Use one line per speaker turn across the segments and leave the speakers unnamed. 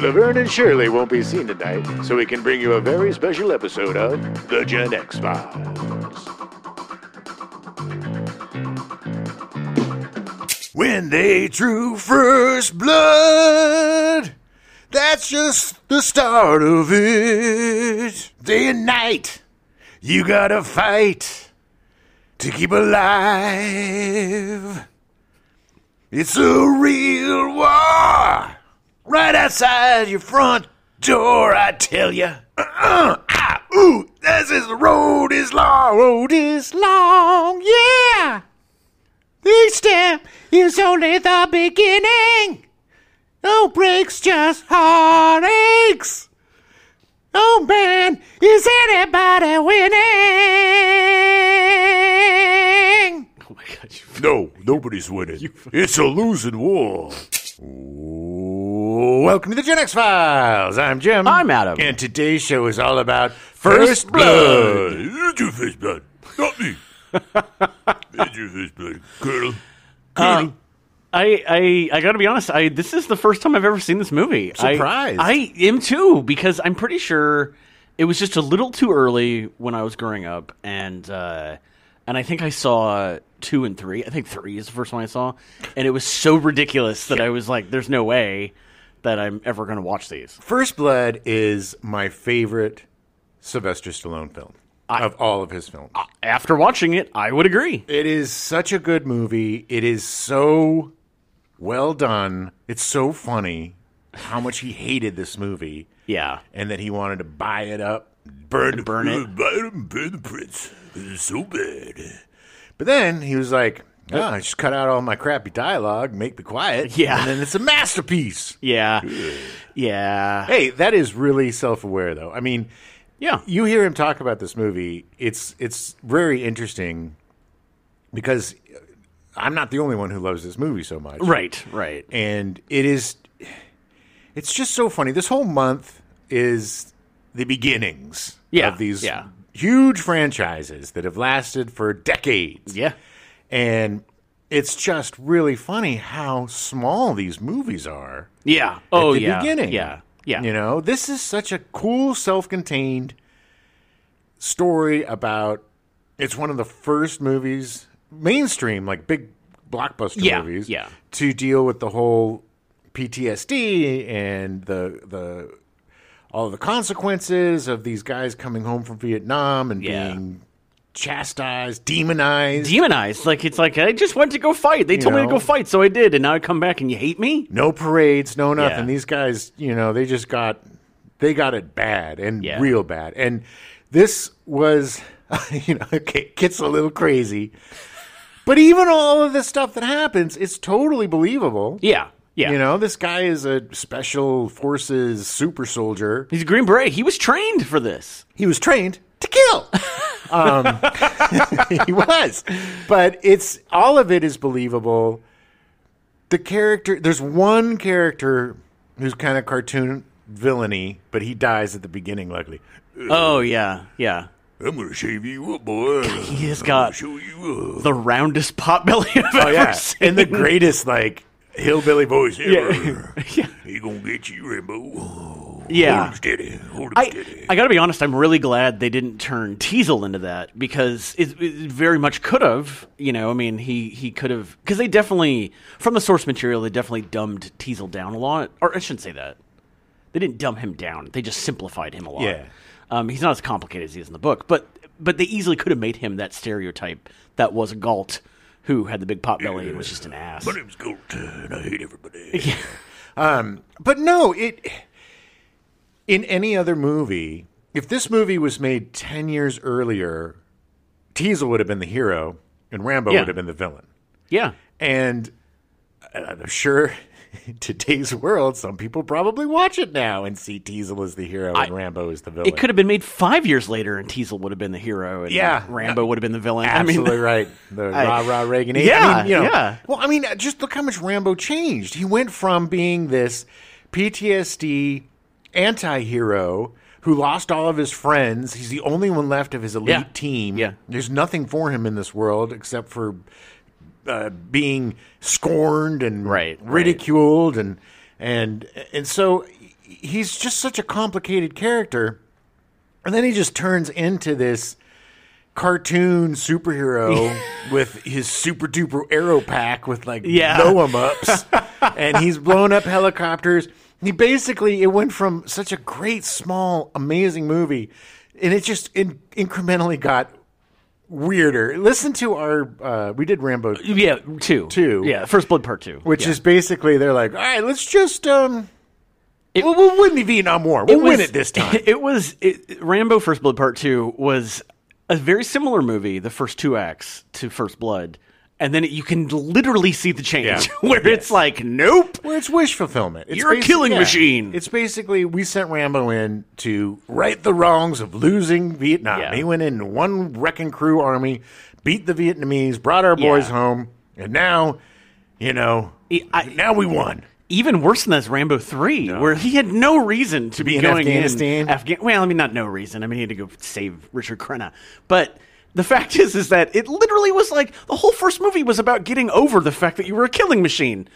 Laverne and Shirley won't be seen tonight, so we can bring you a very special episode of The Gen X Files.
When they drew first blood, that's just the start of it. Day and night, you gotta fight to keep alive. It's a real war, right outside your front door, I tell ya. Uh-uh, ah, ooh, this is the road is long, road is long, yeah. Each step is only the beginning. No breaks, just heartaches. Oh man, is anybody winning?
Oh my god, you
No, nobody's winning. It's a losing war. Welcome to the Gen X Files. I'm Jim.
I'm Adam.
And today's show is all about
First
First Blood. You do First Blood, not me. You do First Blood, Colonel. Colonel.
I, I I gotta be honest. I this is the first time I've ever seen this movie. I-
Surprised.
I, am too because I'm pretty sure it was just a little too early when I was growing up, and uh, and I think I saw two and three. I think three is the first one I saw, and it was so ridiculous that I was like, "There's no way that I'm ever gonna watch these."
First Blood is my favorite Sylvester Stallone film of all of his films.
After watching it, I would agree.
It is such a good movie. It is so well done. It's so funny how much he hated this movie
Yeah,
and that he wanted to buy it up, burn,
burn it.
buy it and burn the prints. It's so bad. But then he was like, oh, I just cut out all my crappy dialogue, make me quiet.
Yeah.
And then it's a masterpiece.
yeah, yeah,
Hey, that is really self aware, though. I mean,
yeah.
you hear him talk about this movie it's it's very interesting because i'm not the only one who loves this movie so much
Right, right.
and it is it's just so funny this whole month is the beginnings
Yeah,
of these
yeah.
huge franchises that have lasted for decades
Yeah,
and it's just really funny how small these movies are
yeah. Oh,
the
yeah.
beginning.
Yeah, yeah.
You know, this is such a cool, self-contained story about. It's one of the first movies, mainstream, like big blockbuster
Yeah,
movies,
yeah.
to deal with the whole PTSD and the the all the consequences of these guys coming home from Vietnam and
Yeah.
being chastised, demonized.
demonized. Like it's like I just went to go fight. They told me to
know?
go fight, so I did, and now I come back and you hate me.
no parades, no nothing.
Yeah.
These guys, you know, they just got they got it bad and
Yeah.
real bad. And this was, you know, it gets a little crazy. But even all of this stuff that happens, it's totally believable.
Yeah, yeah.
You know, this guy is a special forces super soldier.
he's a Green Beret. He was trained for this.
He was trained to kill. Um, he was. But it's all of it is believable. The character there's one character who's kind of cartoon villainy, but he dies at the beginning luckily.
Oh yeah, yeah.
I'm gonna shave you up, boy.
He has got
you
the roundest pot belly I've
Oh
ever
yeah.
seen.
And the greatest like hillbilly voice
Yeah.
ever.
Yeah.
He gonna get you, Rambo. Hold
Yeah.
him steady. Hold him
I,
steady.
I gotta be honest. I'm really glad they didn't turn Teasel into that because it, it very much could have. You know, I mean, he he could have because they definitely from the source material they definitely dumbed Teasel down a lot. Or I shouldn't say that. They didn't dumb him down. They just simplified him a lot.
Yeah.
Um, he's not as complicated as he is in the book, but but they easily could have made him that stereotype that was Galt, who had the big pot belly and was just an ass.
My name's Goat, and I hate everybody. um, but no, it. In any other movie, if this movie was made ten years earlier, Teasel would have been the hero, and Rambo
Yeah.
would have been the villain.
Yeah.
And uh, I'm sure, in today's world, some people probably watch it now and see Teasel as the hero and Rambo as the villain.
It could have been made five years later, and Teasel would have been the hero, and
Yeah.
Rambo would have been the villain.
Absolutely
I mean,
right. The
I-
rah rah Reagan. I
Yeah,
mean, you know,
yeah.
Well, I mean, uh, just look how much Rambo changed. He went from being this PTSD anti-hero who lost all of his friends. He's the only one left of his elite
Yeah.
team.
Yeah.
There's nothing for him in this world except for uh, being scorned and
Right, right.
ridiculed and and and so he's just such a complicated character, and then he just turns into this cartoon superhero with his super duper arrow pack with like
Yeah.
blow 'em ups, and he's blown up helicopters. He basically it went from such a great, small, amazing movie, and it just in, incrementally got weirder. Listen to our uh, we did Rambo
Yeah, two,
Two.
Yeah, First Blood Part Two.
which is basically they're like, all right, let's just um,
It-
we'll, we'll win the Vietnam War. We'll win
was-
it this time.
It was it, Rambo: First Blood Part Two was a very similar movie, the first two acts to First Blood, and then you can literally see the change
Yeah.
where it's like, nope,
Where it's wish fulfillment. It's
You're a
basi-
killing machine.
It's basically we sent Rambo in to right the wrongs of losing Vietnam.
Yeah.
He went in one wrecking crew army, beat the Vietnamese, brought our boys
Yeah.
home, and now, you know,
E- I-
now we won.
even worse than that's Rambo three, where he had no reason to be,
in
going
Afghanistan?
in Afghan. Well, I mean, not no reason. I mean, he had to go save Richard Crenna, but. The fact is, is that it literally was like the whole first movie was about getting over the fact that you were a killing machine.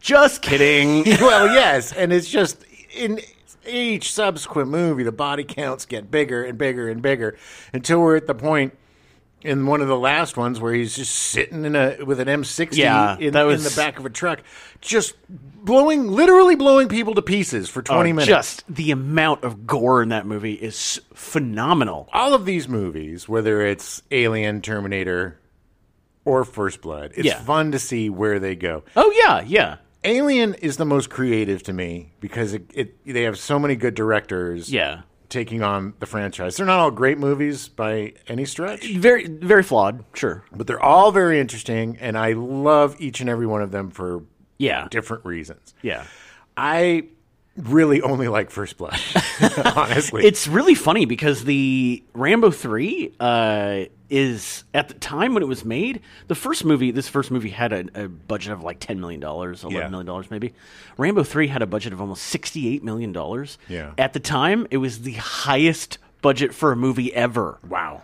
Just kidding.
well, yes, and it's just in each subsequent movie, the body counts get bigger and bigger and bigger until we're at the point in one of the last ones where he's just sitting in a with an M60
Yeah,
in,
that
in
was-
the back of a truck, just blowing, literally blowing people to pieces for twenty minutes.
Oh, Just the amount of gore in that movie is phenomenal.
all of these movies, whether it's Alien, Terminator, or First Blood, it's
Yeah.
fun to see where they go.
Oh yeah, yeah,
Alien is the most creative to me because it, it they have so many good directors.
yeah.
taking on the franchise. They're not all great movies by any stretch,
Very, very flawed. Sure.
but they're all very interesting, and I love each and every one of them for
Yeah.
different reasons.
Yeah.
I really only like First Blood, honestly.
It's really funny because the Rambo three uh, is at the time when it was made. The first movie, this first movie had a, a budget of like ten million dollars,
Yeah.
eleven million dollars maybe. Rambo three had a budget of almost sixty eight million dollars.
Yeah.
At the time, it was the highest budget for a movie ever.
wow,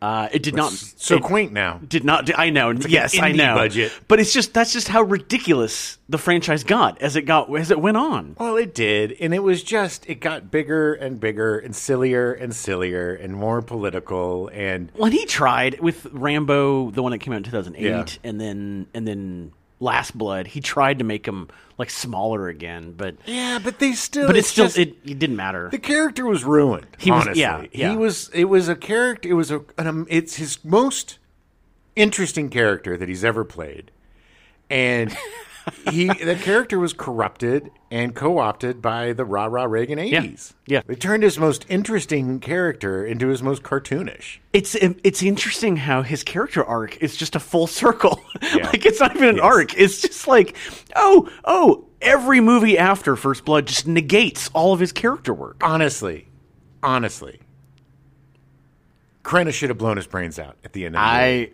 Uh, it did not.
so
it-
quaint now.
did not. Do, I know. yes, I
indie
know.
budget.
but it's just that's just how ridiculous the franchise got as it got as it went on.
Well, it did, and it was just it got bigger and bigger and sillier and sillier and more political and
When he tried with Rambo, the one that came out in 2008,
Yeah.
and then and then Last Blood, he tried to make him like smaller again, but
yeah, but they still
but it's, still
just-
it, it didn't matter.
The character was ruined.
He was-
honestly.
yeah, yeah.
he was. It was a character. It was a. An, um, it's his most interesting character that he's ever played, and he the character was corrupted and co-opted by the rah rah Reagan eighties.
yeah.
they turned his most interesting character into his most cartoonish.
It's um, it's interesting how his character arc is just a full circle.
Yeah.
like it's not even an arc. It's just like oh oh every movie after First Blood just negates all of his character work.
Honestly, honestly, Krenna should have blown his brains out at the end. of the movie.
I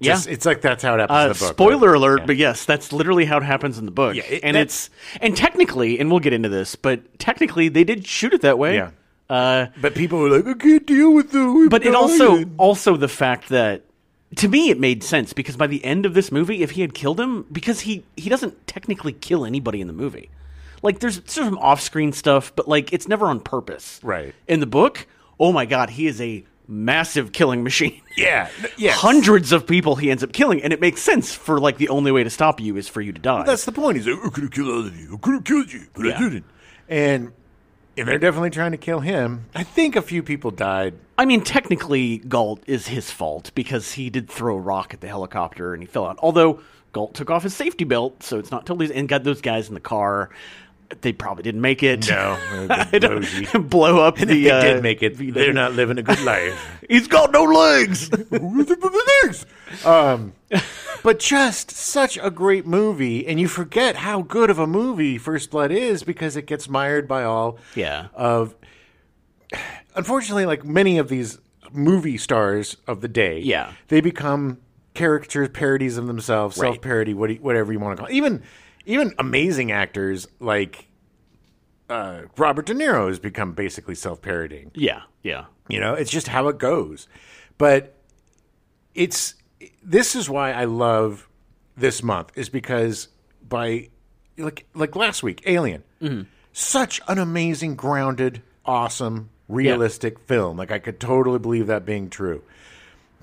Just-
yeah.
it's like that's how it happens in
Uh,
the book. right?
spoiler alert, but yes, that's literally how it happens in the book.
Yeah, it-
and
that's-
it's and technically, and we'll get into this, but technically they did shoot it that way.
Yeah.
Uh,
But people were like, I can't deal with the.
but it also also the fact that to me it made sense because by the end of this movie, if he had killed him, because he he doesn't technically kill anybody in the movie. Like there's sort of some off screen stuff, but like it's never on purpose.
Right.
In the book, oh my god, he is a massive killing machine.
Yeah. Yeah.
Hundreds of people he ends up killing, and it makes sense for like the only way to stop you is for you to die.
That's the point. He's like, I could have killed all of you. I could have killed you, but
Yeah.
I didn't. And and they're definitely trying to kill him. I think a few people died.
I mean, technically, Galt is his fault because he did throw a rock at the helicopter and he fell out. Although Galt took off his safety belt, so it's not totally and got those guys in the car. They probably didn't make it. I don't- blow up the. uh,
it. They're not living a good life.
He's got no legs.
um, but just such a great movie, and you forget how good of a movie First Blood is because it gets mired by all
yeah.
of unfortunately like many of these movie stars of the day
Yeah.
they become caricatures parodies of themselves self-parody what do you- whatever you want to call it. even even amazing actors like uh, robert de niro has become basically self-parodying
Yeah. Yeah.
you know it's just how it goes but it's this is why i love
Mm-hmm.
this month is because by like like last week alien such an amazing, grounded, awesome, realistic film. Like I could totally believe that being true.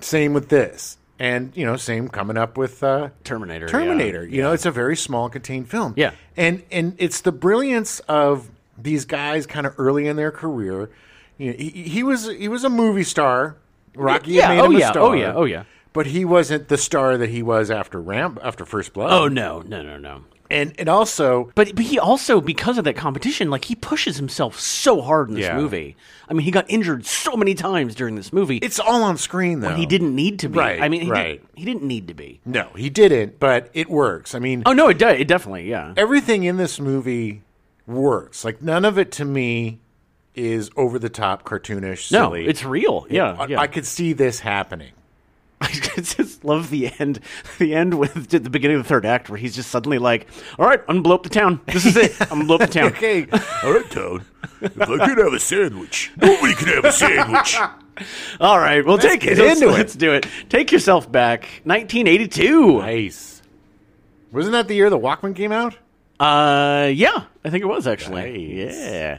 Same with this, and you know, same coming up with uh,
Terminator, yeah.
Terminator. You know, it's a very small, contained film.
Yeah.
and and it's the brilliance of these guys, kind of early in their career. You know, he, he was he was a movie star. Rocky
Yeah,
had made
oh
him a
yeah,
star.
oh yeah, oh yeah.
But he wasn't the star that he was after Ramp after First Blood.
Oh no, no, no, no.
and and also
But but he also because of that competition, like he pushes himself so hard in this
Yeah.
movie. I mean, he got injured so many times during this movie.
it's all on screen though.
he didn't need to be.
Right,
I mean, he,
right.
did, he didn't need to be.
No, he didn't. But it works. I mean,
Oh no, it de- it definitely yeah.
everything in this movie works. Like none of it to me is over the top, cartoonish,
No,
silly.
it's real. Yeah,
I,
yeah.
I could see this happening.
I just love the end. The end with at the beginning of the third act, where he's just suddenly like, "All right, I'm gonna blow up the town. This is it. I'm gonna blow up the town."
Okay,
All right, Toad. If I could have a sandwich, nobody could have a sandwich.
All right, well, take
get
it. Let's,
into it.
let's do it. Take yourself back, 1982.
nice. Wasn't that the year the Walkman came out?
Uh, yeah, I think it was actually. Yeah.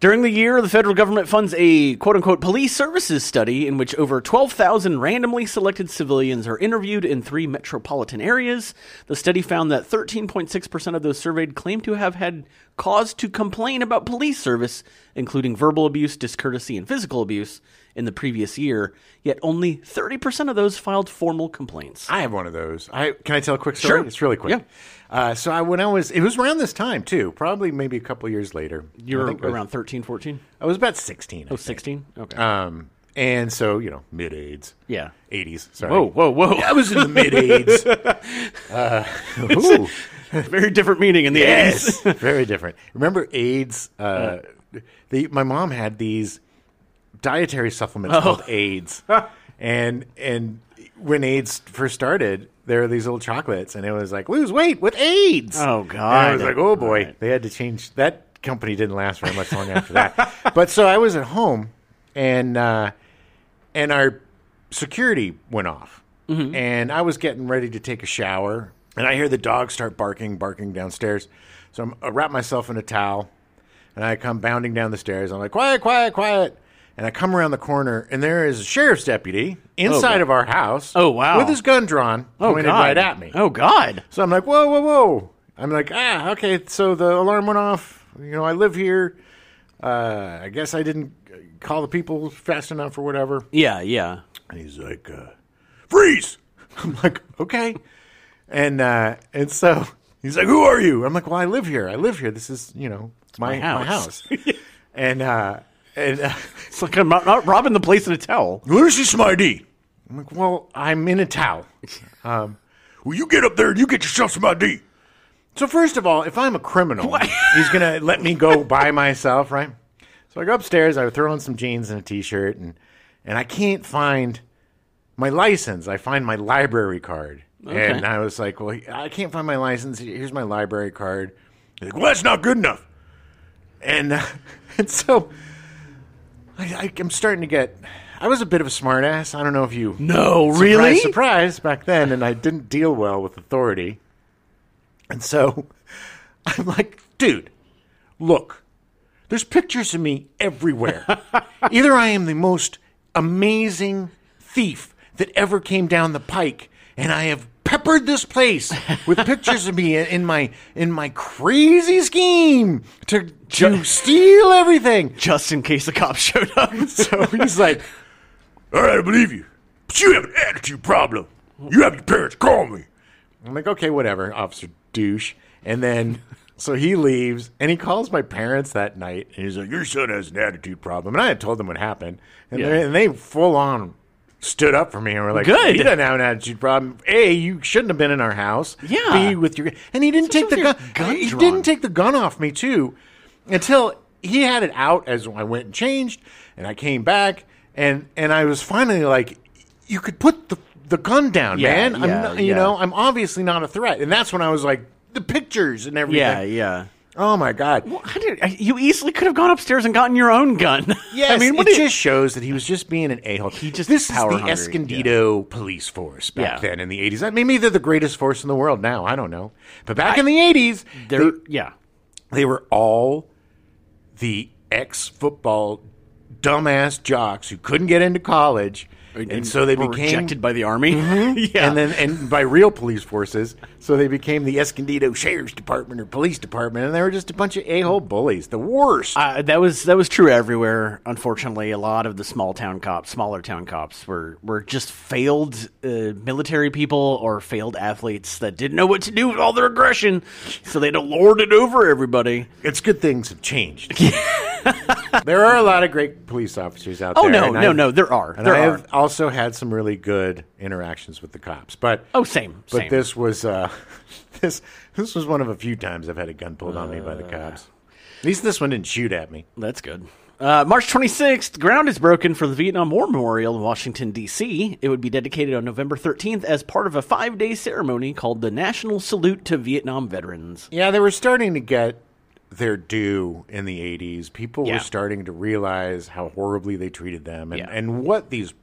During the year, the federal government funds a quote unquote police services study in which over 12,000 randomly selected civilians are interviewed in three metropolitan areas. The study found that 13.6% of those surveyed claim to have had cause to complain about police service, including verbal abuse, discourtesy, and physical abuse in the previous year, yet only 30% of those filed formal complaints.
I have one of those. I can I tell a quick story?
Sure.
It's really quick.
Yeah.
Uh, so I, when I was, it was around this time too. Probably maybe a couple years later.
You're
I think I was-
around 13, 14?
I was about sixteen. I
Oh,
think.
16? Okay.
Um, and so you know, mid aids.
yeah.
Eighties. Sorry.
Whoa, whoa, whoa.
I was in the mid aids. Uh, ooh.
Very different meaning in the
Yes, very different. Remember AIDS? Uh, the my mom had these dietary supplements
Oh.
called AIDS, and and when AIDS first started, there were these little chocolates, and it was like lose weight with AIDS.
Oh,
And I was
God.
like, oh boy,
Right.
they had to change that. Company didn't last very much long after that. But so I was at home, and uh, and our security went off.
Mm-hmm.
And I was getting ready to take a shower, and I hear the dog start barking, barking downstairs. So I'm, I wrap myself in a towel, and I come bounding down the stairs. I'm like, quiet, quiet, quiet. And I come around the corner, and there is a sheriff's deputy inside
God.
of our house.
Oh, wow.
With his gun drawn,
Oh,
pointed
God.
right at me.
Oh, God.
So I'm like, whoa, whoa, whoa. I'm like, ah, okay. So the alarm went off. You know, I live here. Uh, I guess I didn't call the people fast enough or whatever.
Yeah, yeah.
And he's like, uh,
Freeze!
I'm like, okay. And uh, and so he's like, who are you? I'm like, well, I live here. I live here. This is, you know, my,
my
my
house."
house. and uh, and uh,
It's like I'm not, not robbing the place in a towel.
Where's this ID?
I'm like, well, I'm in a towel. Um,
Well, you get up there and you get yourself some ID.
So first of all, if I'm a criminal, he's gonna let me go by myself, right? So I go upstairs. I throw on some jeans and a t-shirt, and and I can't find my license. I find my library card, and I was like, "Well, I can't find my license. Here's my library card."
Like, well, that's not good enough.
and uh, and so I, I, I'm starting to get. I was a bit of a smartass. I don't know if you
No,
surprise, surprise back then, and I didn't deal well with authority, and so I'm like, dude, look, there's pictures of me everywhere. Either I am the most amazing thief that ever came down the pike, and I have peppered this place with pictures of me in my in my crazy scheme to to steal everything.
Just in case the cops showed up.
So he's like,
All right, I believe you. But you have an attitude problem. You have your parents call me.
I'm like, okay, whatever, officer douche. And then so he leaves and he calls my parents that night and he's
He's
like,
like, your son has an attitude problem.
problem. And I had told them what happened. And,
Yeah.
they, and they full on stood up for me and were like,
Good.
He doesn't have an attitude problem. A, you shouldn't have been in our house.
Yeah.
B, with your. And he didn't take the
with your
gun.
gun
he
drawn.
didn't take the gun off me, too, until he had it out as I went and changed. And I came back. And, and I was finally like, you could put the, the gun down,
Yeah,
man. I'm
yeah,
not- you
yeah.
know, I'm obviously not a threat. And that's when I was like, the pictures and everything.
yeah, yeah.
Oh, my God.
I did, I, you easily could have gone upstairs and gotten your own gun.
Yes,
I mean, what
it
is
just shows that he was just being an a-hole. He
just
this is
power
the
hungry,
Escondido police force back
Yeah.
then in the eighties. I mean, maybe they're the greatest force in the world now. I don't know, but back in the eighties,
there? Yeah.
they were all the ex football dumbass jocks who couldn't get into college, and, so they
were
became Mm-hmm.
rejected by the army. yeah,
and then and by real police forces. So they became the Escondido Sheriff's Department or police department, and they were just a bunch of a hole bullies, the worst.
uh, that was that was true everywhere. Unfortunately, a lot of the small town cops, smaller town cops, were were just failed uh, military people or failed athletes that didn't know what to do with all their aggression, so they would lord it over everybody.
it's good things have changed. there are a lot of great police officers out
Oh
there.
no,
and
no,
I've-
no, there are
And
there
I
are.
have also had some really good interactions with the cops, but
Oh, same,
but
same.
this was uh, this this was one of a few times I've had a gun pulled on me by the cops. At least this one didn't shoot at me.
That's good. Uh, March 26th, ground is broken for the Vietnam War Memorial in Washington, D.C. It would be dedicated on November 13th as part of a five day ceremony called the National Salute to Vietnam Veterans.
Yeah, they were starting to get their due in the 80s. People
Yeah.
were starting to realize how horribly they treated them and,
Yeah.
and what these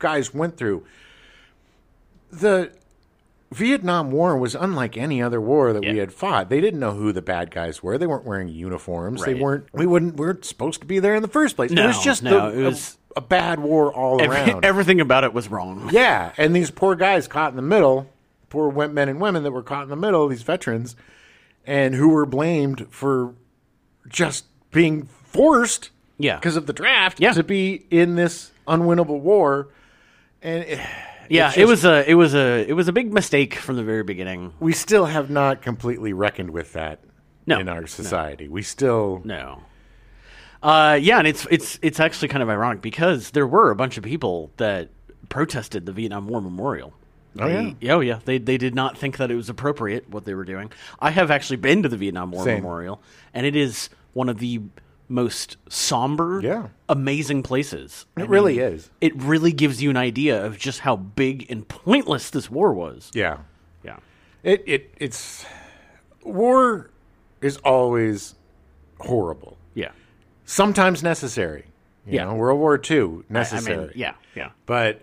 guys went through. The Vietnam War was unlike any other war that we
Yeah.
had fought. They didn't know who the bad guys were. They weren't wearing uniforms. They
Right.
weren't we wouldn't we weren't supposed to be there in the first place. it
No,
was just
no,
the-
it was-
a, a bad war all
Every,
around.
everything about it was wrong.
Yeah, and these poor guys caught in the middle, poor wom- men and women that were caught in the middle, these veterans, and who were blamed for just being forced,
Yeah.
because of the draft,
Yeah.
to be in this unwinnable war. And eh,
Yeah,
it's
it
just-
was a it was a it was a big mistake from the very beginning.
we still have not completely reckoned with that
No,
in our
no.
society. We still
No. Uh, yeah, and it's it's it's actually kind of ironic because there were a bunch of people that protested the Vietnam War Memorial.
Oh, yeah.
They- oh yeah. They they did not think that it was appropriate what they were doing. I have actually been to the Vietnam War
Same.
Memorial, and it is one of the most somber,
Yeah.
amazing places.
It really is.
It really gives you an idea of just how big and pointless this war was.
Yeah,
Yeah.
It it it's war is always horrible.
Yeah.
sometimes necessary. You
Yeah.
know, World War II
I
necessary.
mean, yeah, yeah.
But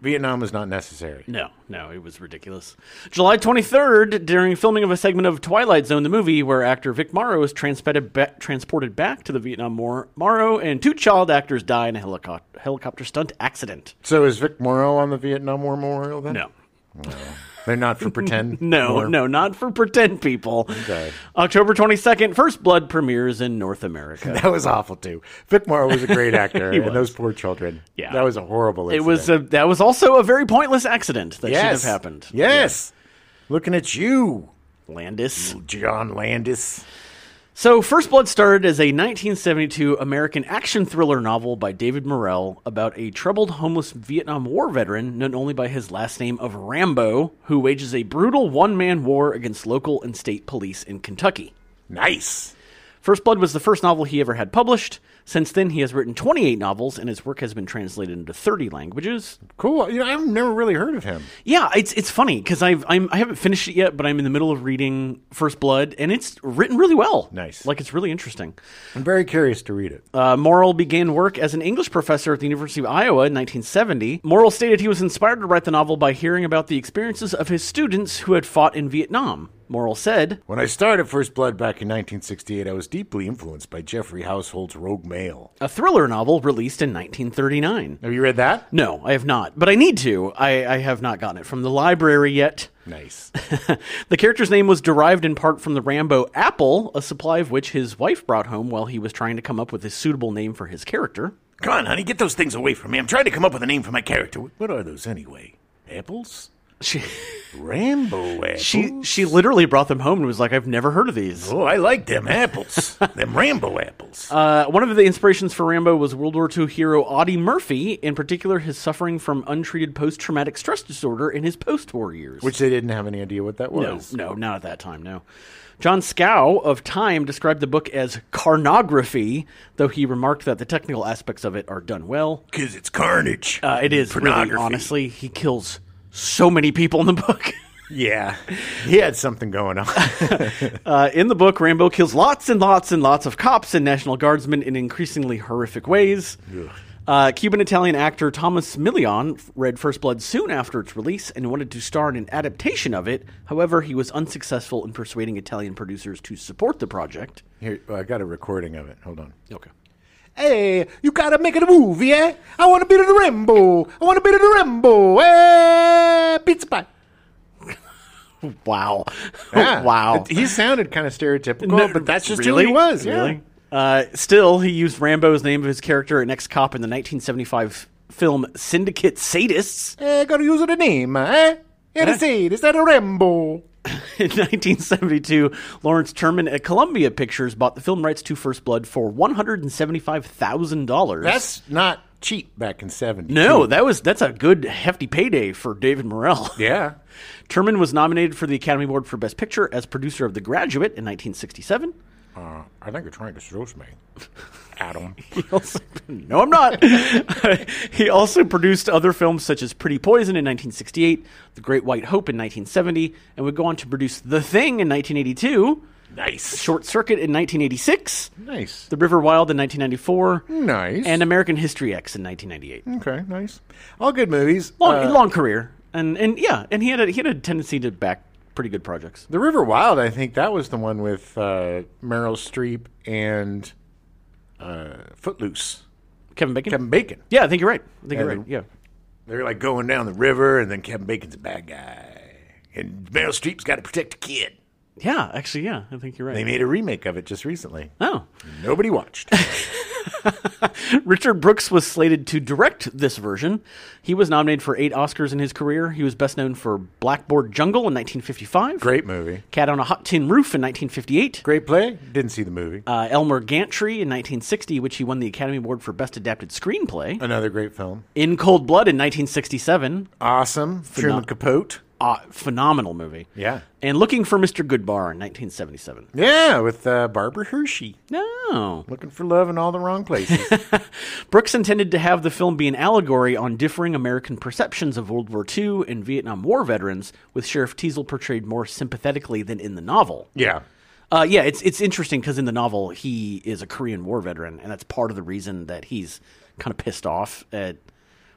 Vietnam was not necessary.
No, no, it was ridiculous. July 23rd, during filming of a segment of Twilight Zone, the movie, where actor Vic Morrow is transported, ba- transported back to the Vietnam War, Morrow and two child actors die in a helico- helicopter stunt accident.
So is Vic Morrow on the Vietnam War Memorial then?
No.
They're not for pretend.
No,
war?
no, not for pretend people. October 22nd, First Blood premieres in North America.
That was awful too. Vic Morrow was a great actor,
He
and
was.
those poor children.
Yeah.
that was a horrible.
it was
incident.
a, that was also a very pointless accident that should
yes
have happened.
Yes, looking at you,
Landis.
John Landis.
So, First Blood started as a 1972 American action thriller novel by David Morrell about a troubled homeless Vietnam War veteran known only by his last name of Rambo, who wages a brutal one man war against local and state police in Kentucky.
Nice.
First Blood was the first novel he ever had published. Since then, he has written 28 novels, and his work has been translated into 30 languages.
Cool. You know, I've never really heard of him.
Yeah, it's it's funny because I've I'm, I haven't finished it yet, but I'm in the middle of reading First Blood, and it's written really well.
Nice.
like it's really interesting.
I'm very curious to read it.
Uh, Morrill began work as an English professor at the University of Iowa in 1970. Morrill stated he was inspired to write the novel by hearing about the experiences of his students who had fought in Vietnam. Morrill said,
When I started First Blood back in 1968, I was deeply influenced by Jeffrey Household's Rogue Mail.
a thriller novel released in 1939.
Have you read that?
No, I have not, but I need to. I, I have not gotten it from the library yet.
Nice.
the character's name was derived in part from the Rambo apple, a supply of which his wife brought home while he was trying to come up with a suitable name for his character.
Come on, honey, get those things away from me. I'm trying to come up with a name for my character. What are those anyway? Apples?
She
Rambo apples.
she she literally brought them home and was like, "I've never heard of these."
Oh, I like them apples. them Rambo apples.
Uh, one of the inspirations for Rambo was World War II hero Audie Murphy, in particular his suffering from untreated post traumatic stress disorder in his post war years.
Which they didn't have any idea what that
no,
was.
no, not at that time, no. John Scow of Time described the book as carnography, though he remarked that the technical aspects of it are done well.
Because it's carnage.
Uh, it is, really,
Pornography.
honestly, he kills so many people in the book.
yeah. He had something going on.
Uh, in the book, Rambo kills lots and lots and lots of cops and National Guardsmen in increasingly horrific ways. Uh, Cuban Italian actor Thomas Milian read First Blood soon after its release and wanted to star in an adaptation of it. However, he was unsuccessful in persuading Italian producers to support the project.
Here, I got a recording of it. Hold on.
Okay.
Hey, you gotta make it a movie, eh? I want a bit of the Rambo. I want a bit of the Rambo. Eh, pizza pie.
Wow.
Yeah.
wow.
He sounded kind of stereotypical,
No,
but that's just
really?
who he was. Yeah.
Really? Uh, still, he used Rambo's name of his character and ex-cop in the 1975 film Syndicate Sadists.
Eh, gotta use the name, eh? Yeah,
Yeah.
to see, is that a Rambo?
In 1972, Lawrence Terman at Columbia Pictures bought the film rights to First Blood for $175,000.
That's not cheap back in 70.
no, that was that's a good hefty payday for David Morrell.
Yeah.
Terman was nominated for the Academy Award for Best Picture as producer of The Graduate in 1967.
Uh, I think you're trying to seduce me, Adam.
He also- no, I'm not. he also produced other films such as Pretty Poison in 1968, The Great White Hope in 1970, and would go on to produce The Thing in 1982,
nice.
Short Circuit in 1986,
Nice.
The River Wild in 1994,
Nice.
and American History X in 1998.
okay, nice. All good movies.
Long,
Hmm. Uh,
long career, and and yeah, and he had a, he had a tendency to back pretty good projects.
The River Wild, I think that was the one with uh, Meryl Streep and uh, Footloose.
Kevin Bacon.
Kevin Bacon.
yeah, I think you're right. I think you're
And-
right. Yeah.
They're like going down the river, and then Kevin Bacon's a bad guy, and Meryl Streep's got to protect the kid.
Yeah, actually, yeah, I think you're
They
right.
made a remake of it just recently.
Oh,
Nobody watched.
Richard Brooks was slated to direct this version. He was nominated for eight Oscars in his career. He was best known for Blackboard Jungle in 1955,
Great movie.
Cat on a Hot Tin Roof in 1958,
Great play. Didn't see the movie.
uh, Elmer Gantry in 1960, which he won the Academy Award for Best Adapted Screenplay,
Another great film.
In Cold Blood in 1967,
Awesome. Truman Capote.
uh, phenomenal movie.
Yeah.
And Looking for Mr. Goodbar in 1977.
Yeah, with uh, Barbara Hershey.
No.
Looking for love in all the wrong places.
Brooks intended to have the film be an allegory on differing American perceptions of World War II and Vietnam War veterans, with Sheriff Teasel portrayed more sympathetically than in the novel.
yeah.
Uh, yeah, it's it's interesting because in the novel he is a Korean War veteran, and that's part of the reason that he's kind of pissed off at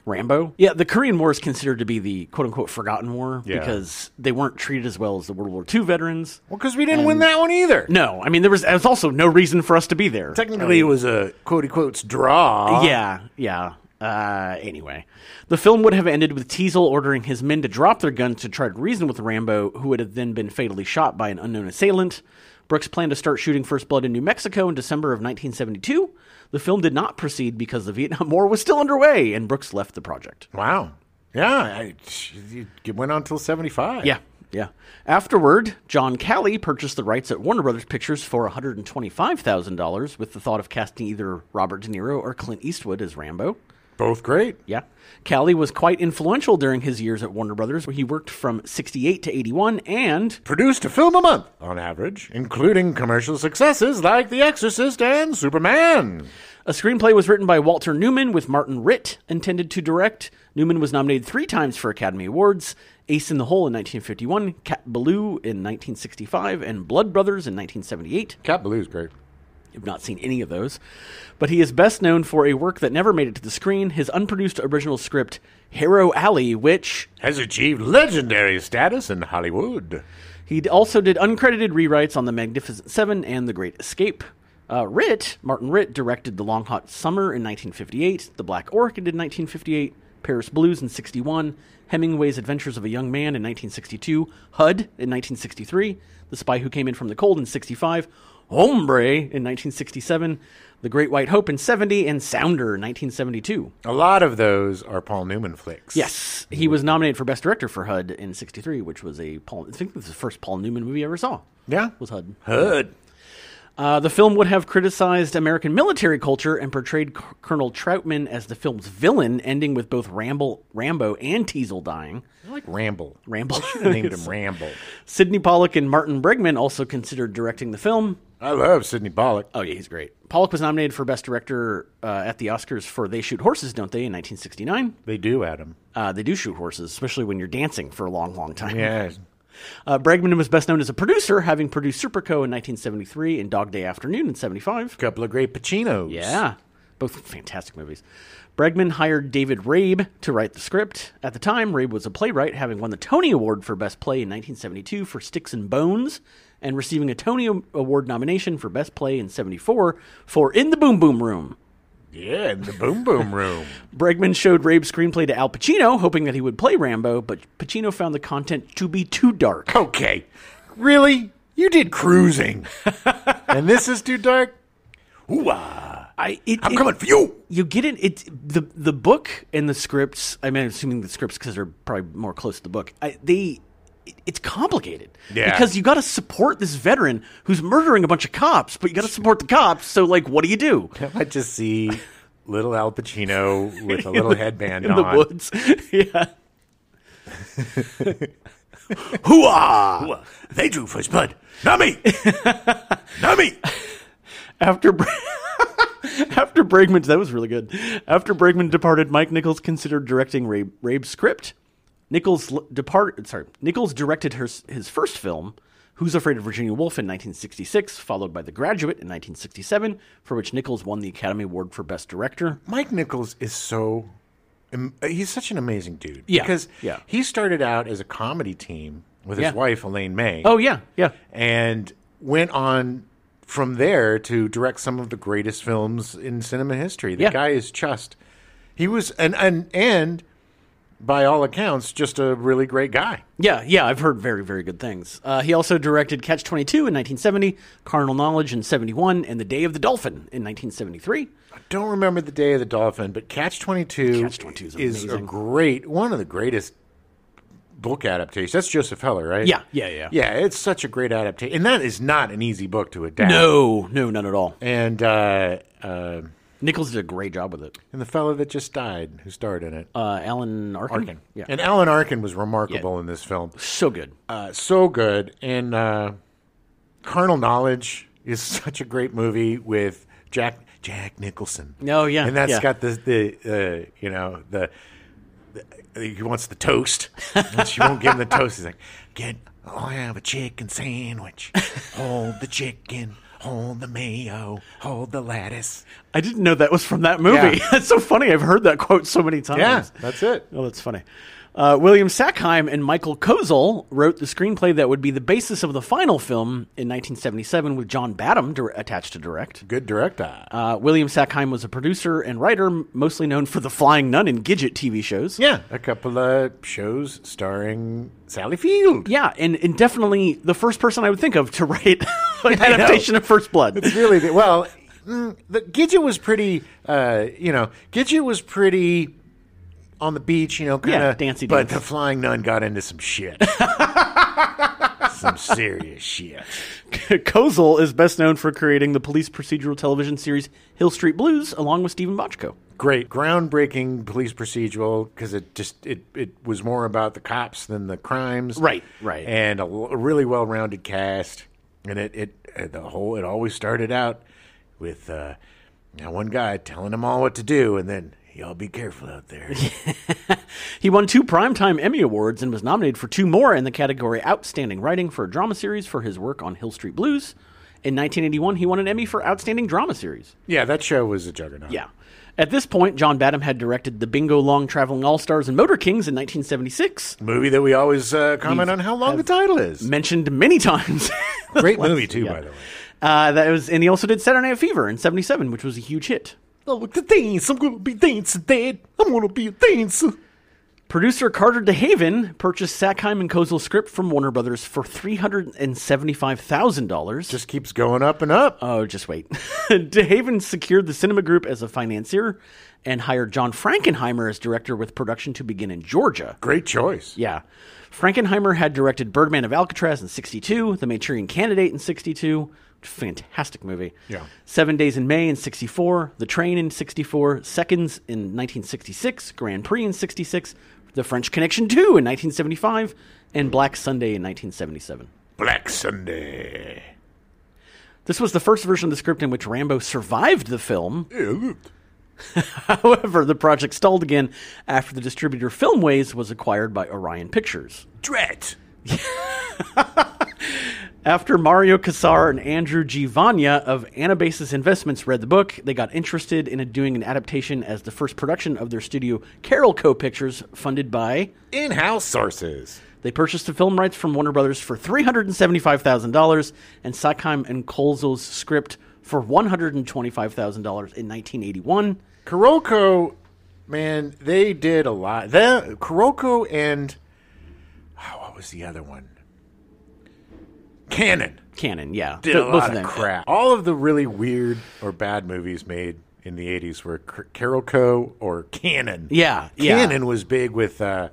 Rambo. Yeah, the Korean War is considered to be the quote unquote forgotten war
Yeah.
because they weren't treated as well as the World War II veterans.
Well, because we didn't win that one either.
No, I mean there was, there was also no reason for us to be there.
Technically, it was a quote unquote draw.
Yeah, yeah. Uh, anyway, the film would have ended with Teasel ordering his men to drop their guns to try to reason with Rambo, who would have then been fatally shot by an unknown assailant. Brooks planned to start shooting First Blood in New Mexico in December of 1972. The film did not proceed because the Vietnam War was still underway, and Brooks left the project.
Wow. Yeah. I, it went on till 75.
Yeah, yeah. Afterward, John Calley purchased the rights at Warner Brothers Pictures for $125,000 with the thought of casting either Robert De Niro or Clint Eastwood as Rambo.
Both great.
Yeah. Calley was quite influential during his years at Warner Brothers, where he worked from 68 to 81 and
Produced a film a month on average, including commercial successes like The Exorcist and Superman.
a screenplay was written by Walter Newman with Martin Ritt intended to direct. Newman was nominated 3 times for Academy Awards: Ace in the Hole in 1951, Cat Ballou in 1965, and Blood Brothers in 1978.
Cat Blue's great.
I've not seen any of those. But he is best known for a work that never made it to the screen, his unproduced original script Harrow Alley, which
Has achieved legendary status in Hollywood.
He d- also did uncredited rewrites on The Magnificent Seven and The Great Escape. Uh, Ritt, Martin Ritt, directed The Long Hot Summer in 1958, The Black Orchid in 1958, Paris Blues in 61, Hemingway's Adventures of a Young Man in 1962, HUD in 1963, The Spy Who Came In From the Cold in 65, Hombre in 1967, The Great White Hope in 70, and Sounder in 1972.
A lot of those are Paul Newman flicks.
Yes, he was nominated for Best Director for HUD in 63, which was a Paul, I think this is the first Paul Newman movie I ever saw.
Yeah.
Was HUD.
Hood.
Uh, the film would have criticized American military culture and portrayed C- Colonel Troutman as the film's villain, ending with both Ramble, Rambo and Teasel dying.
I like Ramble.
Ramble.
I should have named him Ramble.
Sidney Pollock and Martin Brigman also considered directing the film.
I love Sidney Pollock.
Oh, yeah, he's great. Pollock was nominated for Best Director uh, at the Oscars for They Shoot Horses, Don't They, in 1969.
They do, Adam.
Uh, they do shoot horses, especially when you're dancing for a long, long time.
Yeah.
Uh, Bregman was best known as a producer, having produced Superco in 1973 and Dog Day Afternoon in 75.
Couple of great Pacinos.
Yeah. Both fantastic movies. Bregman hired David Rabe to write the script. At the time, Rabe was a playwright, having won the Tony Award for Best Play in 1972 for Sticks and Bones, and receiving a Tony Award nomination for Best Play in 74 for In the Boom Boom Room.
Yeah, in the boom boom room.
Bregman showed Rabe's screenplay to Al Pacino, hoping that he would play Rambo, but Pacino found the content to be too dark.
Okay. Really? You did cruising. and this is too dark? Ooh-ah.
I, it,
I'm
it-
coming for you.
You get it. It the the book and the scripts. I mean, I'm assuming the scripts because they're probably more close to the book. I, they, it, it's complicated.
Yeah.
Because you got to support this veteran who's murdering a bunch of cops, but you got to support the cops. So like, what do you do?
I just see little Al Pacino with a little headband
in
on.
the woods. yeah. Hooah!
They drew first blood. Not me. Not me.
After Bra- after Bregman, that was really good. After Bregman departed, Mike Nichols considered directing Rabe, Rabe's script. Nichols l- depart sorry, Nichols directed her, his first film, Who's Afraid of Virginia Woolf in 1966, followed by The Graduate in 1967, for which Nichols won the Academy Award for Best Director.
Mike Nichols is so. am- He's such an amazing dude.
Yeah,
Because
yeah.
he started out as a comedy team with
Yeah.
his wife, Elaine May.
Oh yeah, yeah.
and went on from there to direct some of the greatest films in cinema history. The
Yeah.
guy is just he was and and and by all accounts just a really great guy.
Yeah, yeah, I've heard very, very good things. Uh, he also directed Catch 22 in 1970, Carnal Knowledge in 71, and The Day of the Dolphin in 1973.
I don't remember the day of the dolphin, but Catch 22
Catch-22 is
a
amazing.
great one of the greatest book adaptations. That's Joseph Heller, right?
Yeah, yeah, yeah.
Yeah, it's such a great adaptation. And that is not an easy book to adapt.
No, no, none at all.
And uh, uh,
Nichols did a great job with it.
and the fellow that just died who starred in it.
Uh, Alan Arkin.
Arkin.
Yeah.
And Alan Arkin was remarkable in this film.
so good.
Uh, so good. And uh, Carnal Knowledge is such a great movie with Jack Jack Nicholson.
Oh, yeah,
And that's
yeah.
got the the uh, you know the, the he wants the toast. And she won't give him the toast. He's like, get I'll have a chicken sandwich. Hold the chicken. Hold the mayo. Hold the lettuce.
I didn't know that was from that movie.
Yeah.
that's so funny. I've heard that quote so many
Yeah,
times.
that's it.
Oh, that's funny. Uh, William Sackheim and Michael Kozel wrote the screenplay that would be the basis of the final film in 1977 with John Badham dir- attached to direct.
Good director.
Uh, William Sackheim was a producer and writer, m- mostly known for the Flying Nun and Gidget TV shows.
Yeah, a couple of shows starring Sally Field.
Yeah, and, and definitely the first person I would think of to write an adaptation of First Blood.
It's really the, well. mm, The Gidget was pretty, uh, you know. Gidget was pretty on the beach, you know, kind of
Yeah, dancey
But
dance.
the flying nun got into some shit, some serious shit.
Kozel is best known for creating the police procedural television series Hill Street Blues, along with Stephen Bochco.
Great, groundbreaking police procedural because it just it it was more about the cops than the crimes.
Right, right.
and a, l- a really well-rounded cast. And it, it uh, the whole it always started out with uh, now one guy telling them all what to do, and then y'all be careful out there.
He won two Primetime Emmy Awards and was nominated for two more in the category Outstanding Writing for a Drama Series for his work on Hill Street Blues. In 1981, he won an Emmy for Outstanding Drama Series.
yeah, that show was a juggernaut.
Yeah. At this point, John Badham had directed the Bingo Long Traveling All Stars and Motor Kings in 1976,
movie that we always uh, comment on how long the title is.
mentioned many times.
Great movie too,
yeah.
by the way.
uh, that was, and he also did Saturday Night Fever in 77, which was a huge hit.
Oh, the dance! I'm gonna be dancing, Dad. I'm gonna be a dancer.
Producer Carter DeHaven purchased Sackheim and Kozel's script from Warner Brothers for three hundred and seventy-five thousand dollars.
Just keeps going up and up.
Oh, just wait. DeHaven secured the cinema group as a financier and hired John Frankenheimer as director with production to begin in Georgia.
Great choice.
Yeah. Frankenheimer had directed Birdman of Alcatraz in 62, The Manchurian Candidate in 62. Fantastic movie.
Yeah.
Seven Days in May in 64, The Train in 64, Seconds in 1966, Grand Prix in 66, The French Connection 2 in 1975, and Black Sunday in 1977.
Black Sunday.
This was the first version of the script in which Rambo survived the film. However, the project stalled again after the distributor Filmways was acquired by Orion Pictures.
Drat.
After Mario Casar and Andrew G. Vanya of Anabasis Investments read the book, they got interested in doing an adaptation as the first production of their studio, Carol Co. Pictures, funded by.
In house sources.
They purchased the film rights from Warner Brothers for three hundred and seventy-five thousand dollars, and Sackheim and Kolzel's script for one hundred and twenty-five thousand dollars in nineteen eighty-one.
Kuroko, man, they did a lot. The Kuroko and oh, what was the other one? Cannon
Canon, yeah,
did
Th-
a lot of crap. All of the really weird or bad movies made in the '80s were K- Kuroko or Cannon.
Yeah, yeah.
Cannon was big with uh,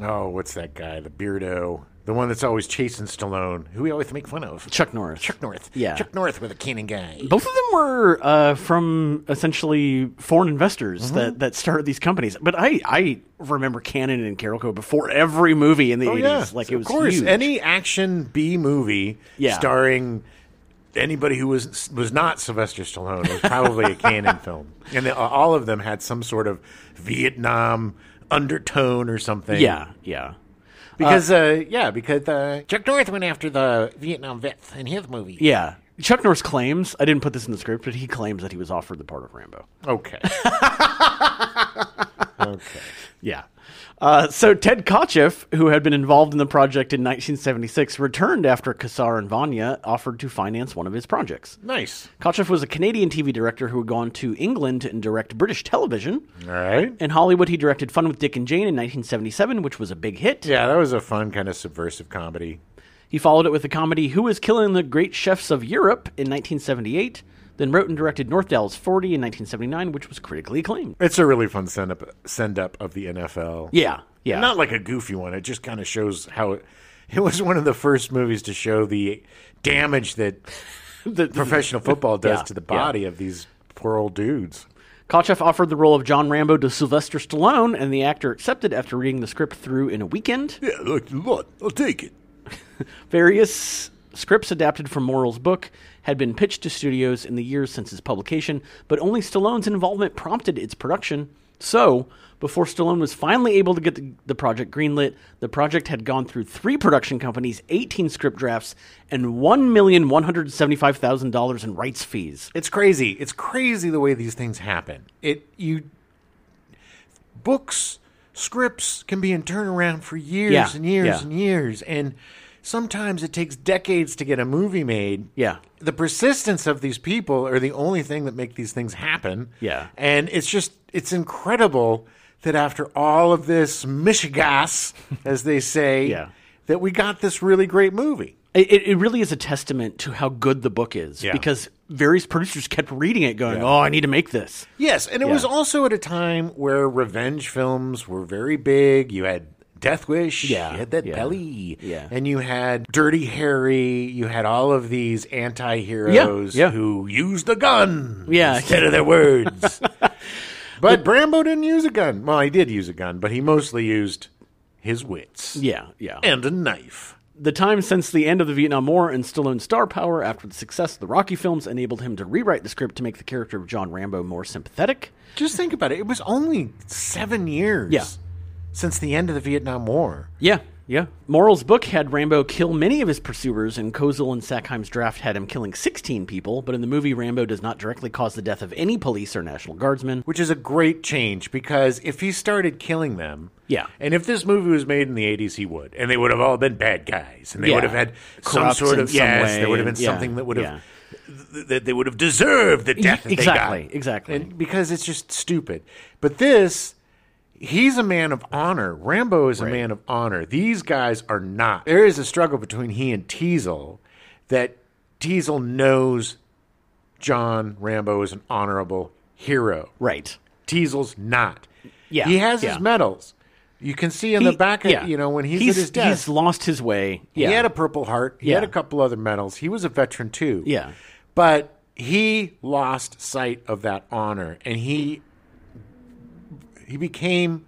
oh, what's that guy? The beardo, the one that's always chasing Stallone, who we always make fun of.
Chuck Norris.
Chuck North.
Yeah. Oh,
Chuck North with a cannon guy.
Both of them were uh, from essentially foreign investors
Mm-hmm.
that, that started these companies. But I, I remember Canon and Carolco before every movie in the 80s. Like, it was
Oh, of course
huge.
any action B movie
Yeah.
starring anybody who was was not Sylvester Stallone was probably a canon film, and they, all of them had some sort of Vietnam undertone or something.
yeah, yeah.
because uh, yeah, because uh, Chuck North went after the Vietnam vets in his movie.
Yeah. Chuck Norris claims, I didn't put this in the script, but he claims that he was offered the part of Rambo.
Okay. okay.
Yeah. Uh, so Ted Kotcheff, who had been involved in the project in 1976, returned after Kassar and Vanya offered to finance one of his projects.
Nice.
Kotcheff was a Canadian TV director who had gone to England and direct British television.
All right.
In Hollywood, he directed Fun with Dick and Jane in 1977, which was a big hit.
Yeah, that was a fun kind of subversive comedy.
He followed it with the comedy Who is Killing the Great Chefs of Europe in 1978, then wrote and directed North Dallas 40 in 1979, which was critically acclaimed.
It's a really fun send up send up of the NFL.
Yeah, yeah.
Not like a goofy one. It just kind of shows how it, it was one of the first movies to show the damage that
The-
professional football does
Yeah,
to the
yeah.
body of these poor old dudes.
Kotcheff offered the role of John Rambo to Sylvester Stallone, and the actor accepted after reading the script through in a weekend.
Yeah, look, look, I'll take it.
Various scripts adapted from Morrill's book had been pitched to studios in the years since its publication, but only Stallone's involvement prompted its production. So, before Stallone was finally able to get the, the project greenlit, the project had gone through three production companies, 18 script drafts, and $1,175,000 in rights fees.
It's crazy. It's crazy the way these things happen. It you books, scripts can be in turnaround for years
Yeah,
and years
yeah.
and years and sometimes it takes decades to get a movie made.
Yeah.
the persistence of these people are the only thing that make these things happen.
Yeah.
And it's just it's incredible that after all of this mishigas, as they say,
Yeah.
that we got this really great movie.
It, it- it really is a testament to how good the book is
Yeah.
because various producers kept reading it going, oh, I need to make this.
Yes, and it was also at a time where revenge films were very big. You had Death Wish,
Yeah,
you had that
yeah,
belly,
yeah.
and you had Dirty Harry. You had all of these anti-heroes
Yeah, yeah.
who used a gun
Yeah.
instead of their words. but Brambo didn't use a gun. Well, he did use a gun, but he mostly used his wits
Yeah, yeah.
and a knife.
The time since the end of the Vietnam War and Stallone's star power after the success of the Rocky films enabled him to rewrite the script to make the character of John Rambo more sympathetic.
Just think about it. It was only seven years
Yeah.
since the end of the Vietnam War.
Yeah, yeah. Morrill's book had Rambo kill many of his pursuers, and Kozel and Sackheim's draft had him killing 16 people, but in the movie, Rambo does not directly cause the death of any police or National Guardsmen.
which is a great change because if he started killing them,
Yeah.
and if this movie was made in the '80s, he would, and they would have all been bad guys, and they
Yeah.
would have had some
Corrupts
sort
in
of
some
yes,
way,
there would have been
and- yeah,
something that would
yeah.
have th- that they would have deserved the death that
exactly,
they got,
exactly.
and because it's just stupid. But this. He's a man of honor. Rambo is a man of honor. These guys are not. There is a struggle between he and Teasel that Teasel knows John Rambo is an honorable hero.
Right.
Teasel's not.
Yeah,
he has
yeah.
his medals. You can see in the
He-
back of
yeah.
you know when he's, at his
he's
desk.
lost his way. Yeah.
He had a Purple Heart. He had
Yeah.
a couple other medals. He was a veteran too.
Yeah.
but he lost sight of that honor, and he he became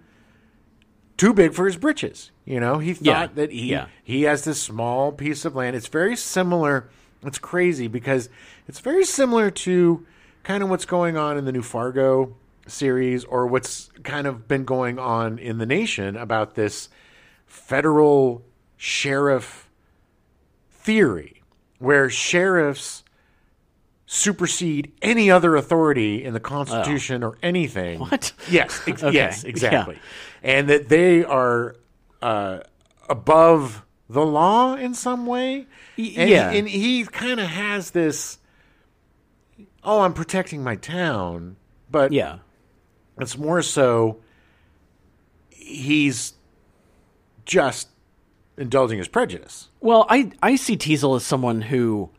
too big for his britches. You know, he thought
Yeah.
that he
Yeah.
he has this small piece of land. It's very similar. It's crazy because it's very similar to kind of what's going on in the new Fargo series or what's kind of been going on in the nation about this federal sheriff theory where sheriffs supersede any other authority in the Constitution or anything.
Oh. What?
Yes, ex-
Okay,
yes,
yeah.
exactly. And that they are uh, above the law in some way.
Y-
And
yeah.
He, and he kind of has this oh, I'm protecting my town, but
Yeah.
it's more so he's just indulging his prejudice.
Well, I I see Teasel as someone who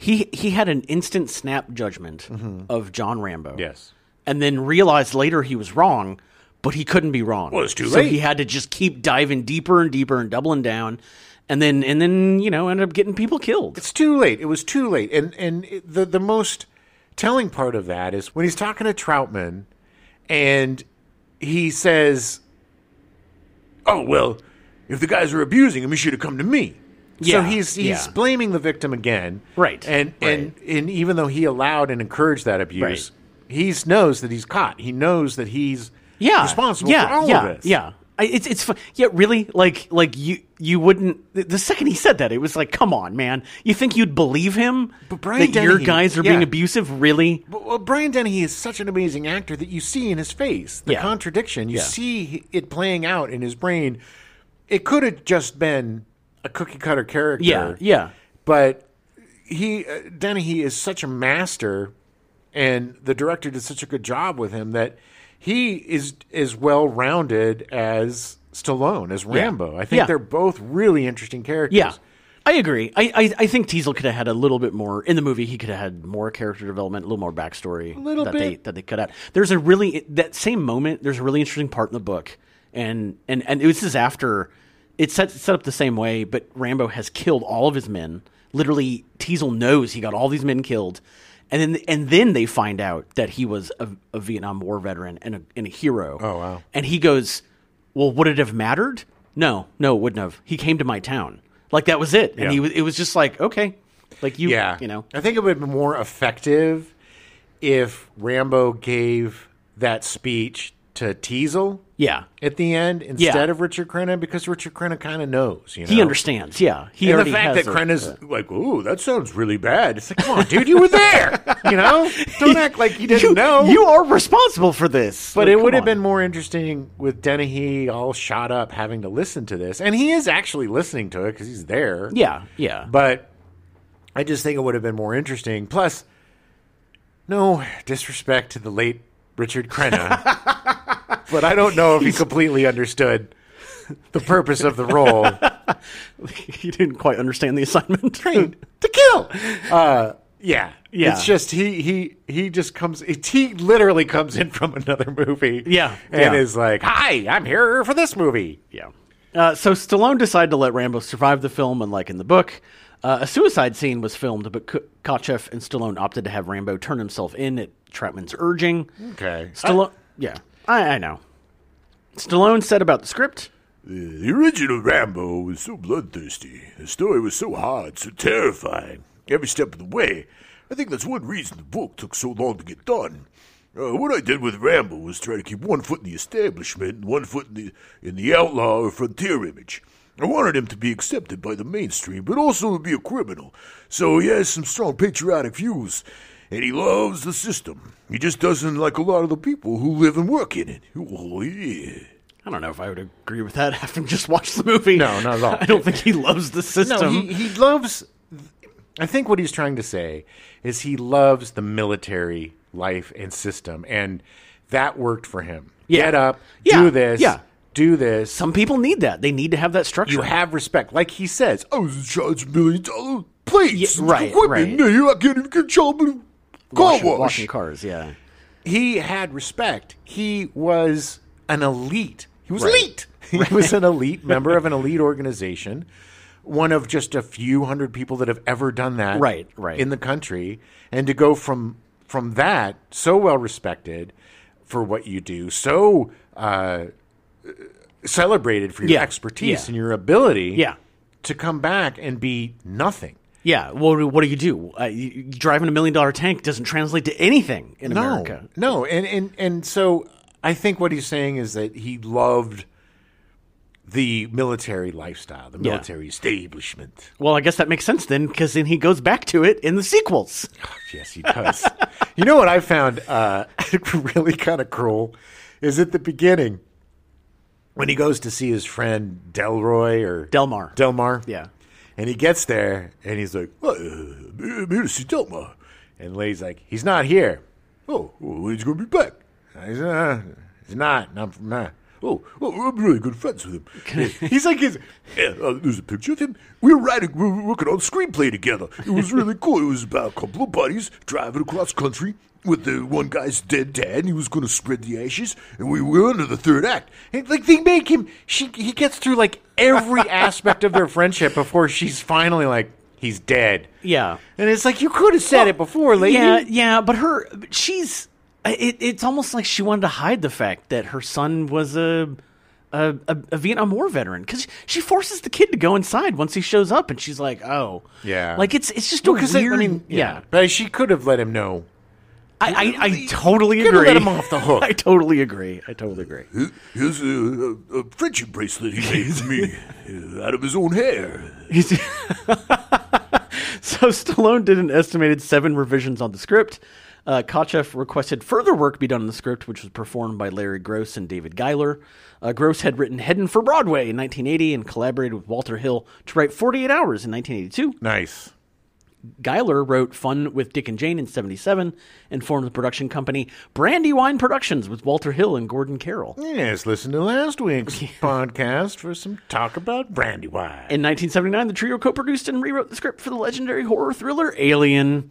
he he had an instant snap judgment
Mm-hmm.
of John Rambo.
Yes.
And then realized later he was wrong, but he couldn't be wrong.
Well, it's too
So
late.
he had to just keep diving deeper and deeper and doubling down and then and then, you know, ended up getting people killed.
It's too late. It was too late. And and it- the the most telling part of that is when he's talking to Troutman and he says, "Oh, well, if the guys were abusing him, he should have come to me."
Yeah,
so he's he's
yeah.
blaming the victim again.
Right,
And and and even though he allowed and encouraged that abuse, he knows that he's caught. He knows that he's
yeah,
responsible
yeah,
for all
yeah,
of this.
Yeah, I, it's it's fu- yeah, really. Like like you you wouldn't. The, the second he said that, it was like, come on, man. You think you'd believe him?
But Brian
that your
Dennehy-
guys are
yeah.
being abusive, really?
But, well, Brian Dennehy is such an amazing actor that you see in his face the
Yeah.
contradiction. You
Yeah.
see it playing out in his brain. It could have just been a cookie cutter character.
Yeah, yeah.
But he uh, Dennehy is such a master, and the director did such a good job with him that he is as well rounded as Stallone as Rambo. I think
Yeah.
they're both really interesting characters.
Yeah, I agree. I, I, I think Teasel could have had a little bit more in the movie. He could have had more character development, a little more backstory. A
little
that
bit.
They, that they cut out. There's a really that same moment. There's a really interesting part in the book, and and and this is after it's set set up the same way, but Rambo has killed all of his men. Literally, Teasel knows he got all these men killed. And then, and then they find out that he was a, a Vietnam War veteran and a, and a hero.
Oh, wow.
And he goes, "Well, would it have mattered? No, no, it wouldn't have. He came to my town. Like that was it.
Yeah.
And he was, it was just like, okay, like you,
Yeah.
you know,
I think it would have been more effective if Rambo gave that speech to Teasel
yeah,
at the end instead of Richard Crenna because Richard Crenna kind of knows, you know.
he understands. Yeah, he
And the
already
fact
has
that
a-
Crenna's like, ooh, that sounds really bad. It's like, come on, dude, you were there. You know? Don't act like you didn't
you,
know.
you are responsible for this.
but
Like,
it
come
would have
on.
been more interesting with Dennehy all shot up having to listen to this. And he is actually listening to it because he's there.
yeah, yeah,
But I just think it would have been more interesting. Plus, no disrespect to the late Richard Crenna, but I don't know if he completely understood the purpose of the role
he didn't quite understand the assignment.
to kill. Uh, yeah,
Yeah.
It's just he he he just comes. It, he literally comes in from another movie.
Yeah,
and
yeah.
is like, "Hi, I'm here for this movie."
Yeah. Uh, so Stallone decided to let Rambo survive the film, unlike in the book. Uh, a suicide scene was filmed, but K- Kochev and Stallone opted to have Rambo turn himself in at Troutman's urging.
Okay,
Stallone. yeah, I, I know. Stallone said about the script.
The original Rambo was so bloodthirsty. The story was so hard, so terrifying. Every step of the way. I think that's one reason the book took so long to get done. Uh, what I did with Rambo was try to keep one foot in the establishment and one foot in the, in the outlaw or frontier image. I wanted him to be accepted by the mainstream, but also to be a criminal. So he has some strong patriotic views, and he loves the system. He just doesn't like a lot of the people who live and work in it. Oh, yeah.
I don't know if I would agree with that. Having just watched the movie,
No, not at all.
I don't think he loves the system.
No, he, he loves. I think what he's trying to say is he loves the military life and system, and that worked for him.
Yeah.
Get up,
Yeah,
do this,
yeah.
do this.
Some people need that. They need to have that structure.
you have respect, like he says. oh,
I was in charge of million dollar plates,
Yeah,
and
right,
equipment.
right.
Here I can't even get a job in a car
Washing-
wash.
washing cars. Yeah.
He had respect. He was an elite. He was
Right.
elite. He was an elite member of an elite organization, one of just a few hundred people that have ever done that,
Right, right.
in the country, and to go from from that so well respected for what you do, so uh, celebrated for your
Yeah,
expertise
yeah.
and your ability,
Yeah.
to come back and be nothing.
Yeah. Well, do- what do you do? Uh, you, you- driving a million dollar tank doesn't translate to anything in
no,
America.
No, and, and and so I think what he's saying is that he loved the military lifestyle, the military establishment.
Well, I guess that makes sense then, because then he goes back to it in the sequels.
Yes, he does. you know what I found uh, really kind of cruel is at the beginning when he goes to see his friend Delroy or
Delmar.
Delmar.
Yeah.
And he gets there and he's like, "Well, uh, I'm here to see Delmar. And Lay's like, he's not here. Oh, well, he's going to be back. He's, uh, he's not. And I'm from uh, Oh, well, I'm really good friends with him. he's like, he's, yeah, uh, there's a picture of him. We were writing, we were working on a screenplay together. It was really cool. It was about a couple of buddies driving across country with the one guy's dead dad, and he was going to spread the ashes, and we were under the third act. And, like they make him, she he gets through like every aspect of their friendship before she's finally like, he's dead.
Yeah.
And it's like you could have said it before, lady.
Yeah, yeah, but her, but she's. uh, It, it's almost like she wanted to hide the fact that her son was a a, a, a Vietnam War veteran because she forces the kid to go inside once he shows up, and she's like, "Oh,
Yeah.
like it's it's just a
because
weird."
I mean,
yeah,
but she could have let him know.
I, I, I totally
Could've
agree.
let him off the hook.
I totally agree. I totally agree.
Here's a, a, a friendship bracelet he made for me uh, out of his own hair.
He's- so Stallone did an estimated seven revisions on the script. Uh, Kochev requested further work be done on the script, which was performed by Larry Gross and David Geiler. Uh, Gross had written Headin' for Broadway in 1980 and collaborated with Walter Hill to write 48 Hours in 1982.
Nice.
Geiler wrote Fun with Dick and Jane in 77 and formed the production company Brandywine Productions with Walter Hill and Gordon Carroll.
Yes, listen to last week's podcast for some talk about Brandywine.
In 1979, the trio co-produced and rewrote the script for the legendary horror thriller Alien.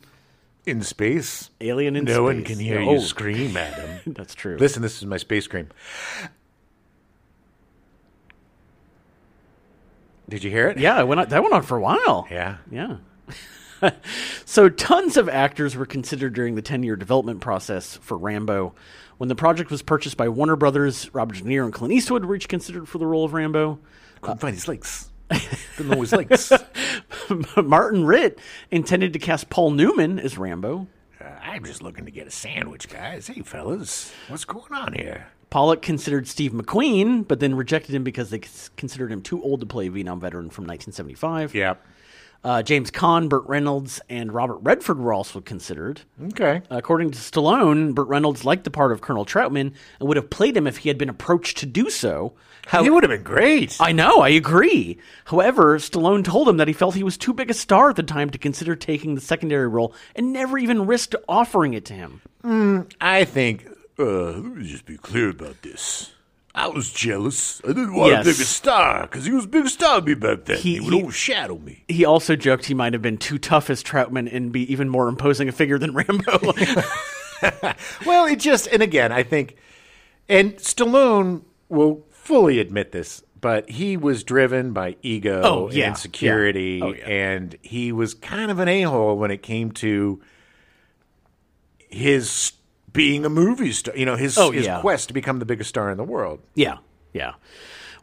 In space,
Alien in
no
space.
one can hear
Oh,
you scream, madam.
That's true.
Listen, this is my space scream. Did you hear it?
yeah, it went on, that went on for a while.
Yeah.
Yeah. so tons of actors were considered during the 10-year development process for Rambo. When the project was purchased by Warner Brothers, Robert De Niro and Clint Eastwood were each considered for the role of Rambo.
Couldn't find his legs. Didn't know his legs.
Martin Ritt intended to cast Paul Newman as Rambo.
Uh, I'm just looking to get a sandwich, guys. Hey, fellas, what's going on here?
Pollock considered Steve McQueen, but then rejected him because they cons- considered him too old to play a Vietnam veteran from 1975.
Yep.
Uh, James Caan, Burt Reynolds, and Robert Redford were also considered.
Okay.
According to Stallone, Burt Reynolds liked the part of Colonel Troutman and would have played him if he had been approached to do so. How-
he would have been great.
I know, I agree. However, Stallone told him that he felt he was too big a star at the time to consider taking the secondary role and never even risked offering it to him.
I think
Uh, let me just be clear about this. I was jealous. I didn't want
Yes.
a bigger star because he was a big star to me back then.
He-
He, would
he-
overshadow me.
He also joked he might have been too tough as Troutman and be even more imposing a figure than Rambo.
Well, it just, and again, I think, and Stallone will fully admit this, but he was driven by ego
Oh, yeah,
and insecurity,
yeah. Oh, yeah.
and he was kind of an a hole when it came to his being a movie star, you know, his,
Oh,
his
yeah.
quest to become the biggest star in the world.
yeah, yeah.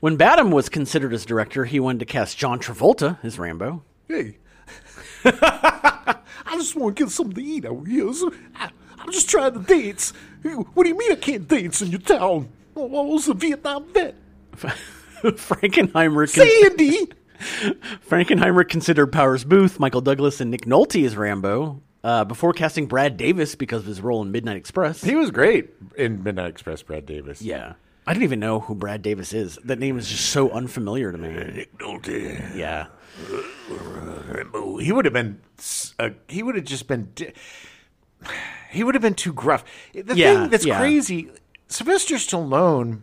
When Badham was considered as director, he wanted to cast John Travolta as Rambo.
Hey, I just want to get something to eat out here. So I, I'm just trying to dance. What do you mean I can't dance in your town? Oh, I was a Vietnam vet.
Frankenheimer. con-
Andy!
Frankenheimer considered Powers Booth, Michael Douglas, and Nick Nolte as Rambo uh, before casting Brad Davis because of his role in Midnight Express.
He was great in Midnight Express, Brad Davis.
Yeah. I don't even know who Brad Davis is. That name is just so unfamiliar to me.
Nolte.
Yeah.
Rambo, he would have been, s- uh, he would have just been, di- he would have been too gruff. The
Yeah,
thing that's
yeah.
crazy, Sylvester Stallone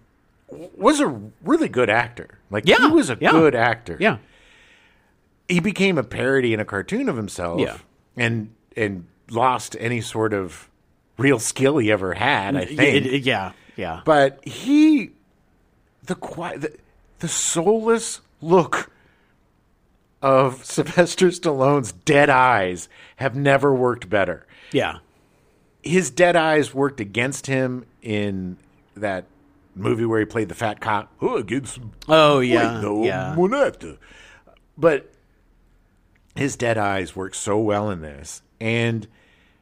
w- was a really good actor. Like
Yeah,
he was a
yeah.
good actor.
Yeah.
he became a parody and a cartoon of himself.
Yeah.
and and lost any sort of real skill he ever had. I
Y-
think.
it- it- yeah. Yeah.
But he, the quiet, the, the soulless look of Sylvester Stallone's dead eyes have never worked better.
yeah.
His dead eyes worked against him in that movie where he played the fat cop.
Oh, I get some
Oh, yeah.
weight now.
yeah.
One after.
But his dead eyes worked so well in this, and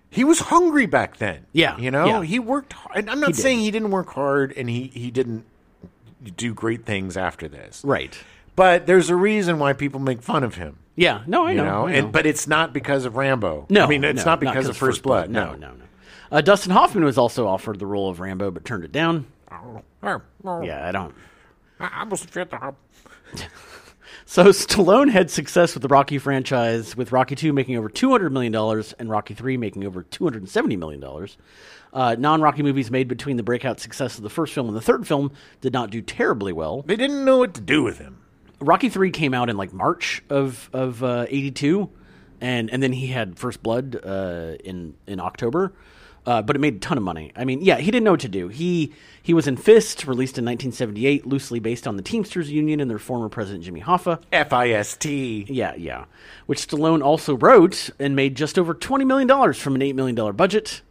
he was hungry back then.
Yeah,
you know,
yeah.
he worked. Hard. And I'm not saying he didn't work hard, and he he didn't do great things after this.
Right.
But there's a reason why people make fun of him,
Yeah. No, I
you
know.
know.
I know.
And but it's not because of Rambo.
no,
I mean it's
no,
not because of First Blood.
No, no, no. Uh, Dustin Hoffman was also offered the role of Rambo, but turned it down.
no.
Yeah, I don't.
I was fit to
So Stallone had success with the Rocky franchise, with Rocky II making over two hundred million dollars and Rocky III making over two hundred and seventy million dollars. Uh, non-Rocky movies made between the breakout success of the first film and the third film did not do terribly well.
They didn't know what to do with him.
Rocky III came out in like March of of uh, eighty two, and and then he had First Blood uh, in in October. Uh, but it made a ton of money. I mean, yeah, he didn't know what to do. He he was in Fist, released in 1978, loosely based on the Teamsters Union and their former president Jimmy Hoffa.
F I S T.
Yeah, yeah. Which Stallone also wrote and made just over $20 million from an $8 million budget,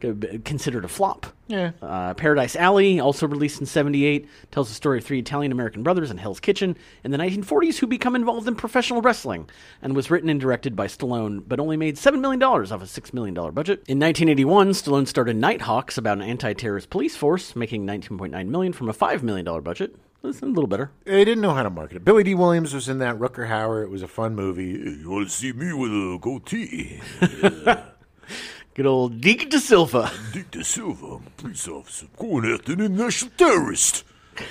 Co- b- considered a flop.
Yeah.
Uh, Paradise Alley, also released in 78, tells the story of three Italian American brothers in Hell's Kitchen in the 1940s who become involved in professional wrestling and was written and directed by Stallone, but only made $7 million off a $6 million budget. In 1981, Stallone started Nighthawks about an anti terrorist police force, making $19.9 million from a $5 million budget. That's a little better.
They didn't know how to market it. Billy D. Williams was in that Rucker Hauer. It was a fun movie. Hey, You want to see me with a goatee?
Good old Deke De Silva.
Dick De Silva, I'm a police officer, going after an international terrorist.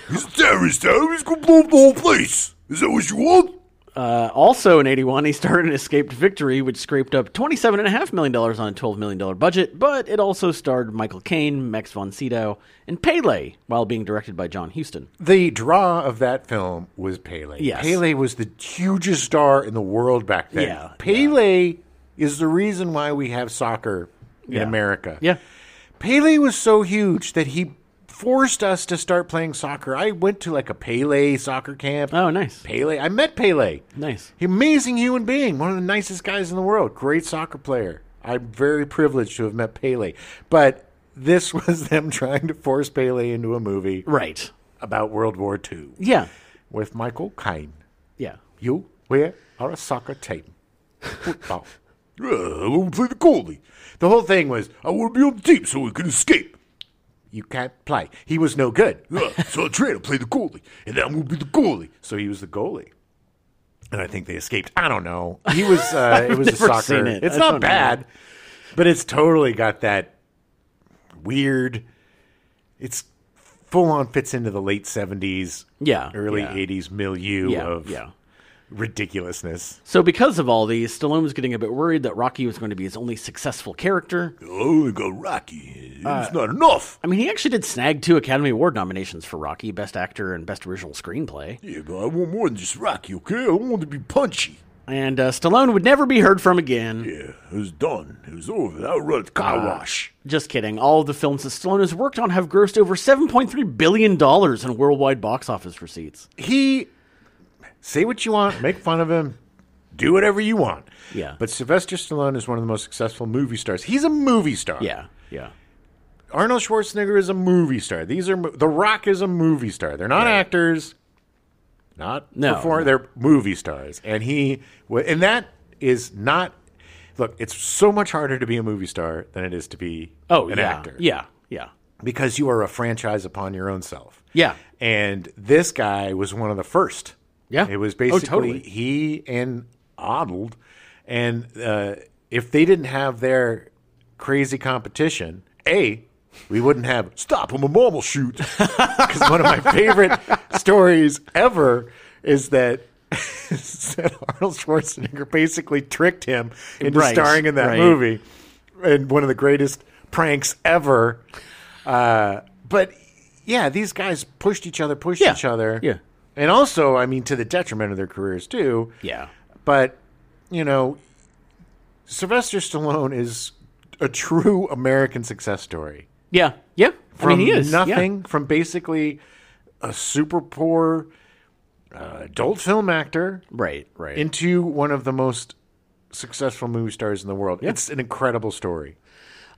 He's a terrorist, Adam. He's gonna blow up the whole place. Is that what you want?
Also in 81, he starred in Escaped Victory, which scraped up $27.5 million on a $12 million budget, but it also starred Michael Caine, Max von Sydow, and Pele, while being directed by John Huston.
The draw of that film was Pele.
Yes.
Pele was the hugest star in the world back then.
Yeah,
Pele is the reason why we have soccer in
Yeah.
America.
Yeah.
Pele was so huge that he forced us to start playing soccer. I went to like a Pele soccer camp.
Oh, nice.
Pele. I met Pele.
Nice.
Amazing human being, one of the nicest guys in the world, great soccer player. I'm very privileged to have met Pele. But this was them trying to force Pele into a movie
Right.
about World War II
Yeah.
with Michael Caine.
Yeah.
You, we are a soccer team. Football.
Yeah, I want to play the goalie.
the whole thing was,
I want to be on the team so we can escape.
you can't play. He was no good.
Yeah, so I train to play the goalie, and then I'm gonna be the goalie.
So he was the goalie. And I think they escaped. I don't know. He was. Uh, it was a
never
soccer.
seen it.
It's
I
not
don't know.
bad, but it's totally got that weird. It's full on fits into the late seventies,
Yeah,
early
yeah.
eighties milieu
Yeah,
of
yeah.
ridiculousness.
So, because of all these, Stallone was getting a bit worried that Rocky was going to be his only successful character.
Oh, I only got Rocky. It's not enough.
I mean, he actually did snag two Academy Award nominations for Rocky Best Actor and Best Original Screenplay.
Yeah, but I want more than just Rocky, okay? I want to be punchy.
And uh, Stallone would never be heard from again.
Yeah, it was done. It was over. I run the car wash.
Just kidding. All of the films that Stallone has worked on have grossed over $7.3 billion in worldwide box office receipts.
He say what you want, make fun of him, do whatever you want.
Yeah.
But Sylvester Stallone is one of the most successful movie stars. He's a movie star.
Yeah, yeah.
Arnold Schwarzenegger is a movie star. These are mo- The Rock is a movie star. They're not actors, not
No,
perform-
no.
They're movie stars, and he wa- and that is not. Look, it's so much harder to be a movie star than it is to be
Oh,
an
yeah.
actor
Yeah, yeah.
because you are a franchise upon your own self.
Yeah.
And this guy was one of the first.
Yeah.
It was
Oh,
basically
totally.
he and Arnold. And uh, if they didn't have their crazy competition, A, we wouldn't have
Stop him, a mom will shoot.
because one of my favorite stories ever is that, is that Arnold Schwarzenegger basically tricked him into
Right,
starring in that
right.
movie, and one of the greatest pranks ever. Uh, but yeah, these guys pushed each other, pushed
Yeah,
each other,
yeah.
and also, I mean, to the detriment of their careers too.
Yeah.
But you know, Sylvester Stallone is a true American success story
Yeah, yeah.
from
I mean, he is. yeah.
nothing, from basically a super poor uh, adult film actor
Right, right.
into one of the most successful movie stars in the world. It's an incredible story.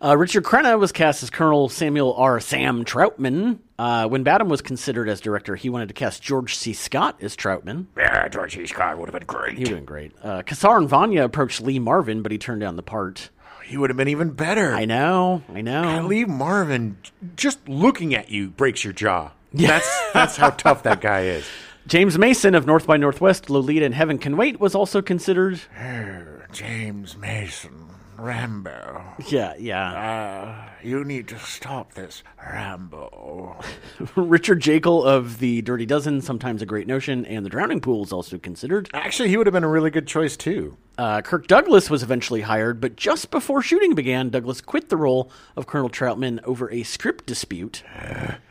Uh, Richard Crenna was cast as Colonel Samuel R. Sam Troutman. Uh, when Badham was considered as director, he wanted to cast George C. Scott as Troutman.
yeah, George C. Scott would have been
He
great.
was doing great. Uh, Kassar and Vanya approached Lee Marvin, but he turned down the part.
He would have been even better.
I know, I know.
Lee Marvin, just looking at you breaks your jaw. That's that's how tough that guy is.
James Mason of North by Northwest, Lolita, and Heaven Can Wait was also considered.
James Mason, Rambo.
Yeah, yeah.
You need to stop this, Rambo.
Uh, Richard Jekyll of The Dirty Dozen, sometimes a great notion, and The Drowning Pool is also considered.
Actually, he would have been a really good choice too.
Uh, Kirk Douglas was eventually hired, but just before shooting began, Douglas quit the role of Colonel Troutman over a script dispute,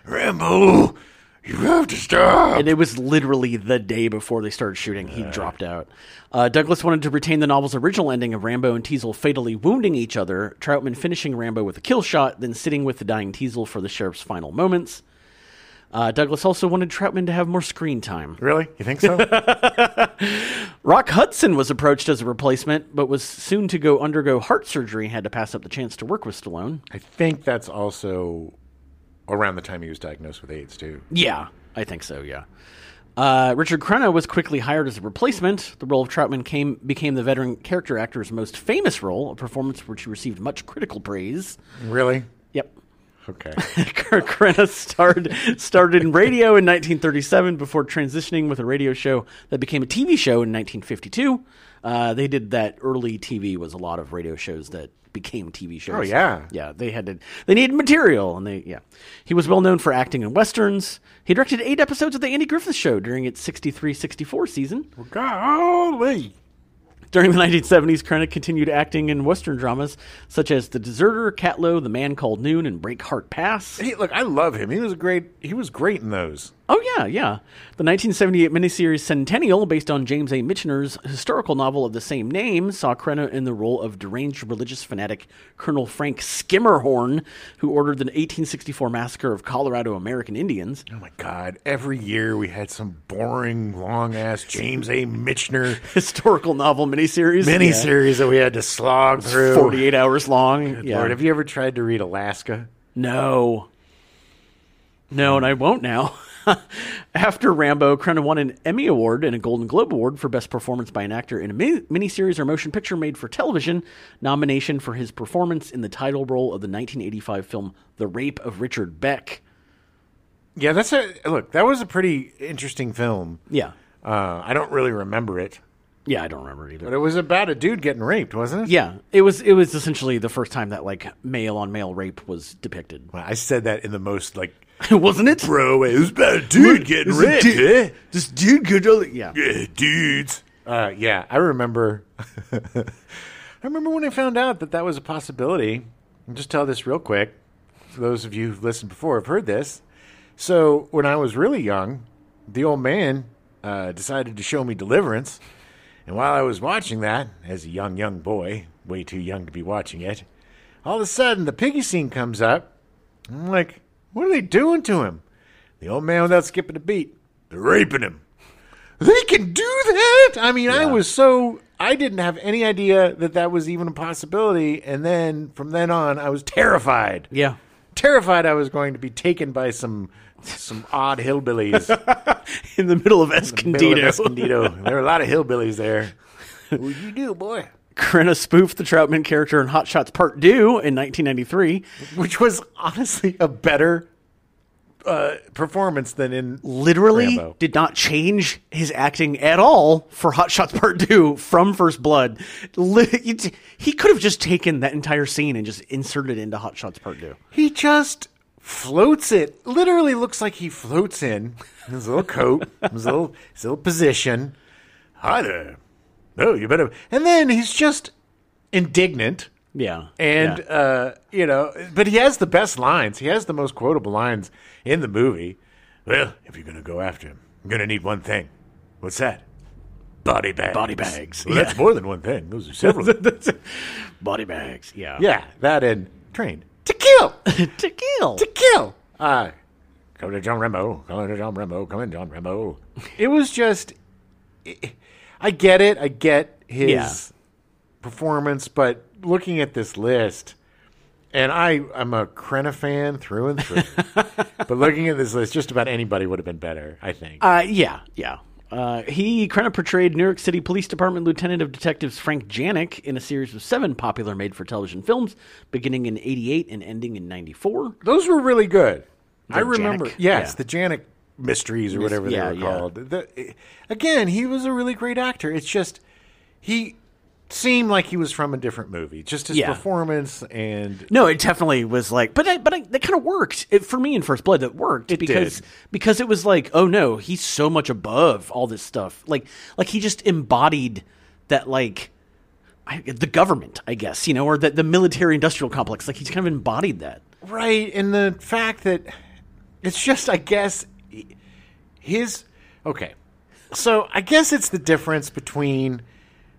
Rambo, you have to stop.
and it was literally the day before they started shooting. He dropped out. Uh, Douglas wanted to retain the novel's original ending of Rambo and Teasel fatally wounding each other, Troutman finishing Rambo with a kill shot, then sitting with the dying Teasel for the sheriff's final moments. Uh, Douglas also wanted Troutman to have more screen time.
Really? You think so?
Rock Hudson was approached as a replacement, but was soon to go undergo heart surgery and had to pass up the chance to work with Stallone.
I think that's also around the time he was diagnosed with AIDS too.
Yeah, I think so. Yeah. Uh, Richard Crenna was quickly hired as a replacement. The role of Troutman came became the veteran character actor's most famous role, a performance for which he received much critical praise.
Really?
Yep.
Okay.
Crenna starred started in radio in 1937 before transitioning with a radio show that became a TV show in 1952. Uh, they did that early TV was a lot of radio shows that became TV shows.
Oh, yeah.
yeah. They had to they needed material and they yeah. He was well known for acting in westerns. He directed eight episodes of the Andy Griffith Show during its 63-64 season.
Golly.
During the 1970s, Krennic continued acting in western dramas such as The Deserter, Catlow, The Man Called Noon, and Breakheart Pass.
Hey, look, I love him. He was a great. He was great in those.
Oh yeah, yeah. The 1978 miniseries Centennial, based on James A. Michener's historical novel of the same name, saw Crenna in the role of deranged religious fanatic Colonel Frank Skimmerhorn, who ordered the 1864 massacre of Colorado American Indians.
Oh my God! Every year we had some boring, long ass James A. Michener
Historical novel miniseries,
miniseries that we had to slog
Yeah.
through.
48 hours long.
Lord,
Yeah.
have you ever tried to read Alaska?
No. No, and I won't now. After Rambo, Crenna won an Emmy Award and a Golden Globe Award for Best Performance by an Actor in a mini- Miniseries or Motion Picture Made for Television, nomination for his performance in the title role of the 1985 film The Rape of Richard Beck.
Yeah, that's a look. That was a pretty interesting film.
Yeah.
Uh, I don't really remember it,
Yeah, I don't remember either.
but it was about a dude getting raped, wasn't it?
Yeah, it was it was essentially the first time that like male on male rape was depicted.
Well, I said that in the most like
Wasn't it?
bro way. It was about a dude getting raped. eh?
This dude could yeah.
Yeah, dudes. Uh, yeah, I remember. I remember when I found out that that was a possibility. I'll just tell this real quick. For those of you who've listened before, have heard this. So when I was really young, the old man uh, decided to show me Deliverance, and while I was watching that, as a young young boy, way too young to be watching it, all of a sudden the piggy scene comes up. I'm like, what are they doing to him? The old man, without skipping a beat, they're raping him they can do that. I mean, I was so I didn't have any idea that that was even a possibility, and then from then on, I was terrified.
Yeah.
Terrified I was going to be taken by some some odd hillbillies.
In the middle of
middle of
Escondido.
Escondido. There were a lot of hillbillies there. What you do, boy?
Crenna spoofed the Troutman character in Hot Shots Part 2 in 1993,
Which was honestly a better uh, performance than in.
literally
Rambo.
did not change his acting at all for Hot Shots Part 2 from First Blood. Li- it's- He could have just taken that entire scene and just inserted it into Hot Shots Part 2.
He just floats it. Literally looks like he floats in his little coat, his little his little position. Hi there. No, you better. And then he's just indignant,
Yeah.
and
Yeah.
uh, you know, but he has the best lines. He has the most quotable lines in the movie. Well, if you're gonna go after him, I'm gonna need one thing. What's that? Body bags.
Body bags,
Well,
yeah.
that's more than one thing. Those are several.
body bags. Yeah.
yeah, that and trained to kill
to kill.
to kill. Uh, go to John Rambo. Go to John Rambo. Come in, John Rambo. It was just. I get it. I get his
Yeah.
performance, but looking at this list, and I, I'm a Krenna fan through and through. but looking at this list, just about anybody would have been better, I think.
Uh, yeah, yeah. Uh, he kind of portrayed New York City Police Department Lieutenant of Detectives Frank Janik in a series of seven popular made for television films, beginning in 88 and ending in 94.
Those were really good. I remember.
Janek?
Yes,
Yeah.
the Janek mysteries or whatever
yeah,
they were
yeah.
called. The, again, he was a really great actor. It's just he seemed like he was from a different movie. Just his
Yeah.
performance and
No, it definitely was like, but I, but I, that kind of worked it, for me in First Blood. That worked because
did.
because it was like, oh no, he's so much above all this stuff. Like like he just embodied that like I, the government, I guess you know, or that the military industrial complex. Like he's kind of embodied that.
Right, and the fact that it's just, I guess, his. Okay, so I guess it's the difference between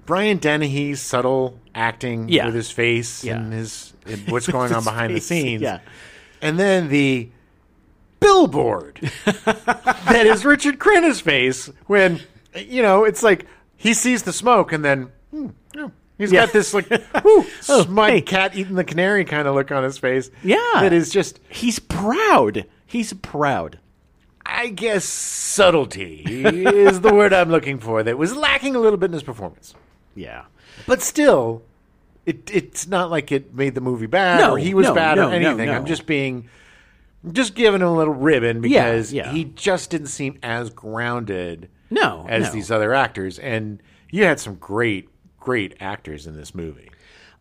Brian Dennehy's subtle acting
Yeah.
with his face
Yeah.
and his and what's going on
his
behind
face,
the scenes,
yeah.
and then the billboard that is Richard Crenna's face when you know it's like he sees the smoke and then. Hmm, yeah. He's
Yeah.
got this like, whoo,
Oh,
smug
hey.
cat eating the canary kind of look on his face.
Yeah.
that is just
He's proud. He's proud.
I guess subtlety is the word I'm looking for that was lacking a little bit in his performance.
Yeah.
But still, it, it's not like it made the movie bad
No,
or he was
no,
bad
no,
or
no,
anything.
no.
I'm just being just giving him a little ribbon because
yeah.
he just didn't seem as grounded
No,
as
no.
these other actors and you had some great great actors in this movie.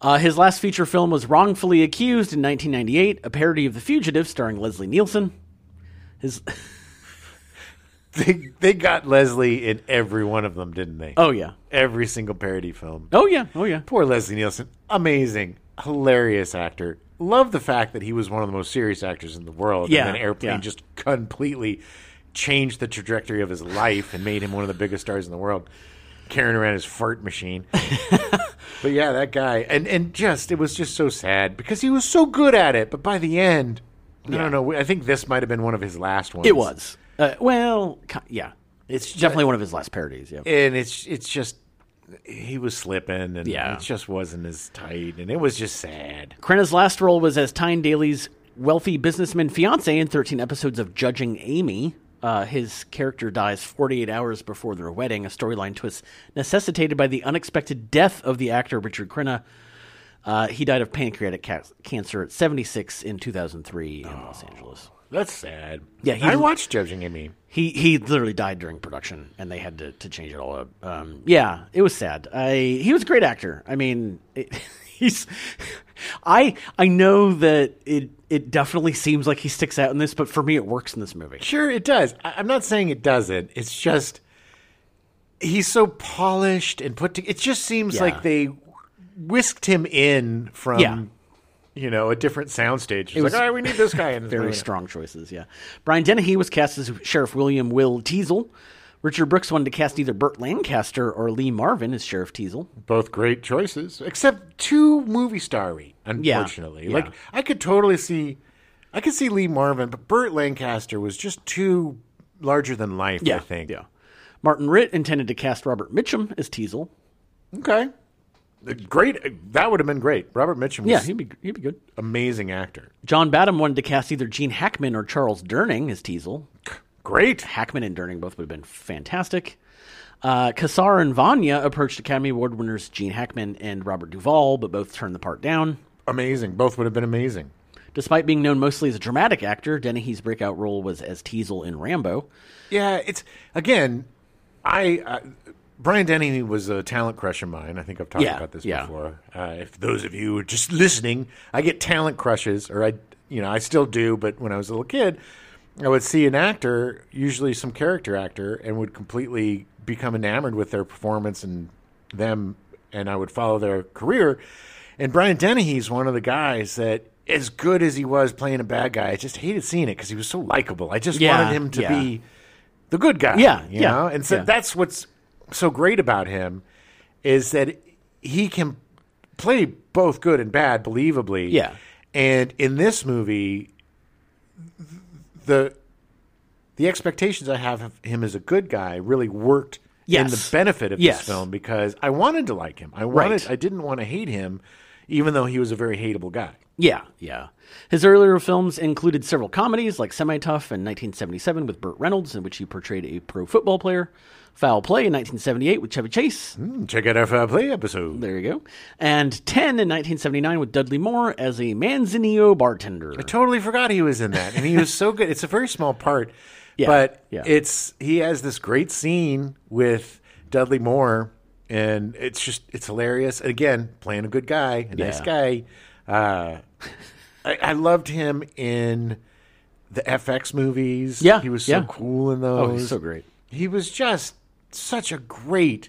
Uh, his last feature film was Wrongfully Accused in 1998, a parody of The Fugitive starring Leslie Nielsen. His
They they got Leslie in every one of them, didn't they?
oh yeah,
Every single parody film.
oh yeah, oh yeah.
Poor Leslie Nielsen. Amazing, hilarious actor. Love the fact that he was one of the most serious actors in the world.
Yeah,
And then Airplane
yeah.
just completely changed the trajectory of his life and made him one of the biggest stars in the world, carrying around his fart machine. but yeah, that guy. And, and just, it was just so sad because he was so good at it. But by the end, I don't know. I think this might have been one of his last ones.
It was. Uh, well, ki- yeah. It's definitely one of his last parodies. Yeah.
and it's it's just he was slipping and
Yeah.
it just wasn't as tight and it was just sad.
Krenna's last role was as Tyne Daly's wealthy businessman fiance in 13 episodes of Judging Amy. Uh, his character dies 48 hours before their wedding, a storyline twist necessitated by the unexpected death of the actor Richard Crenna. Uh, he died of pancreatic ca- cancer at 76 in 2003 in Los Angeles.
That's sad.
Yeah, he-
I watched Judging Amy.
He he literally died during production, and they had to, to change it all up. Um, yeah, it was sad. I he was a great actor. I mean, it, he's I I know that it it definitely seems like he sticks out in this, but for me, it works in this movie.
Sure, it does. I, I'm not saying it doesn't. It's just he's so polished and put. To, it just seems
Yeah.
like they whisked him in from
Yeah.
you know a different soundstage. It's like,
was
all right, we need this guy in this
Very
movie."
strong choices. Yeah, Brian Dennehy was cast as Sheriff William Will Teasel. Richard Brooks wanted to cast either Burt Lancaster or Lee Marvin as Sheriff Teasel.
Both great choices, except too movie starry. Unfortunately,
yeah.
like I could totally see, I could see Lee Marvin, but Burt Lancaster was just too larger than life. I think.
yeah. Martin Ritt intended to cast Robert Mitchum as Teasel.
Okay. Great. That would have been great. Robert Mitchum was
Yeah, he'd be he'd be good.
amazing actor.
John Badham wanted to cast either Gene Hackman or Charles Durning as Teasel.
Great.
Hackman and Durning both would have been fantastic. Uh, Kassar and Vanya approached Academy Award winners Gene Hackman and Robert Duvall, but both turned the part down.
Amazing. Both would have been amazing.
Despite being known mostly as a dramatic actor, Dennehy's breakout role was as Teasel in Rambo.
Yeah, it's again, I uh, Brian Denny was a talent crush of mine. I think I've talked
Yeah,
about this
yeah.
before. Uh, if those of you who are just listening, I get talent crushes, or I, you know, I still do. But when I was a little kid, I would see an actor, usually some character actor, and would completely become enamored with their performance and them, and I would follow their career. And Brian Dennehy's one of the guys that, as good as he was playing a bad guy, I just hated seeing it because he was so likable. I just
Yeah,
wanted him to
yeah.
be the good guy.
Yeah,
you
yeah,
know, and so
yeah.
that's what's so great about him is that he can play both good and bad believably.
Yeah.
and in this movie, th- the the expectations I have of him as a good guy really worked in
Yes.
the benefit of
Yes.
this film because I wanted to like him. I wanted. I didn't want to hate him. even though he was a very hateable guy.
Yeah, yeah. His earlier films included several comedies like Semi Tough in 1977 with Burt Reynolds, in which he portrayed a pro football player, Foul Play in 1978 with Chevy Chase,
Hmm, Check out our Foul Play episode.
there you go, and 10 in 1979 with Dudley Moore as a Manzanillo bartender.
Totally forgot he was in that, and he was so good. It's a very small part,
Yeah,
but
yeah.
it's he has this great scene with Dudley Moore, and it's just it's hilarious. And again, playing a good guy, a nice guy. Uh, I, I loved him in the FX movies.
Yeah,
he was so
yeah.
cool in those.
Oh, he's so great.
He was just such a great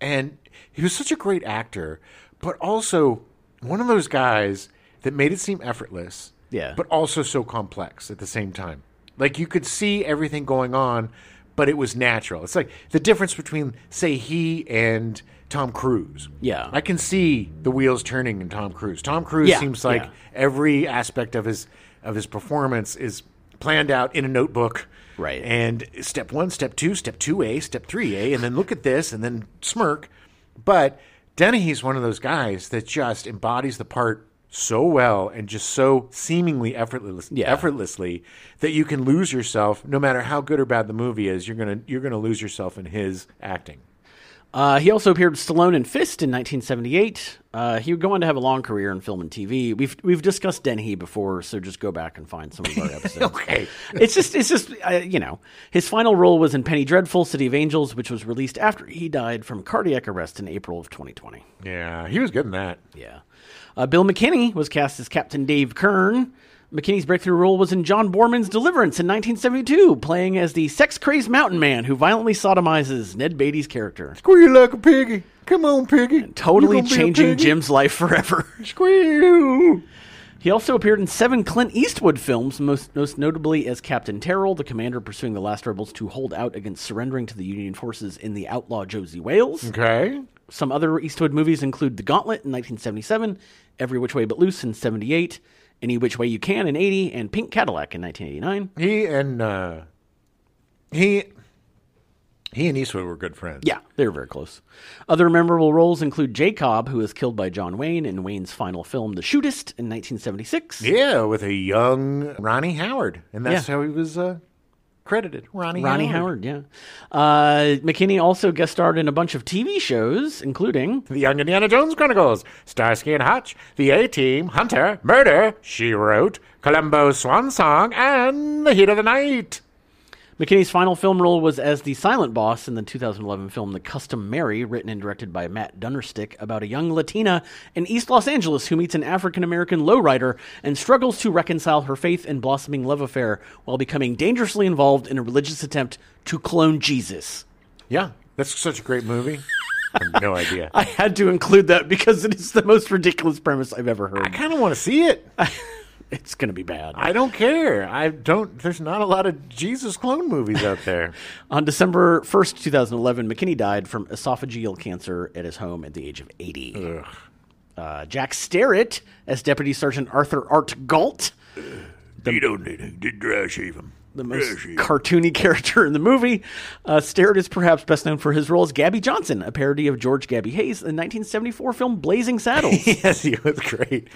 and he was such a great actor, but also one of those guys that made it seem effortless.
Yeah.
But also so complex at the same time. Like you could see everything going on, but it was natural. It's like the difference between, say, he and Tom Cruise.
Yeah.
I can see the wheels turning in Tom Cruise. Tom Cruise
Yeah,
seems like
yeah.
every aspect of his of his performance is planned out in a notebook.
Right.
And step one, step two, step two A, step three A, and then look at this and then smirk. But Dennehy's one of those guys that just embodies the part so well and just so seemingly effortless,
Yeah.
effortlessly that you can lose yourself no matter how good or bad the movie is you're gonna you're gonna lose yourself in his acting
Uh, he also appeared in Stallone and Fist in 1978. Uh, he would go on to have a long career in film and TV. We've we've discussed Denny before, so just go back and find some of our episodes.
okay
it's just it's just uh, you know his final role was in Penny Dreadful, City of Angels, which was released after he died from cardiac arrest in April of 2020.
yeah he was good in that
Yeah, uh, Bill McKinney was cast as Captain Dave Kern. McKinney's breakthrough role was in John Borman's Deliverance in 1972, playing as the sex-crazed mountain man who violently sodomizes Ned Beatty's character,
Squeal like a piggy. Come on, piggy.
totally
You gonna be a
changing
piggy?
Jim's life forever.
Squeal.
He also appeared in seven Clint Eastwood films, most, most notably as Captain Terrell, the commander pursuing the last rebels to hold out against surrendering to the Union forces in the outlaw Josie Wales.
Okay.
Some other Eastwood movies include The Gauntlet in 1977, Every Which Way But Loose in 78, Any Which Way You Can in 80, and Pink Cadillac in 1989.
He and uh he he and Eastwood were good friends.
Yeah, they were very close. Other memorable roles include Jay Cobb, who was killed by John Wayne in Wayne's final film, The Shootist, in 1976.
Yeah, with a young Ronnie Howard. And that's
Yeah.
how he was uh credited. Ronnie
Ronnie
Howard.
Howard, yeah. Uh, McKinney also guest starred in a bunch of TV shows, including
The Young Indiana Jones Chronicles, Starsky and Hutch, The A Team, Hunter, Murder, She Wrote, Columbo's Swan Song, and The Heat of the Night.
McKinney's final film role was as the silent boss in the 2011 film The Custom Mary, written and directed by Matt Dunnerstick, about a young Latina in East Los Angeles who meets an African American lowrider and struggles to reconcile her faith and blossoming love affair while becoming dangerously involved in a religious attempt to clone Jesus.
Yeah. That's such a great movie. I have no idea.
I had to include that because it is the most ridiculous premise I've ever
I
heard.
kind of want to see it.
It's going to be bad.
I don't care. I don't. There's not a lot of Jesus clone movies out there.
On December 1st, 2011, McKinney died from esophageal cancer at his home at the age of 80. Uh, Jack Sterrett as Deputy Sergeant Arthur Art Galt,
you don't need it. Did dry shave him.
the most cartoony character in the movie. Uh, Sterrett is perhaps best known for his role as Gabby Johnson, a parody of George Gabby Hayes in the 1974 film Blazing Saddles.
yes, he was great.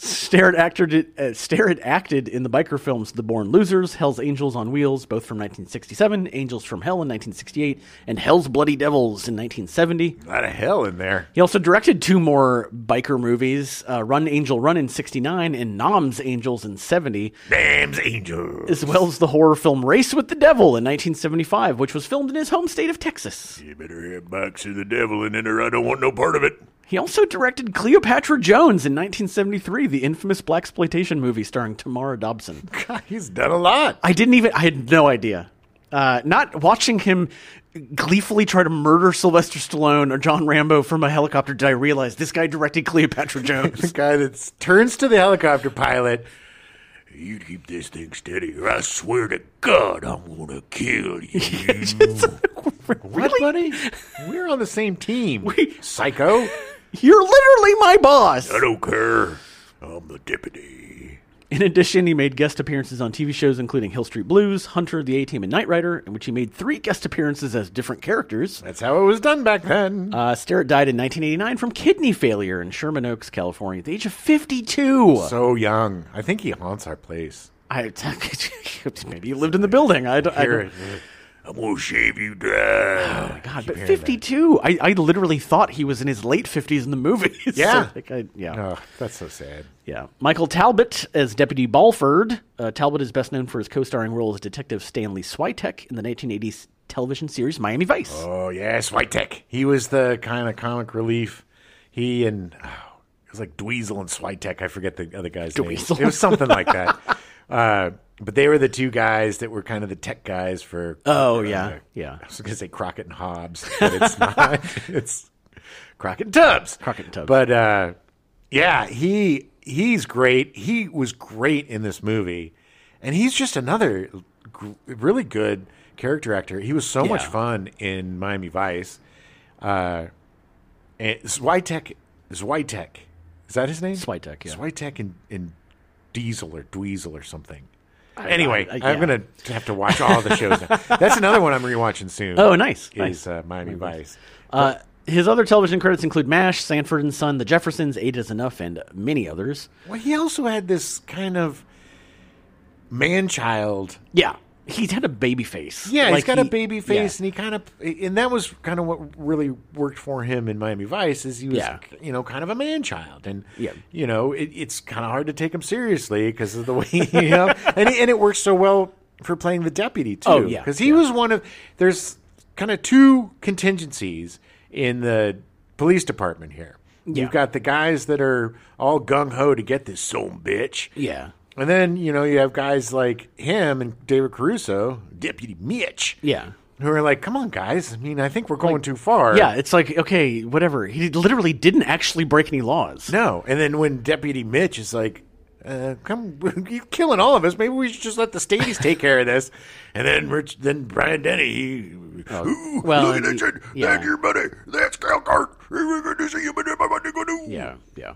Starrett, actor did, uh, Starrett acted in the biker films The Born Losers, Hell's Angels on Wheels, both from 1967, Angels from Hell in 1968, and Hell's Bloody Devils in 1970.
A lot of hell in there.
He also directed two more biker movies uh, Run Angel Run in 69 and Noms Angels in 70,
Damn's angel.
as well as the horror film Race with the Devil in 1975, which was filmed in his home state of Texas.
You better have box of the devil in it or I don't want no part of it.
He also directed Cleopatra Jones in 1973, the infamous blaxploitation movie starring Tamara Dobson.
God, he's done a lot.
I didn't even. I had no idea. Uh, not watching him gleefully try to murder Sylvester Stallone or John Rambo from a helicopter did I realize this guy directed Cleopatra
The
Jones.
guy that turns to the helicopter pilot.
You keep this thing steady or I swear to God I'm gonna kill you.
What, buddy? We're on the same team.
Wait.
Psycho.
You're literally my boss.
I don't care. I'm the deputy.
In addition, he made guest appearances on TV shows including Hill Street Blues, Hunter, The A Team, and Knight Rider, in which he made three guest appearances as different characters.
That's how it was done back then.
Uh, Sterrett died in 1989 from kidney failure in Sherman Oaks, California, at the age of 52.
so young. I think he haunts our place.
I, maybe he lived in the building. I, don't- I don't-
Here, I'm gonna shave you dry.
God, but 52. I, I literally thought he was in his late 50s in the movies. So,
Yeah.
like, I- yeah.
Oh, that's so sad.
Yeah. Michael Talbot as Deputy Balford. Uh, Talbot is best known for his co starring role as Detective Stanley Switek in the 1980s television series Miami Vice.
Oh yes, White Tech. He was the kind of comic relief. He and oh, it was like Dweezil and Switek. I forget the other guy's
Dweezil.
name. It was something like that. Uh, but they were the two guys that were kind of the tech guys for.
Oh,
uh,
yeah. Yeah.
I was gonna say Crockett and Hobbs, but it's not. it's Crockett and Tubbs.
Crockett and Tubbs.
But uh, yeah, he he's great. He was great in this movie, and he's just another gr- really good character actor. He was so much
Yeah.
fun in Miami Vice. Uh, and Zwitek, Zwitek, is that his name?
Switek, yeah.
Switek and, and Diesel or Dweezil or something. Anyway,
I-
I,
I-
am
yeah.
gonna have to watch all the shows. now. That's another one I'm rewatching soon.
Oh, nice,
Is
nice.
Uh, Miami Vice.
Uh, his other television credits include MASH, Sanford and Son, The Jeffersons, Eight is Enough, and many others.
Well, he also had this kind of man child.
Yeah. He's had a baby face.
Yeah, he's
Like,
got a
he-
baby
yeah.
face, and he kind of, and that was kind of what really worked for him in Miami Vice is he was,
Yeah.
you know, kind of a man child, and
Yeah.
you know, it, it's kind of hard to take him seriously because of the way, you know, and it, and it works so well for playing the deputy too.
Oh, yeah,
because he was one of there's kind of two contingencies in the police department here.
Yeah.
You've got the guys that are all gung ho to get this son bitch,
Yeah.
and then, you know, you have guys like him and David Caruso, Deputy Mitch,
Yeah.
who are like, come on, guys. I mean, I think we're going too far.
Yeah, it's like, okay, whatever. He literally didn't actually break any laws.
No. And then when Deputy Mitch is like, uh, come, you're killing all of us. Maybe we should just let the Stadies take care of this. And then Rich, then Brian Denny, he, "Ooh,
Oh, well,
look at
and
this
he-
shit.
yeah.
Thank you, buddy. That's Calcart. We're going to see you, buddy. Bye, buddy. Go do."
Yeah, yeah.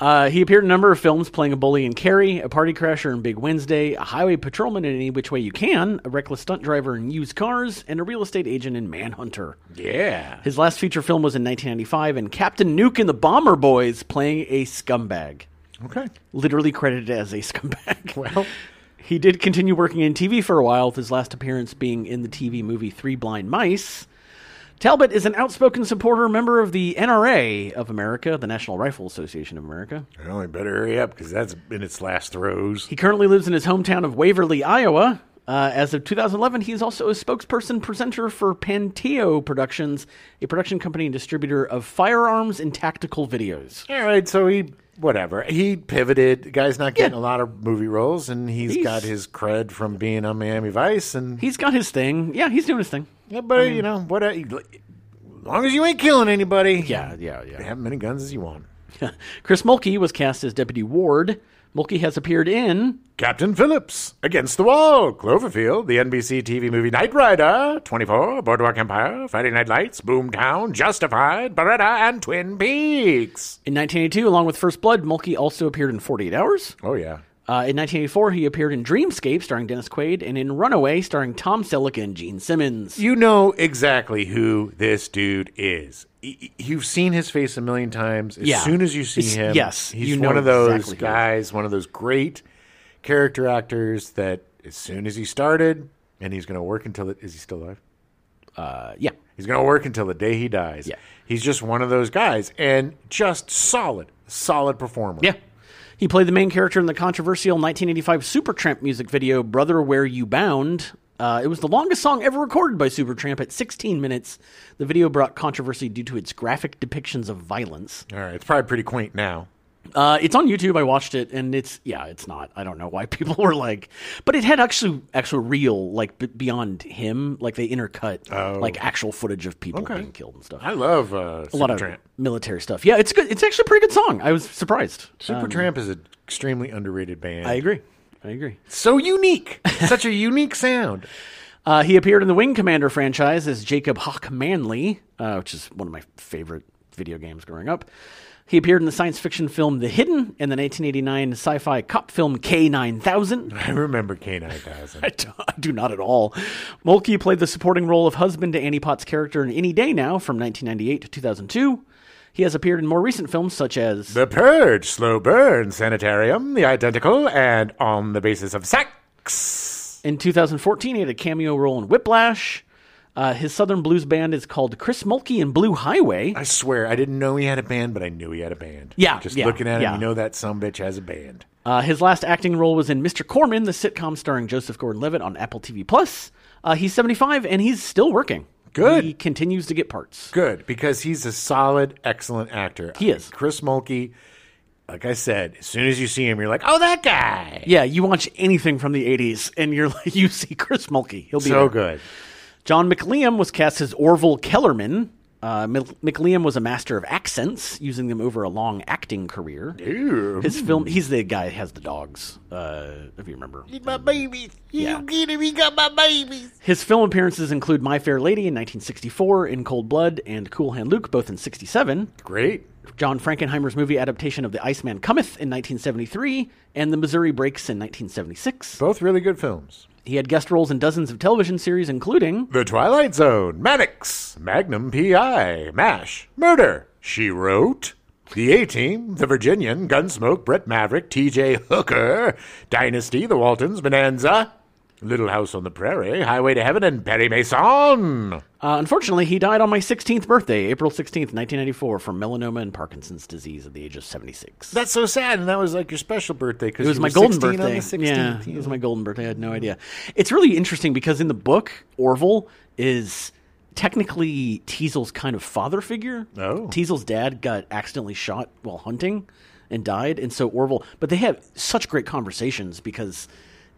Uh, he appeared in a number of films playing a bully in Carrie, a party crasher in Big Wednesday, a highway patrolman in Any Which Way You Can, a reckless stunt driver in Used Cars, and a real estate agent in Manhunter.
Yeah.
His last feature film was in 1995 in Captain Nuke and the Bomber Boys playing a scumbag.
Okay.
Literally credited as a scumbag.
Well.
He did continue working in TV for a while, with his last appearance being in the TV movie Three Blind Mice. Talbot is an outspoken supporter member of the NRA of America, the National Rifle Association of America.
Well, I better hurry up because that's in its last throes.
He currently lives in his hometown of Waverly, Iowa. Uh, as of 2011, he is also a spokesperson presenter for Panteo Productions, a production company and distributor of firearms and tactical videos.
All right, so he whatever he pivoted. The guy's not getting
Yeah.
a lot of movie roles, and he's
He's-
got his cred from being on Miami Vice, and
He's got his thing. Yeah, he's doing his thing.
yeah, but you know what? As long as you ain't killing anybody,
Yeah, yeah, yeah.
have as many guns as you want.
Chris Mulkey was cast as Deputy Ward. Mulkey has appeared in
Captain Phillips, Against the Wall, Cloverfield, the NBC TV movie Knight Rider, 24, Boardwalk Empire, Friday Night Lights, Boomtown, Justified, Beretta, and Twin Peaks.
in 1982, along with First Blood. Mulkey also appeared in 48 Hours.
Oh yeah,
Uh, in 1984, he appeared in Dreamscape, starring Dennis Quaid, and in Runaway, starring Tom Selleck and Gene Simmons.
you know exactly who this dude is. Y- y- You've seen his face a million times. As
Yeah.
soon as you see
It's-
him,
yes,
he's
you know
one of those
exactly who it is.
guys, one of those great character actors that as soon as he started, and he's going to work until it, is he still alive?
Uh, yeah.
He's going to work until the day he dies.
Yeah.
He's just one of those guys and just solid, solid performer.
Yeah. He played the main character in the controversial 1985 Supertramp music video, Brother Where You Bound. Uh, it was the longest song ever recorded by Supertramp at 16 minutes. The video brought controversy due to its graphic depictions of violence.
All right. It's probably pretty quaint now.
Uh, it's on YouTube. I watched it, and it's yeah, it's not. I don't know why people were like, but it had actually actual real like b- beyond him, like they intercut like actual footage of people being killed and stuff.
I love uh,
a lot
Supertramp.
of military stuff. Yeah, it's good. It's actually a pretty good song. I was surprised.
Supertramp is an extremely underrated band.
Um, I agree. I agree.
so unique. Such a unique sound.
Uh, he appeared in the Wing Commander franchise as Jacob Hawk Manley, uh, which is one of my favorite video games growing up. He appeared in the science fiction film The Hidden and the 1989 sci fi cop film K9000.
I remember K9000.
I do- I do not at all. Mulkey played the supporting role of husband to Annie Potts' character in Any Day Now from 1998 to 2002. He has appeared in more recent films such as
the Purge, Slow Burn, Sanitarium, The Identical, and On the Basis of Sex.
in 2014 he had a cameo role in Whiplash. Uh, his Southern blues band is called Chris Mulkey and Blue Highway.
I swear, I didn't know he had a band, but I knew he had a band.
Yeah,
Just
yeah,
looking at him,
yeah.
you know that some bitch has a band.
Uh, his last acting role was in Mr. Corman, the sitcom starring Joseph Gordon-Levitt on Apple TV Plus. Uh, he's 75 and he's still working.
Good.
He continues to get parts.
Good, because he's a solid, excellent actor.
He is.
Chris Mulkey, like I said, as soon as you see him, you're like, oh, that guy.
Yeah, you watch anything from the 80s and you're like, you see Chris Mulkey. He'll be
So
there.
good.
John McLean was cast as Orville Kellerman. Uh, Mc- McLean was a master of accents, using them over a long acting career.
Ew.
His film, he's the guy that has the dogs, uh, if you remember.
My baby.
Yeah.
get him. He got my babies.
His film appearances include My Fair Lady in 1964, In Cold Blood, and Cool Hand Luke, both in 67.
Great.
John Frankenheimer's movie adaptation of The Iceman Cometh in 1973, and The Missouri Breaks in 1976.
Both really good films.
He had guest roles in dozens of television series, including
The Twilight Zone, Maddox, Magnum PI, MASH, Murder, She Wrote, The A Team, The Virginian, Gunsmoke, Brett Maverick, TJ Hooker, Dynasty, The Waltons, Bonanza, Little House on the Prairie, Highway to Heaven, and Perry Mason.
Uh, unfortunately, he died on my 16th birthday, April 16th, 1994, from melanoma and Parkinson's disease at the age of 76.
That's so sad, and that was like your special birthday because
it was my golden birthday. yeah, it was my golden birthday. I had no idea. It's really interesting because in the book, Orville is technically Teasel's kind of father figure.
Oh.
Teasel's dad got accidentally shot while hunting and died, and so Orville. But they have such great conversations because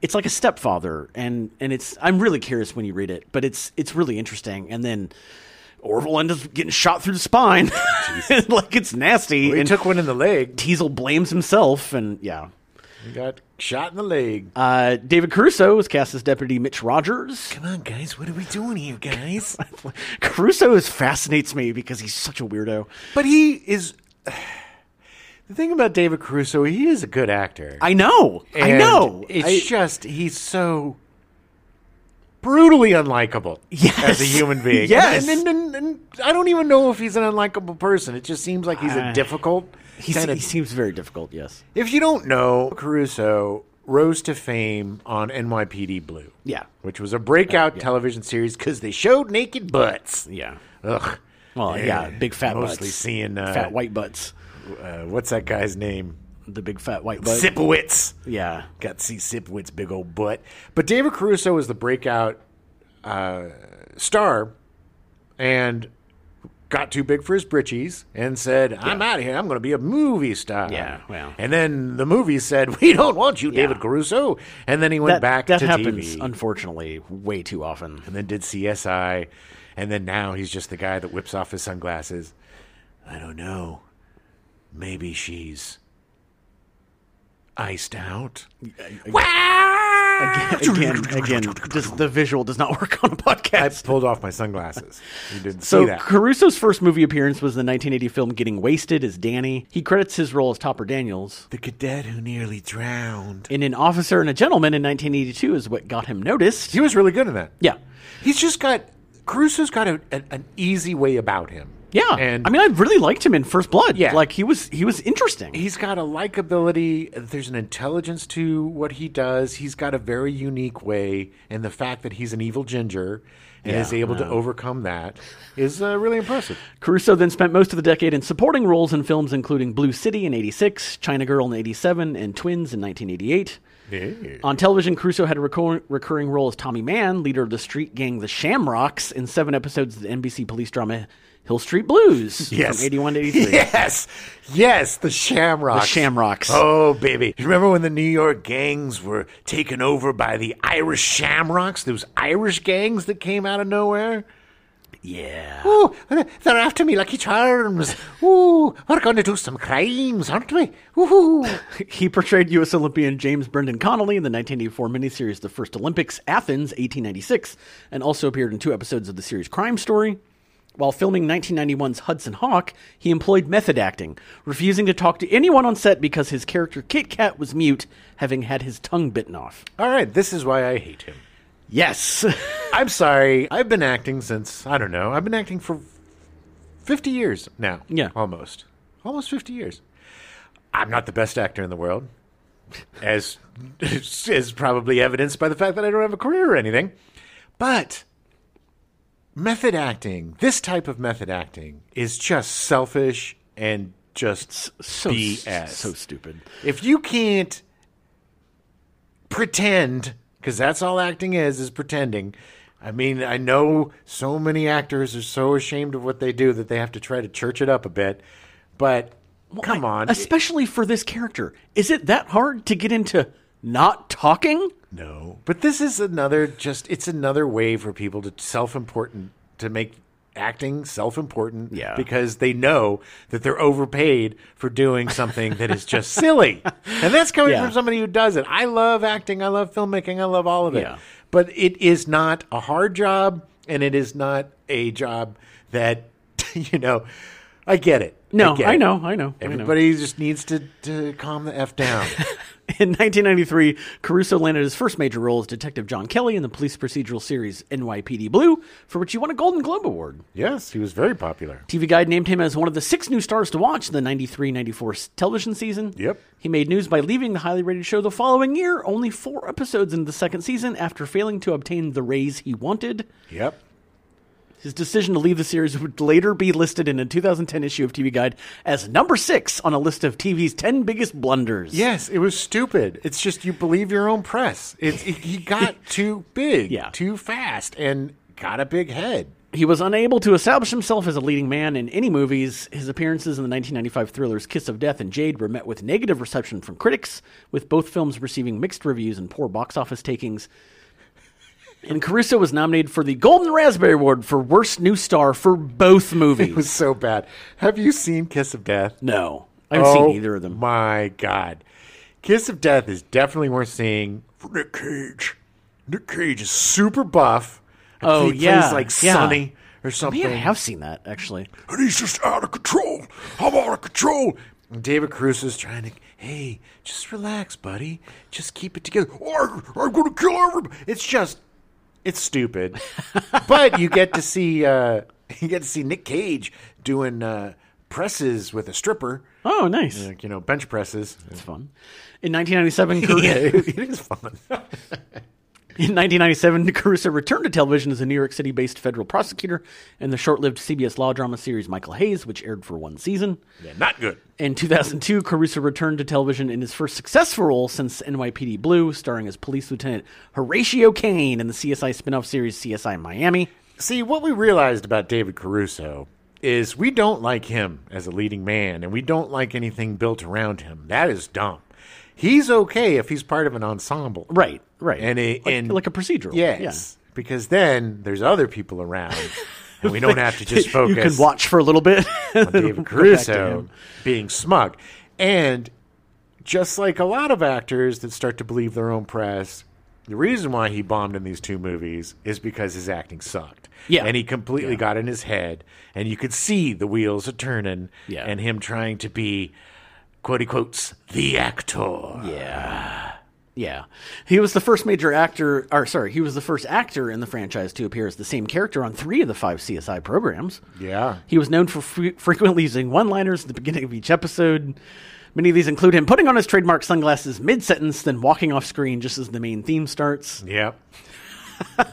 it's like a stepfather, and and it's. I'm really curious when you read it, but it's it's really interesting, and then. Orville ends up getting shot through the spine, like it's nasty.
He
and
took one in the leg.
Teasel blames himself, and yeah,
He got shot in the leg.
uh, David Caruso was cast as Deputy Mitch Rogers.
Come on, guys, what are we doing here, guys?
Caruso is, fascinates me because he's such a weirdo.
but he is. The thing about David Caruso, he is a good actor.
I know. I
And
know.
It's
I-
just he's so brutally unlikable
Yes.
as a human being.
Yes.
And, and, and, and I don't even know if he's an unlikable person. It just seems like he's a
Uh,
difficult
he's-
kind
he
of.
seems very difficult, yes.
If you don't know, Caruso rose to fame on NYPD Blue.
Yeah.
Which was a breakout television series because they showed naked butts.
Yeah.
Ugh.
Well, yeah, big fat
Mostly
butts.
seeing uh,
fat white butts.
uh, what's that guy's name?
The big fat white butt.
Zipowitz.
Yeah.
Got to see Sipowicz big old butt. But David Caruso was the breakout uh, star and got too big for his britches and said, I'm out of here. I'm going to be a movie star.
Yeah, well.
And then the movie said, We don't want you, David Caruso. And then he went
That,
back
that
to
happens,
TV
unfortunately, way too often.
and then did CSI. And then now he's just the guy that whips off his sunglasses. I don't know. Maybe she's iced out. Wow!
Again, again, just the visual does not work on a
I
podcast.
pulled off my sunglasses. You didn't see
So
that.
Caruso's first movie appearance was the 1980 film Getting Wasted as Danny. He credits his role as Topper Daniels.
the cadet who nearly drowned.
in An Officer and a Gentleman in 1982 is what got him noticed.
He was really good in that.
Yeah.
He's just got Caruso's got a, a- an easy way about him.
Yeah.
and
I mean, I really liked him in First Blood.
Yeah.
Like, he was he was interesting.
he's got a likability. There's an intelligence to what he does. He's got a very unique way, and the fact that he's an evil ginger and is able to overcome that is uh, really impressive.
Caruso then spent most of the decade in supporting roles in films including Blue City in 86, China Girl in 87, and Twins in 1988. On television, Caruso had a recur- recurring role as Tommy Mann, leader of the street gang The Shamrocks, in seven episodes of the NBC police drama Hill Street Blues
Yes.
from 81 to 83.
Yes, yes, the Shamrock.
The Shamrocks.
Oh, baby. You remember when the New York gangs were taken over by the Irish Shamrocks, those Irish gangs that came out of nowhere?
Yeah.
Oh, they're after me, Lucky Charms. Ooh, we're going to do some crimes, aren't we? Woohoo.
He portrayed U.S. Olympian James Brendan Connolly in the 1984 miniseries The First Olympics, Athens, 1896, and also appeared in two episodes of the series Crime Story. While filming 1991's Hudson Hawk, he employed method acting, refusing to talk to anyone on set because his character Kit Kat was mute, having had his tongue bitten off.
All right, this is why I hate him.
Yes.
I'm sorry. I've been acting since I don't know. I've been acting for 50 years now.
Yeah.
Almost. Almost 50 years. I'm not the best actor in the world. As is probably evidenced by the fact that I don't have a career or anything. But method acting, this type of method acting is just selfish and just
so,
BS.
so stupid.
if you can't pretend because that's all acting is is pretending i mean i know so many actors are so ashamed of what they do that they have to try to church it up a bit but come on
Especially for this character. Is it that hard to get into not talking?
no but this is another just it's another way for people to self-important to make acting self-important
Yeah.
because they know that they're overpaid for doing something that is just silly and that's coming
Yeah.
from somebody who does it i love acting i love filmmaking i love all of it
Yeah.
but it is not a hard job and it is not a job that you know i get it
No,
get
I
it.
know, I know, I know.
everybody just needs to, to calm the f down
In 1993, Caruso landed his first major role as Detective John Kelly in the police procedural series NYPD Blue, for which he won a Golden Globe Award.
yes he was very popular
TV Guide named him as one of the six new stars to watch in the 93 94 television season.
Yep.
He made news by leaving the highly rated show the following year, only four episodes into the second season after failing to obtain the raise he wanted.
yep
His decision to leave the series would later be listed in a 2010 issue of TV Guide as number six on a list of TV's 10 biggest blunders.
Yes, it was stupid. It's just you believe your own press. It's it, he got too big,
Yeah.
too fast, and got a big head.
He was unable to establish himself as a leading man in any movies. His appearances in the 1995 thrillers Kiss of Death and Jade were met with negative reception from critics, with both films receiving mixed reviews and poor box office takings. And Caruso was nominated for the Golden Raspberry Award for Worst New Star for both movies.
It was so bad. Have you seen Kiss of Death?
no, I haven't
Oh,
seen either of them.
My God, Kiss of Death is definitely worth seeing. For Nick Cage. Nick Cage is super buff. I
Oh,
think he
yeah,
plays like
yeah.
Sonny or something.
Yeah, I have seen that actually.
and he's just out of control. I'm out of control. And David Cruz is trying to, hey, just relax, buddy. Just keep it together. Or I'm going to kill everybody. It's just, it's stupid. but you get to see, uh, you get to see Nick Cage doing uh, presses with a stripper,
Oh, nice.
like you know, bench presses.
That's fun. In 1997, Caruso.
it is fun.
In 1997, Caruso returned to television as a New York City based federal prosecutor in the short lived CBS law drama series Michael Hayes, which aired for one season.
Yeah, not good.
In 2002, Caruso returned to television in his first successful role since NYPD Blue, starring as police lieutenant Horatio Kane in the CSI spin off series CSI Miami.
See, what we realized about David Caruso is we don't like him as a leading man and we don't like anything built around him. That is dumb. He's okay if he's part of an ensemble.
Right, right.
And it-
like,
and-
like a procedural.
Yes. Because then there's other people around and we don't have to just
Yeah. You
focus
can watch for a little bit.
on David Caruso being smug. And just like a lot of actors that start to believe their own press, the reason why he bombed in these two movies is because his acting sucked.
Yeah.
And he completely got in his head, and you could see the wheels a turning,
Yeah.
and him trying to be, quote unquote, the actor.
Yeah. He was the first major actor, or sorry, he was the first actor in the franchise to appear as the same character on three of the five CSI programs.
Yeah.
He was known for fre- frequently using one liners at the beginning of each episode. Many of these include him putting on his trademark sunglasses mid sentence, then walking off screen just as the main theme starts.
Yep.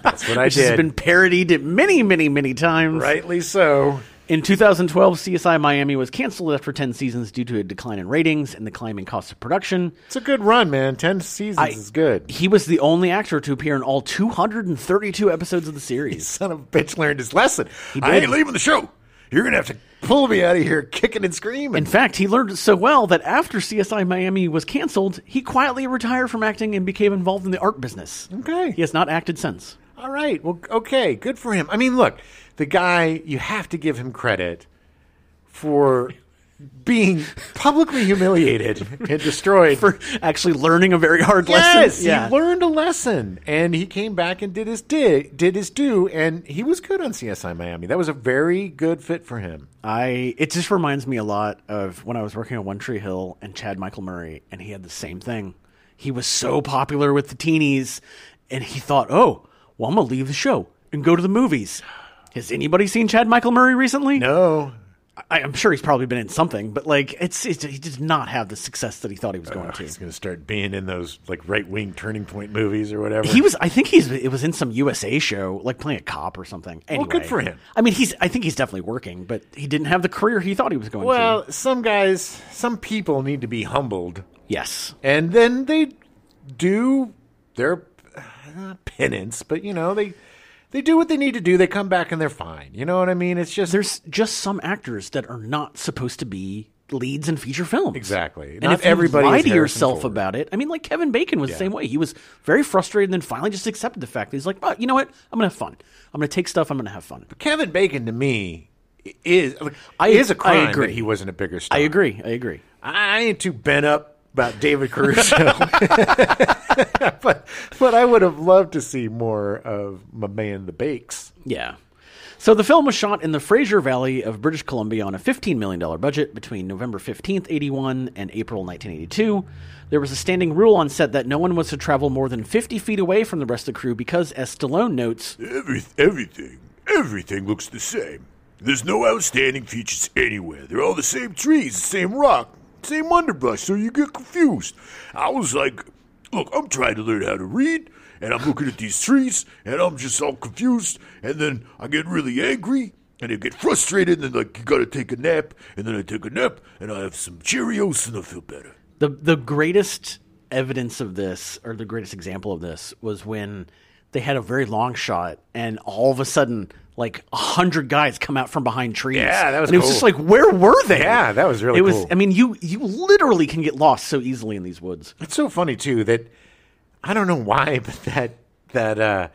That's what I
Which has
did.
been parodied many, many, many times.
Rightly so.
In 2012, CSI Miami was canceled after 10 seasons due to a decline in ratings and the climbing costs of production.
It's a good run, man. Ten seasons is good.
He was the only actor to appear in all 232 episodes of the series.
son of a bitch learned his lesson. I ain't leaving the show. You're gonna have to pull me out of here, kicking and screaming.
In fact, he learned it so well that after CSI Miami was canceled, he quietly retired from acting and became involved in the art business.
Okay.
He has not acted since.
All right. Well, okay. Good for him. I mean, look, the guy. You have to give him credit for being publicly humiliated and destroyed.
for actually learning a very hard
yes,
lesson. Yeah.
he learned a lesson, and he came back and did his di- did his due, and he was good on CSI Miami. That was a very good fit for him.
I it just reminds me a lot of when I was working on One Tree Hill and Chad Michael Murray and he had the same thing. He was so popular with the teenies and he thought, "Oh, well I'm going to leave the show and go to the movies." Has anybody seen Chad Michael Murray recently?
No,
I, I'm sure he's probably been in something, but like it's, it's he did not have the success that he thought he was going to.
he's going to start being in those like right wing turning point movies or whatever.
He was, I think he's, it was in some USA show, like playing a cop or something. Anyway,
good for him.
I mean, he's, I think he's definitely working, but he didn't have the career he thought he was going to.
well, some guys, some people need to be humbled,
yes.
and then they do their uh, penance, but you know they. They do what they need to do. They come back and they're fine. You know what I mean? It's just
There's just some actors that are not supposed to be leads in feature films.
Exactly.
And
Not
if you
everybody
lie
is
to
Harrison
yourself
Ford.
about it. I mean, like Kevin Bacon was the same way. He was very frustrated and then finally just accepted the fact that he's like, but you know what? I'm going to have fun. I'm going to take stuff. I'm going to have fun.
Kevin Bacon to me is like,
I-
it is a crime
I agree.
that he wasn't a bigger star.
I agree. I agree.
I ain't too bent up about David Caruso, but but I would have loved to see more of my man the Bakes.
Yeah. So the film was shot in the Fraser Valley of British Columbia on a $15 million budget between November 15th, 81 and April 1982. There was a standing rule on set that no one was to travel more than 50 feet away from the rest of the crew because, as Stallone notes,
Every, everything, everything looks the same. There's no outstanding features anywhere. They're all the same trees, the same rock, same underbrush, so you get confused. I was like, look, I'm trying to learn how to read, and I'm looking at these trees, and I'm just all confused, and then I get really angry, and I get frustrated, and then, like, you gotta take a nap, and then I take a nap, and I have some Cheerios, and I feel better.
the the greatest evidence of this or the greatest example of this was when they had a very long shot and all of a sudden like a hundred guys come out from behind trees.
Yeah, that was
and it was
cool.
just like where were they?
Yeah, that was really
It was
cool.
I mean you you literally can get lost so easily in these woods.
It's so funny too that I don't know why, but that that uh,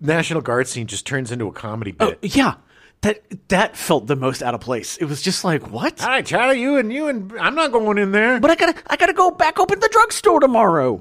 National Guard scene just turns into a comedy bit.
Yeah. That that felt the most out of place. It was just like what?
Oh.
All right, Charlie, you and you and I'm not going in there.
but I gotta I gotta go back open the drugstore tomorrow.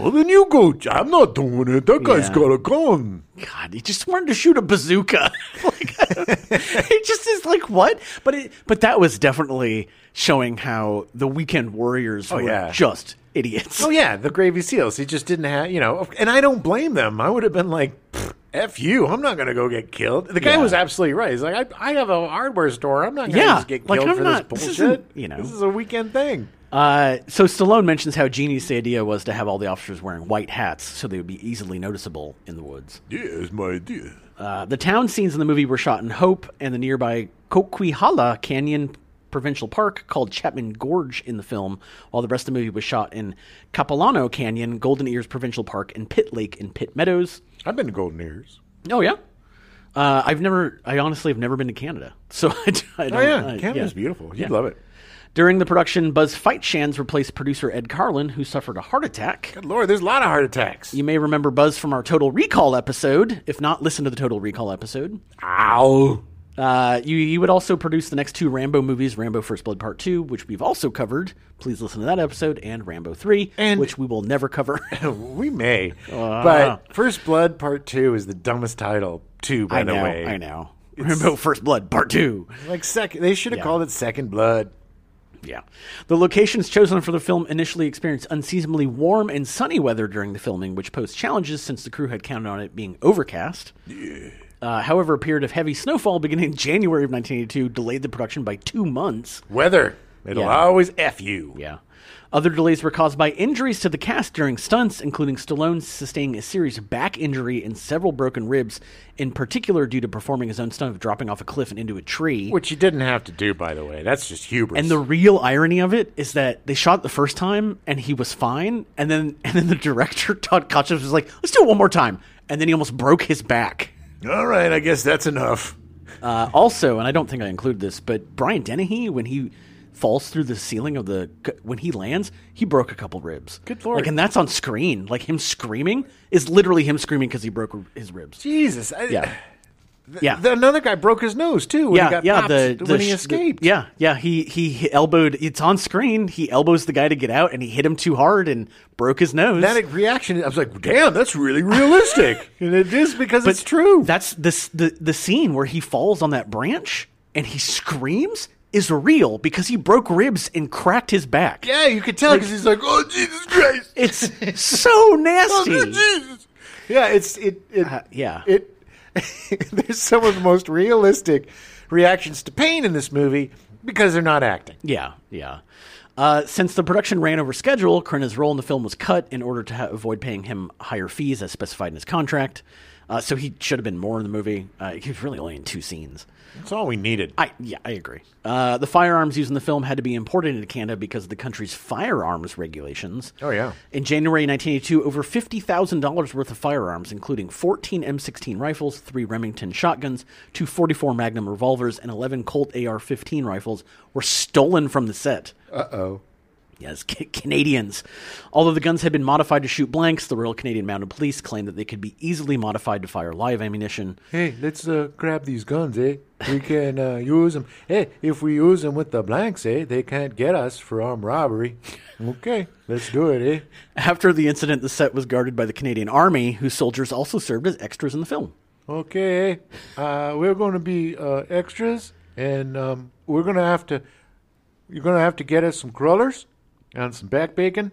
Well, then you go. I'm not doing it. That guy's
Yeah.
got a gun.
God, he just wanted to shoot a bazooka. like, it just is like what? But it, but that was definitely showing how the weekend warriors were
yeah.
just idiots.
Oh yeah, the gravy seals. He just didn't have, you know, and I don't blame them. I would have been like, "Pfft, "F you, I'm not going to go get killed." The guy
Yeah.
was absolutely right. He's like, "I, I have a hardware store. I'm not going to
Yeah,
just get
like,
killed
I'm
for
not-
this
this
bullshit."
isn't, you know.
this is a weekend thing.
Uh, so Stallone mentions how genius the idea was to have all the officers wearing white hats so they would be easily noticeable in the woods.
Yeah, it's my idea.
Uh, the town scenes in the movie were shot in Hope and the nearby Coquihalla Canyon Provincial Park called Chapman Gorge in the film, while the rest of the movie was shot in Capilano Canyon, Golden Ears Provincial Park, and Pitt Lake in Pitt Meadows.
I've been to Golden Ears.
Oh, yeah. Uh, I've never, I honestly have never been to Canada. So I, d- I don't
Oh yeah,
I-
Canada's
yeah.
beautiful. You'd
Yeah.
love it.
During the production, Buzz Feitschans replaced producer Ed Carlin, who suffered a heart attack.
Good lord, there's a lot of heart attacks.
You may remember Buzz from our Total Recall episode. If not, listen to the Total Recall episode.
Ow.
Uh, you, you would also produce the next two Rambo movies, Rambo First Blood Part 2, which we've also covered. Please listen to that episode, and Rambo 3,
And-
which we will never cover.
We may,
Uh-huh.
but First Blood Part Two is the dumbest title too. By
I
the
know,
way,
I know. Rambo First Blood Part 2.
Like second, they should have called it Second Blood.
Yeah. The locations chosen for the film initially experienced unseasonably warm and sunny weather during the filming, which posed challenges since the crew had counted on it being overcast. Uh, however, a period of heavy snowfall beginning in January of 1982 delayed the production by two months.
Weather. It'll
Yeah.
always f you.
Yeah. Other delays were caused by injuries to the cast during stunts, including Stallone sustaining a serious back injury and several broken ribs, in particular due to performing his own stunt of dropping off a cliff and into a tree.
Which you didn't have to do, by the way. That's just hubris.
and the real irony of it is that they shot it the first time and he was fine, and then and then the director Todd Kochev was like, "Let's do it one more time," and then he almost broke his back.
all right, I guess that's enough.
Uh, also, and I don't think I include this, but Brian Dennehy, when he falls through the ceiling of the when he lands, he broke a couple ribs.
Good lord.
Like, and that's on screen. Like him screaming is literally him screaming because he broke his ribs.
Jesus, I,
Yeah.
Th-
Yeah.
th- another guy broke his nose too. When
yeah,
he got
yeah.
popped
The, the
when
sh-
he
the-
escaped.
yeah, yeah. He he elbowed. It's on screen. He elbows the guy to get out, and he hit him too hard and broke his nose.
That reaction, I was like, "Damn, that's really realistic," and it is because it's true.
That's this the the scene where he falls on that branch and he screams is real because he broke ribs and cracked his back.
yeah, you could tell because he's like, "Oh Jesus Christ!"
It's so
Oh,
nasty.
Jesus. Yeah, it's it. it
Uh, yeah.
it. there's some of the most realistic reactions to pain in this movie because they're not acting.
Yeah, yeah. Uh, since the production ran over schedule, Krenna's role in the film was cut in order to ha- avoid paying him higher fees as specified in his contract. Uh, so he should have been more in the movie. Uh, he was really only in two scenes.
That's all we needed.
I yeah, I agree. Uh, the firearms used in the film had to be imported into Canada because of the country's firearms regulations.
Oh, yeah.
In January 1982, over fifty thousand dollars worth of firearms, including 14 M16 rifles, three Remington shotguns, two 44 Magnum revolvers, and 11 Colt AR-15 rifles, were stolen from the set. Yes, ca- Canadians. Although the guns had been modified to shoot blanks, the Royal Canadian Mounted Police claimed that they could be easily modified to fire live ammunition.
Hey, let's uh, grab these guns, eh? We can uh, use them. Hey, if we use them with the blanks, eh? They can't get us for armed robbery. Okay, let's do it, eh?
After the incident, the set was guarded by the Canadian Army, whose soldiers also served as extras in the film.
Okay, uh, we're going to be uh, extras, and um, we're going to have to. You're going to have to get us some crawlers and some back bacon,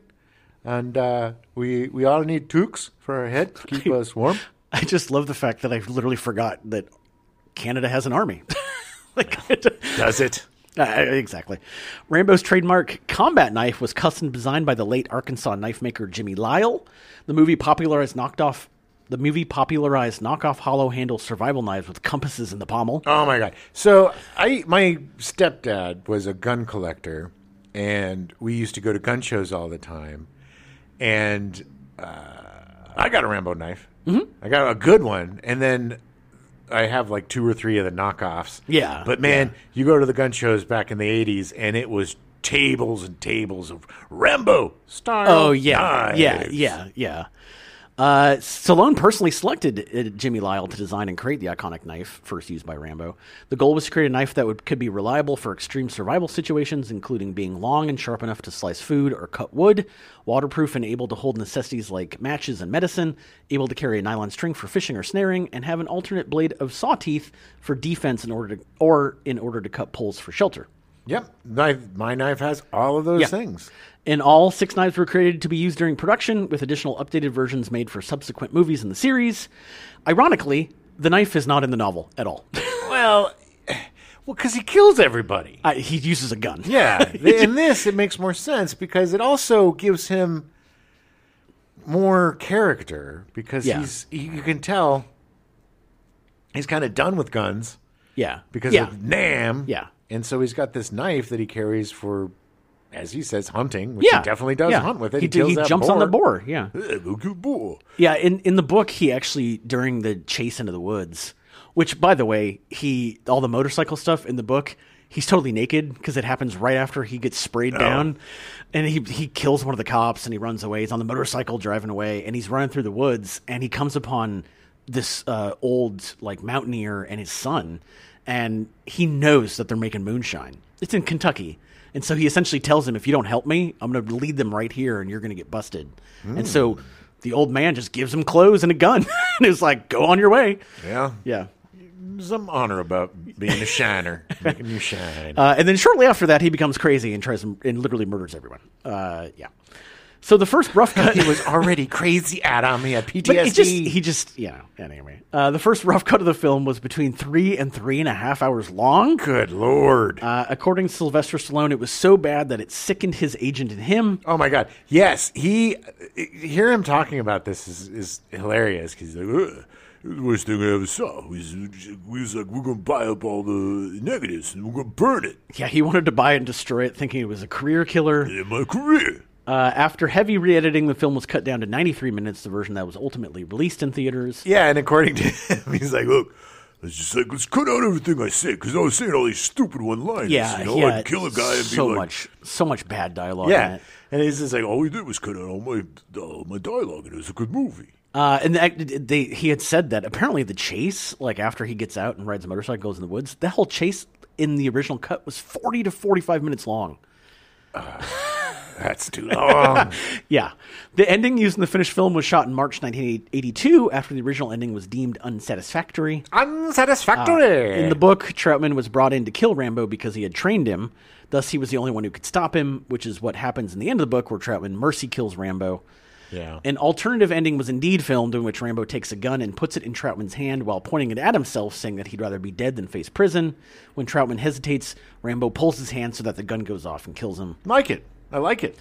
and uh, we we all need toques for our head to keep us warm.
I just love the fact that I literally forgot that Canada has an army. like, I-
Does it?
I- exactly. Rambo's trademark combat knife was custom designed by the late Arkansas knife maker Jimmy Lyle. The movie popularized knocked off. The movie popularized knockoff hollow handle survival knives with compasses in the pommel.
Oh my god! So I my stepdad was a gun collector, and we used to go to gun shows all the time. And uh, I got a Rambo knife. Mm-hmm. I got a good one, and then I have like two or three of the knockoffs.
Yeah,
but man, you go to the gun shows back in the '80s, and it was tables and tables of Rambo style.
Oh yeah, yeah,
knives.
yeah, yeah. Uh, Stallone personally selected uh, Jimmy Lyle to design and create the iconic knife first used by Rambo. The goal was to create a knife that would, could be reliable for extreme survival situations, including being long and sharp enough to slice food or cut wood, waterproof and able to hold necessities like matches and medicine, able to carry a nylon string for fishing or snaring, and have an alternate blade of saw teeth for defense in order to, or in order to cut poles for shelter.
Yep, my, my knife has all of those
Yeah.
things.
In all, six knives were created to be used during production, with additional updated versions made for subsequent movies in the series. Ironically, the knife is not in the novel at all.
Well, well, because he kills everybody.
I, he uses a gun.
Yeah, th- in this it makes more sense because it also gives him more character because
Yeah.
he's he, you can tell he's kind of done with guns
yeah.
because
yeah,
of Nam.
Yeah.
and so he's got this knife that he carries for, as he says, hunting. Which
yeah,
he definitely does
yeah.
hunt with it.
He, d-
kills
he
that
jumps on the boar. Yeah,
Yeah, look at boar.
yeah. In in the book, he actually during the chase into the woods, which by the way, he all the motorcycle stuff in the book. He's totally naked because it happens right after he gets sprayed down, and he he kills one of the cops and he runs away. He's on the motorcycle driving away, and he's running through the woods, and he comes upon this uh, old like mountaineer and his son, and he knows that they're making moonshine. It's in Kentucky, and so he essentially tells him, "If you don't help me, I'm going to lead them right here, and you're going to get busted." And so the old man just gives him clothes and a gun, and it's like, "Go on your way."
Yeah,
Yeah.
some honor about being a shiner, making you shine.
Uh, and then shortly after that, he becomes crazy and tries and literally murders everyone. Uh, yeah. So the first rough cut.
he was already crazy, Adam. He had PTSD.
But it just he just you know anyway. Uh, the first rough cut of the film was between three and three and a half hours long.
Good lord.
Uh, according to Sylvester Stallone, it was so bad that it sickened his agent and him.
Oh my god! Yes, he hear him talking about this is is hilarious because he's like, "Ugh, the worst thing I ever saw was we was like we're gonna buy up all the negatives and we're gonna burn it
Yeah, he wanted to buy it and destroy it, thinking it was a career killer.
in my career.
Uh, after heavy re-editing, the film was cut down to 93 minutes. The version that was ultimately released in theaters.
Yeah, and according to him, he's like, look,
It's just like, let's cut out everything I said, because I was saying all these stupid one liners.
Yeah,
you know,
yeah,
I'd kill a guy and
so
be like,
much, so much bad dialogue. in
yeah,
it.
and he's just like,
all we did was cut out all my, all my dialogue, and it was a good movie.
Uh, and that, they he had said that apparently the chase, like after he gets out and rides a motorcycle, goes in the woods. That whole chase in the original cut was forty to forty-five minutes long.
That's too long.
Yeah, the ending used in the finished film was shot in March 1982 after the original ending was deemed unsatisfactory.
Unsatisfactory.
Ah, In the book, Troutman was brought in to kill Rambo because he had trained him. Thus, he was the only one who could stop him, which is what happens in the end of the book, where Troutman mercy kills Rambo.
yeah.
An alternative ending was indeed filmed in which Rambo takes a gun and puts it in Troutman's hand while pointing it at himself, saying that he'd rather be dead than face prison. When Troutman hesitates, Rambo pulls his hand so that the gun goes off and kills him.
like it. I like it.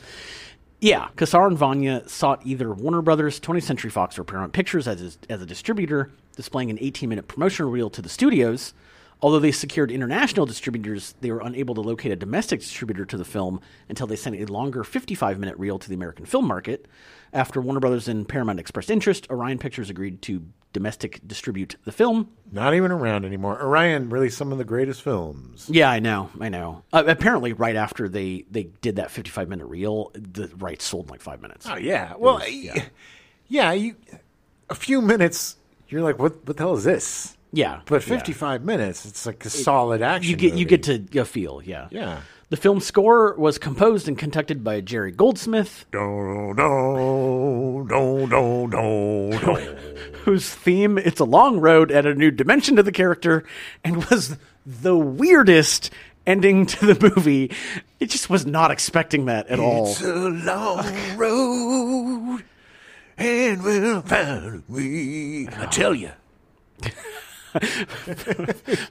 Yeah, Kassar and Vanya sought either Warner Brothers, 20th Century Fox, or Paramount Pictures as, his, as a distributor, displaying an 18 minute promotional reel to the studios. Although they secured international distributors, they were unable to locate a domestic distributor to the film until they sent a longer 55 minute reel to the American film market. After Warner Brothers and Paramount expressed interest, Orion Pictures agreed to domestic distribute the film.
Not even around anymore. Orion, really, some of the greatest films.
Yeah, I know, I know. Uh, apparently, right after they, they did that 55 minute reel, the rights sold in like five minutes.
Oh yeah. Well, yeah. yeah. You, a few minutes, you're like, what? What the hell is this?
Yeah.
But
yeah.
55 minutes, it's like a solid action.
you get
movie.
you get to you feel yeah
Yeah.
the film score was composed and conducted by jerry goldsmith
No, no, no, no, no, no.
whose theme it's a long road added a new dimension to the character and was the weirdest ending to the movie it just was not expecting that at all
It's a long road, and we'll find we. I tell you,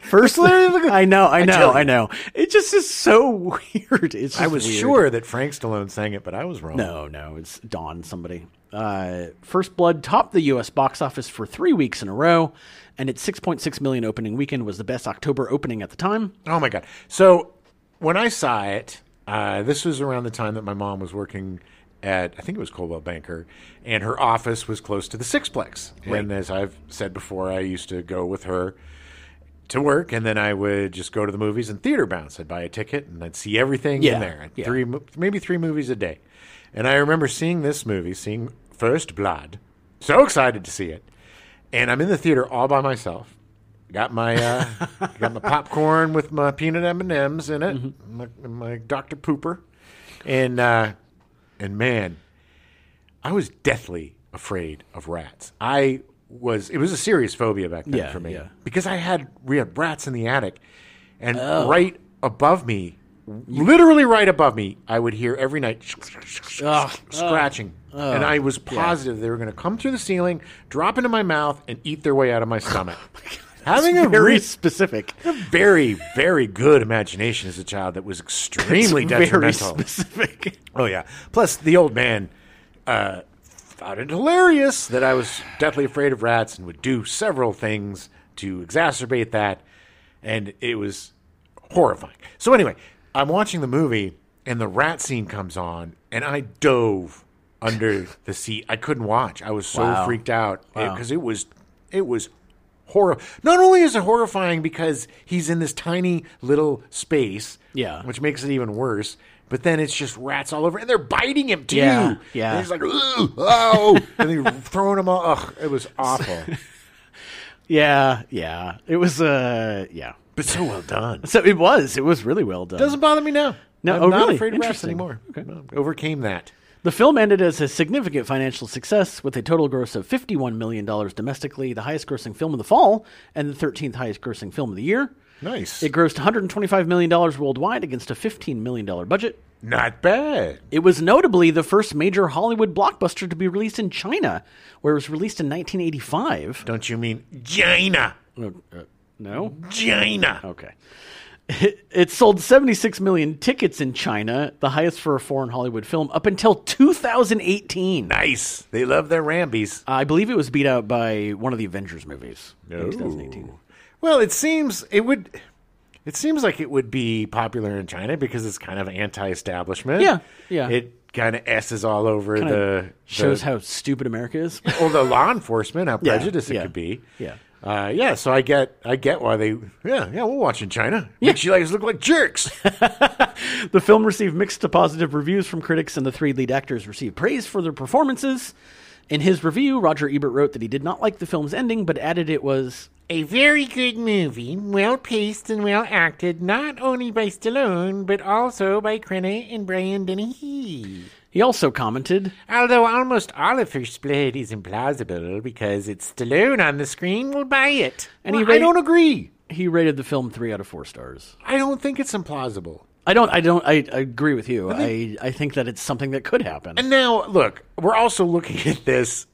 first i know i know
tell
i,
you.
know it just is so weird it's just
I was
weird.
sure that Frank Stallone sang it, but I was wrong.
No, no, it's Dawn somebody. Uh, First Blood topped the U.S. box office for three weeks in a row, and its 6.6 million opening weekend was the best October opening at the time.
Oh my god! So when I saw it, uh, this was around the time that my mom was working at I think it was Coldwell Banker, and her office was close to the Sixplex. And as I've said before, I used to go with her to work, and then I would just go to the movies and theater bounce. I'd buy a ticket and I'd see everything
Yeah,
in there.
yeah.
Three, mo- maybe three movies a day. And I remember seeing this movie, seeing First Blood. So excited to see it, and I'm in the theater all by myself. Got my uh, got my popcorn with my peanut M and M's in it, my,
Mm-hmm.
my Dr Pooper, and uh, and man, I was deathly afraid of rats. I was it was a serious phobia back then
Yeah,
for me
yeah.
because I had we had rats in the attic, and
Oh.
right above me, literally right above me, I would hear every night
Ugh.
scratching, and I was positive they were going to come through the ceiling, drop into my mouth, and eat their way out of my stomach.
Oh
Having a
Very
very,
specific.
very, very good imagination as a child that was extremely
Very
detrimental.
specific.
Oh yeah. Plus, the old man uh, found it hilarious that I was deathly afraid of rats and would do several things to exacerbate that, and it was horrifying. So anyway, I'm watching the movie, and the rat scene comes on, and I dove under the seat. I couldn't watch. I was so
Wow.
freaked out because it was it was horror. Not only is it horrifying because he's in this tiny little space,
Yeah.
which makes it even worse. But then it's just rats all over, and they're biting him too.
Yeah, yeah.
And he's like, "Ugh, oh, and they're throwing him all. Ugh, it was awful,
Yeah, yeah. It was, uh, yeah.
but so well done.
So it was. It was really well done.
Doesn't bother me now.
No,
I'm
oh,
not
really?
afraid of rats
Interesting.
anymore. No, overcame that.
The film ended as a significant financial success with a total gross of $51 million domestically, the highest grossing film of the fall, and the 13th highest grossing film of the year.
Nice.
It grossed $125 million worldwide against a $15 million budget.
not bad.
It was notably the first major Hollywood blockbuster to be released in China, where it was released in 1985.
Don't you mean Gina?
No?
Gina.
Okay. It, it sold 76 million tickets in China, the highest for a foreign Hollywood film, up until 2018.
Nice. They love their Rambies.
I believe it was beat out by one of the Avengers movies
Oh.
in 2018.
Well, it seems it would. It seems like it would be popular in China because it's kind of anti-establishment.
Yeah, yeah.
It kind of s's all over the
Shows
the,
how stupid America is.
well, the law enforcement how
Yeah,
prejudiced
yeah,
it could be.
yeah.
Uh, yeah, so I get I get why they yeah yeah we'll watch in China. Yeah, you guys look like jerks.
The film received mixed to positive reviews from critics, and the three lead actors received praise for their performances. In his review, Roger Ebert wrote that he did not like the film's ending, but added it was
A very good movie, well paced and well acted, not only by Stallone, but also by Crenna and Brian Dennehy.
He also commented,
Although almost all of her split is implausible because it's Stallone on the screen, we'll buy it.
and he
Well, I
rated,
don't agree.
he rated the film three out of four stars.
I don't think it's implausible.
I don't, I don't, I, I agree with you. I, I think that it's something that could happen.
And now, look, we're also looking at this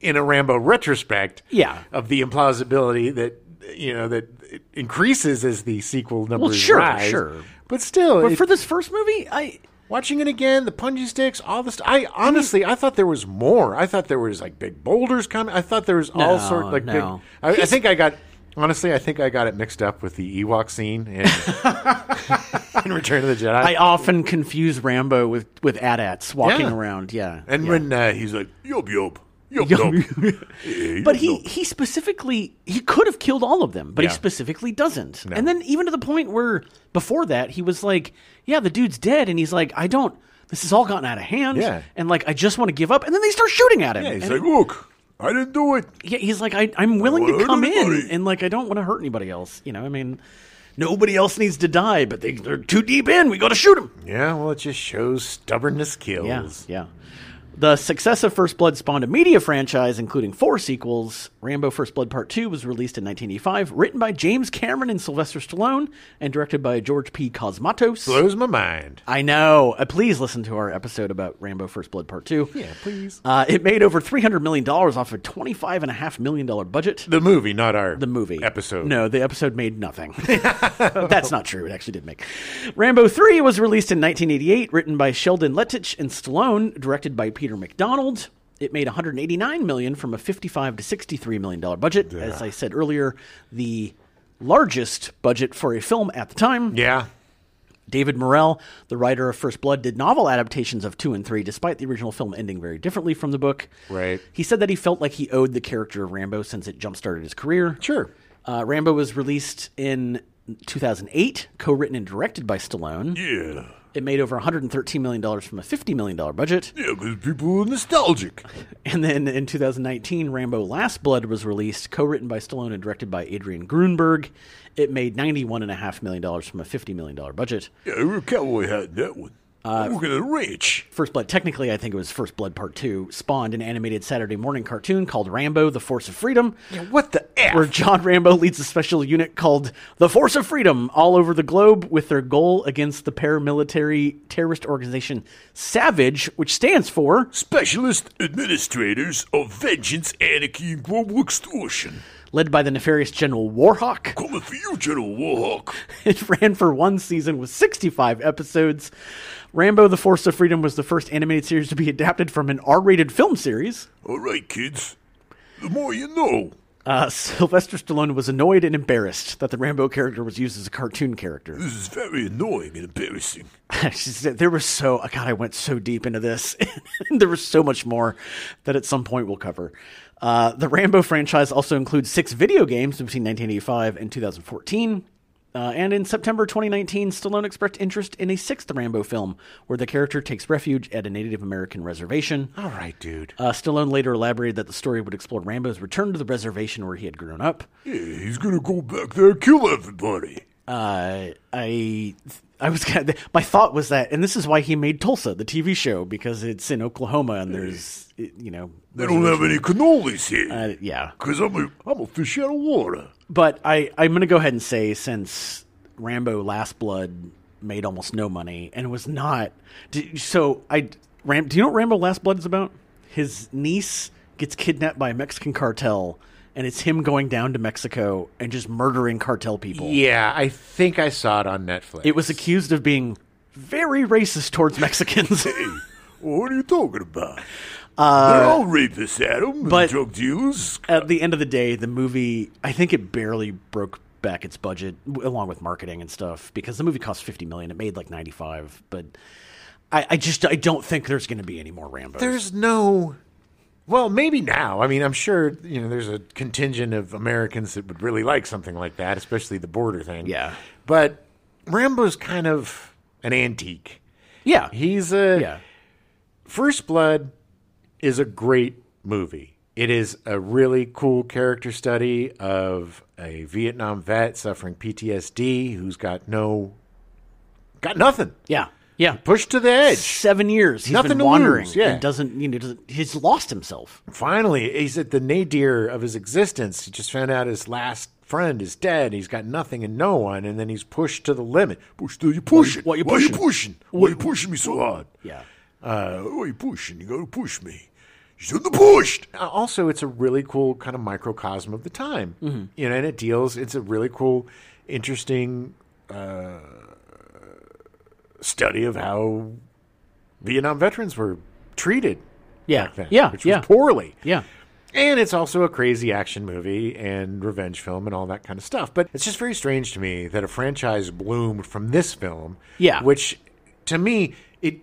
in a Rambo retrospect.
Yeah.
Of the implausibility that you know that it increases as the sequel numbers
sure,
rise.
sure.
But still,
but
it-
for this first movie, I,
watching it again, the punji sticks, all this. I honestly, I thought there was more. I thought there was like big boulders coming. I thought there was all
No,
sort like
no.
big. I, I think I got. Honestly, I think I got it mixed up with the Ewok scene in, in Return of the Jedi.
I often confuse Rambo with, with AT-ATs walking
Yeah.
around. Yeah.
and
yeah.
when uh, he's like, "Yup, yup, yup,
Yup,
yup,"
yup.
Yeah,
But he,
yup.
he specifically he could have killed all of them, but he specifically doesn't. And then even to the point where before that he was like, "Yeah, the dude's dead," and he's like, "I don't. This has all gotten out of hand."
Yeah.
And like, I just want to give up. And then they start shooting at him.
Yeah, he's
and
like, look, I didn't do it.
yeah, he's like, I, I'm willing to
wanna
come
hurt
in,
anybody.
and like, I don't want to hurt anybody else. You know, I mean, nobody else needs to die, but they, they're too deep in. We got to shoot him.
Yeah, well, it just shows stubbornness kills.
Yeah, yeah. The success of First Blood spawned a media franchise, including four sequels. Rambo First Blood Part 2 was released in 1985, written by James Cameron and Sylvester Stallone, and directed by George P. Cosmatos.
Blows my mind.
I know. Uh, please listen to our episode about Rambo First Blood Part 2.
Yeah, please.
Uh, it made over $300 million off a $25.5 million budget.
The movie, not our
The movie.
episode.
No, the episode made nothing. That's not true. It actually did make. Rambo 3 was released in 1988, written by Sheldon Lettich and Stallone, directed by Peter McDonald. It made 189 million from a 55 to 63 million dollar budget. As I said earlier, the largest budget for a film at the time.
Yeah,
David Morrell, the writer of First Blood, did novel adaptations of 2 and 3, despite the original film ending very differently from the book.
Right.
He said that he felt like he owed the character of Rambo since it jump-started his career.
sure.
Uh, Rambo was released in 2008, co written and directed by Stallone.
Yeah.
It made over $113 million from a $50 million budget.
Yeah, because people are nostalgic.
And then in 2019, Rambo Last Blood was released, co written by Stallone and directed by Adrian Grunberg. It made $91.5 million from a $50 million budget.
Yeah, I wear a cowboy hat in that one. I'm working at a ranch.
First Blood, technically, I think it was First Blood Part 2, spawned an animated Saturday morning cartoon called Rambo, The Force of Freedom.
What the F?
where John Rambo leads a special unit called the Force of Freedom all over the globe with their goal against the paramilitary terrorist organization Savage, which stands for
Specialist administrators of vengeance, anarchy, and global extortion.
led by the nefarious General Warhawk.
Coming for you, General Warhawk.
It ran for one season with 65 episodes. Rambo the Force of Freedom was the first animated series to be adapted from an R-rated film series.
All right, kids. The more you know.
Uh, Sylvester Stallone was annoyed and embarrassed that the Rambo character was used as a cartoon character.
This is very annoying and embarrassing.
She said there was so oh God, I went so deep into this. there was so much more that at some point we'll cover. Uh, the Rambo franchise also includes six video games between 1985 and 2014. Uh, and in September 2019, Stallone expressed interest in a sixth Rambo film where the character takes refuge at a Native American reservation.
All right, dude.
Uh, Stallone later elaborated that the story would explore Rambo's return to the reservation where he had grown up.
Yeah, he's gonna go back there and kill everybody.
uh, I I was kind of, my thought was that, and this is why he made Tulsa the TV show because it's in Oklahoma and there's it- you know
They don't have any cannolis
uh,
here.
yeah.
Because I'm a, I'm a fish out of water.
But I I'm gonna go ahead and say since Rambo Last Blood made almost no money and was not d so I Ram do you know what Rambo Last Blood is about? His niece gets kidnapped by a Mexican cartel. And it's him going down to Mexico and just murdering cartel people.
Yeah, I think I saw it on Netflix.
It was accused of being very racist towards Mexicans.
What are you talking about? They're all rapists, Adam. and
but-
drug dealers.
at the end of the day, the movie, I think it barely broke back its budget w- along with marketing and stuff because the movie cost 50 million. It made like 95, but I, I just, I don't think there's going to be any more Rambo.
There's no. Well, maybe now. I mean, I'm sure you know. There's a contingent of Americans that would really like something like that, especially the border thing.
Yeah.
But Rambo's kind of an antique.
yeah.
He's a
yeah.
First Blood is a great
movie. It is a really cool character study of a Vietnam vet suffering PTSD who's got no, got nothing,
Yeah. Yeah.
pushed to the edge.
Seven years. He's
Nothing
been
to
wandering.
lose, yeah.
And doesn't you know doesn't he's lost himself.
Finally, he's at the nadir of his existence. He just found out his last friend is dead. He's got nothing and no one, and then he's pushed to the limit.
Push till you push it.
Why you
Why
pushing?
you pushing? Why you pushing me so hard?
Yeah.
Uh, why you pushing? You gotta push me. You shouldn't have pushed.
Uh, also it's a really cool kind of microcosm of the time
Mm-hmm.
you know and it deals it's a really cool interesting uh, study of how vietnam veterans were treated
Yeah.
back then
yeah.
which
yeah.
was poorly
yeah.
and it's also a crazy action movie and revenge film and all that kind of stuff. But it's just very strange to me that a franchise bloomed from this film.
Yeah.
Which to me, it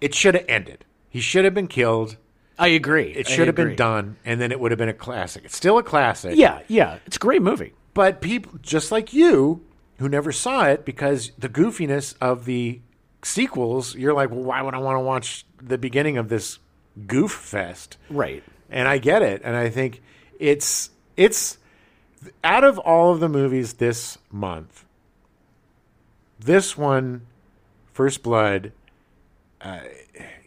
it should have ended. He should have been killed.
I agree.
It
I
should have been
agree.
done, and then it would have been a classic. It's still a classic.
Yeah, yeah. It's a great movie.
But people just like you who never saw it because the goofiness of the sequels, you're like, well, why would I want to watch the beginning of this goof fest?
Right.
and I get it. And I think it's it's out of all of the movies this month, this one, First Blood, uh,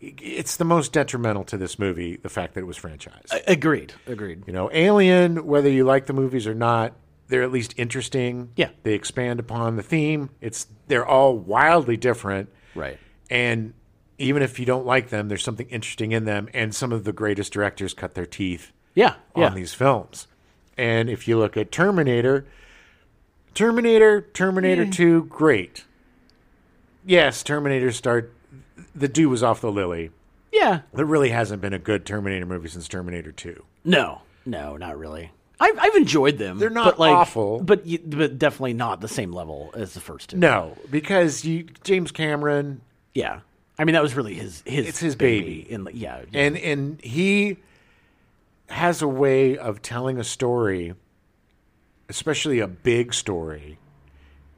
it's the most detrimental to this movie. The fact that it was franchised,
Agreed. Agreed.
you know, Alien. Whether you like the movies or not, they're at least interesting.
Yeah.
they expand upon the theme. It's they're all wildly different.
Right.
And even if you don't like them, there's something interesting in them. And some of the greatest directors cut their teeth
Yeah. Yeah.
on these films. And if you look at Terminator, Terminator, Terminator 2, great. Yes, Terminator start the dew was off the lily.
yeah.
There really hasn't been a good Terminator movie since Terminator 2.
No. No, not really. I've, I've enjoyed them. They're
not
but like,
awful.
but you, but definitely not the same level as the first two.
No, because you James Cameron
Yeah. I mean, that was really his his.
It's his baby.
And like, yeah. yeah.
and and he has a way of telling a story especially a big story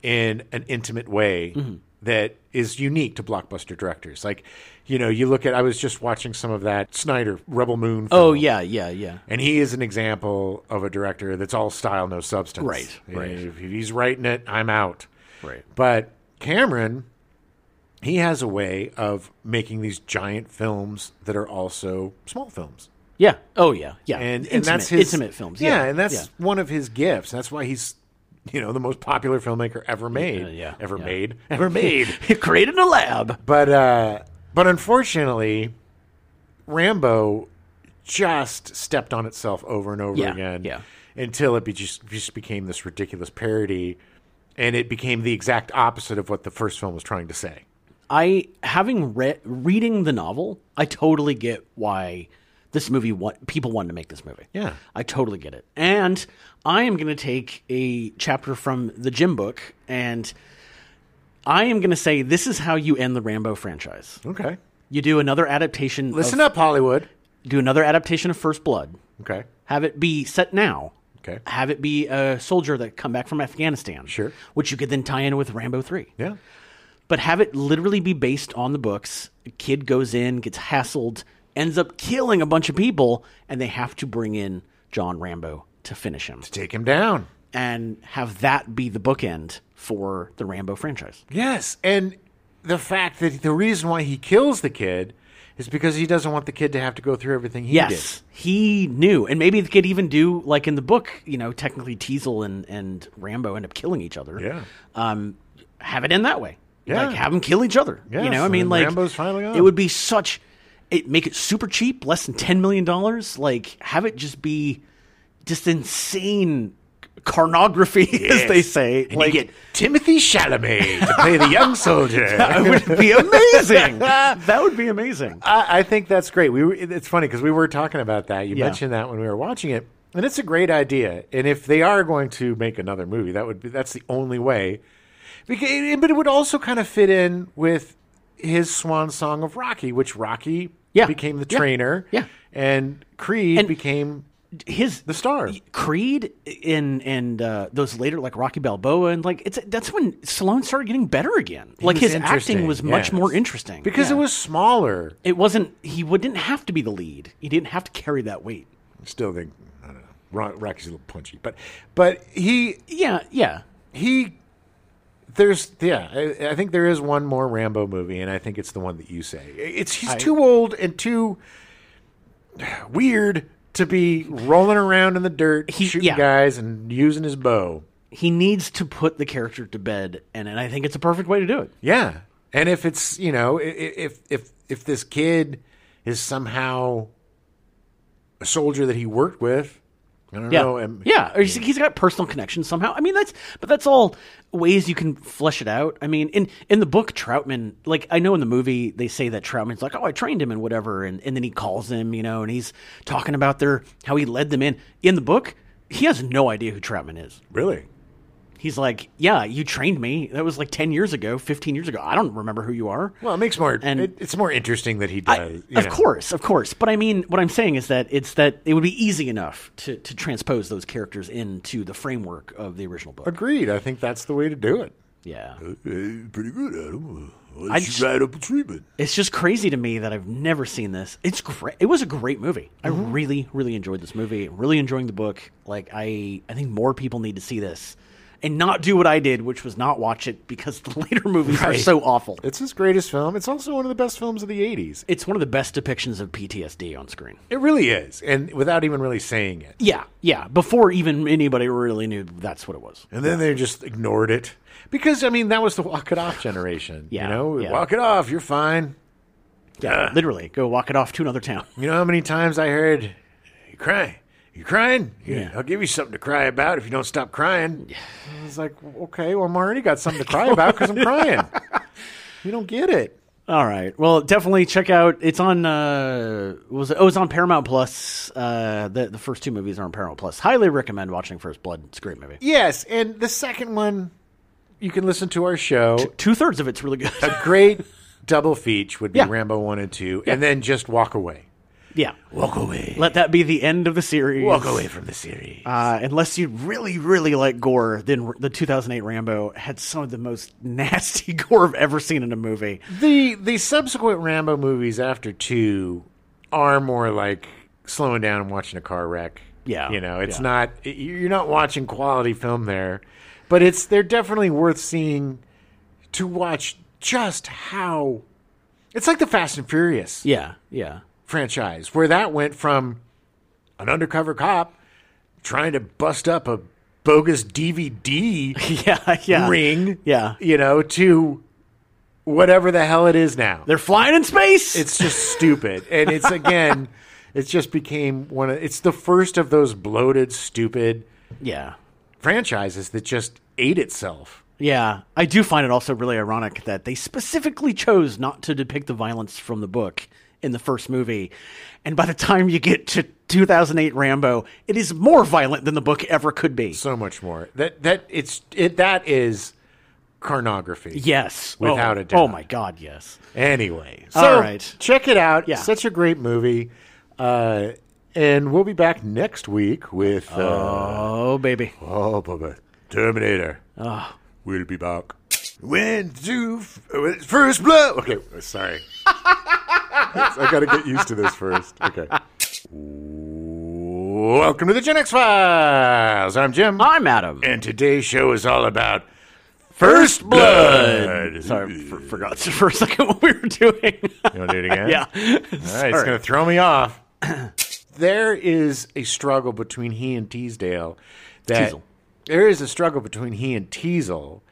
in an intimate way
Mm-hmm.
that is unique to blockbuster directors like you know you look at i was just watching some of that snyder rebel moon
oh
film,
yeah, yeah, yeah.
and he is an example of a director that's all style no substance
Right,
You know,
right.
if he's writing it i'm out
Right.
but Cameron, he has a way of making these giant films that are also small films.
Yeah. Oh yeah. Yeah.
And
intimate,
and that's his
intimate films. Yeah.
and that's
yeah.
one of his gifts. That's why he's you know, the most popular filmmaker ever made.
Yeah, yeah,
ever
yeah.
made. Ever made.
he created a lab.
but uh but unfortunately, Rambo just stepped on itself over and over
Yeah,
again.
yeah.
Until it be just just became this ridiculous parody and it became the exact opposite of what the first film was trying to say.
I having read reading the novel, I totally get why this movie want, people wanted to make this movie.
Yeah.
I totally get it. And I am going to take a chapter from the Jim book and I am going to say this is how you end the Rambo franchise.
Okay.
You do another adaptation
Listen
of,
up, Hollywood.
do another adaptation of First Blood.
Okay.
Have it be set now.
Okay.
Have it be a soldier that come back from Afghanistan.
Sure.
Which you could then tie in with Rambo 3
Yeah.
but have it literally be based on the books. A kid goes in, gets hassled, ends up killing a bunch of people, and they have to bring in John Rambo to finish him
Take him down.
and have that be the bookend for the Rambo franchise.
Yes. And the fact that the reason why he kills the kid is because he doesn't want the kid to have to go through everything he
Yes, he knew, and maybe they could even do like in the book. You know, technically, Teasel and and Rambo end up killing each other.
Yeah.
um, have it end that way.
Yeah.
like have them kill each other. you
Yes,
know, I
and
mean,
then
like
Rambo's finally on.
It would be such. It make it super cheap, less than ten million dollars. Like have it just be just insane carnography, as they say.
did. And
like
you get Timothy Chalamet to play the young soldier.
it would be amazing. that would be amazing.
I, I think that's great. We were, it's funny because we were talking about that. You
Yeah.
mentioned that when we were watching it, and it's a great idea. And if they are going to make another movie, that would be that's the only way. Because, but it would also kind of fit in with his swan song of Rocky, which Rocky
Yeah.
became the
Yeah.
trainer,
Yeah.
and Creed
And-
became
his
The star.
Creed in and uh, those later like Rocky Balboa and like it's that's when Stallone started getting better again. like
was
his
interesting,
acting was much
yes.
more interesting
Because
Yeah.
it was smaller.
It wasn't. He would, didn't have to be the lead. He didn't have to carry that weight.
Still think I don't know. Ro- Rocky's a little punchy, but but he
Yeah, yeah.
he there's yeah I, I think there is one more rambo movie and i think it's the one that you say it's he's too old and too weird to be rolling around in the dirt
He-
shooting
yeah.
guys and using his bow
He needs to put the character to bed, and, and I think it's a perfect way to do it.
yeah and if it's you know i- i- if if if this kid is somehow a soldier that he worked with i don't
Yeah,
know am-
yeah. Or he's, he's got personal connections somehow. I mean, that's but that's all ways you can flesh it out. I mean, in in the book, Troutman, like I know in the movie they say that Troutman's like, oh, I trained him and whatever, and and then he calls him, you know, and he's talking about their how he led them in. In the book, he has no idea who Troutman is.
really
He's like, yeah, you trained me. That was like ten years ago, fifteen years ago. I don't remember who you are.
well it makes more
And-
it, it's more interesting that he
I-
does you
of
know.
course, of course. But I mean, what I'm saying is that it's that it would be easy enough to, to transpose those characters into the framework of the original book.
agreed i think that's the way to do it
Yeah,
Uh,
pretty good, Adam.
I
Let's
just-
write up a treatment.
it's just crazy to me that I've never seen this. It's great. It was a great movie. I really, really enjoyed this movie. Really enjoying the book. Like I, I think more people need to see this. And not do what I did, which was not watch it because the later movies are so awful.
It's his greatest film. It's also one of the best films of the 80s.
It's one of the best depictions of PTSD on screen.
It really is. And without even really saying it.
Yeah, yeah. Before even anybody really knew that's what it was.
And then they just ignored it. Because, I mean, that was the walk it off generation.
Yeah,
You know,
yeah.
walk it off. You're fine.
Yeah, literally, go walk it off to another town.
You know how many times I heard, you crying. You crying? Here,
Yeah.
I'll give you something to cry about if you don't stop crying. I was like, okay, well, I'm already got something to cry about because I'm crying. you don't get it.
All right. Well, definitely check out. It's on. Uh, was it? Oh, it's on Paramount Plus. Uh, the the first two movies are on Paramount Plus. Highly recommend watching First Blood. It's a great movie.
Yes. And the second one, you can listen to our show.
Two thirds of it's really good.
a great double feature would be
Yeah.
Rambo one and two, and then just walk away.
yeah.
Walk away.
Let that be the end of the series.
Walk away from the series.
Uh, unless you really, really like gore, then the 2008 Rambo had some of the most nasty gore I've ever seen in a movie.
The the subsequent Rambo movies after two are more like slowing down and watching a car wreck.
Yeah.
you know, it's
Yeah.
not y- you're not watching quality film there, but it's they're definitely worth seeing to watch just how it's like the Fast and Furious
Yeah, yeah.
franchise where that went from an undercover cop trying to bust up a bogus DVD
Yeah, yeah.
ring,
Yeah.
you know, to whatever the hell it is now.
They're flying in space.
It's just stupid, and it's again, it just became one of it's the first of those bloated, stupid
yeah.
franchises that just ate itself.
Yeah. I do find it also really ironic that they specifically chose not to depict the violence from the book in the first movie. And by the time you get to 2008 Rambo, it is more violent than the book ever could be.
So much more that that it's it that is carnography.
yes.
Without
oh,
a doubt.
Oh my god, yes.
Anyway, so
All right.
check it out.
Yeah.
Such a great movie. Uh, and we'll be back next week with uh,
Oh baby.
oh, Bubba, Terminator.
Uh.
We'll be back. When do
uh,
f- first blood? Okay,
Sorry. I got to get used to this first. Okay. Welcome to the Gen X Files. I'm Jim.
I'm Adam.
And today's show is all about First Blood.
Sorry, for, forgot for a second what we were doing.
You want to do it again?
yeah.
All right, it's going to throw me off. there is a struggle between he and Teasdale. That
Teasel.
There is a struggle between he and Teasel.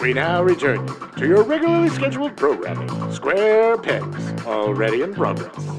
We now return you to your regularly scheduled programming. Square Pegs, already in progress.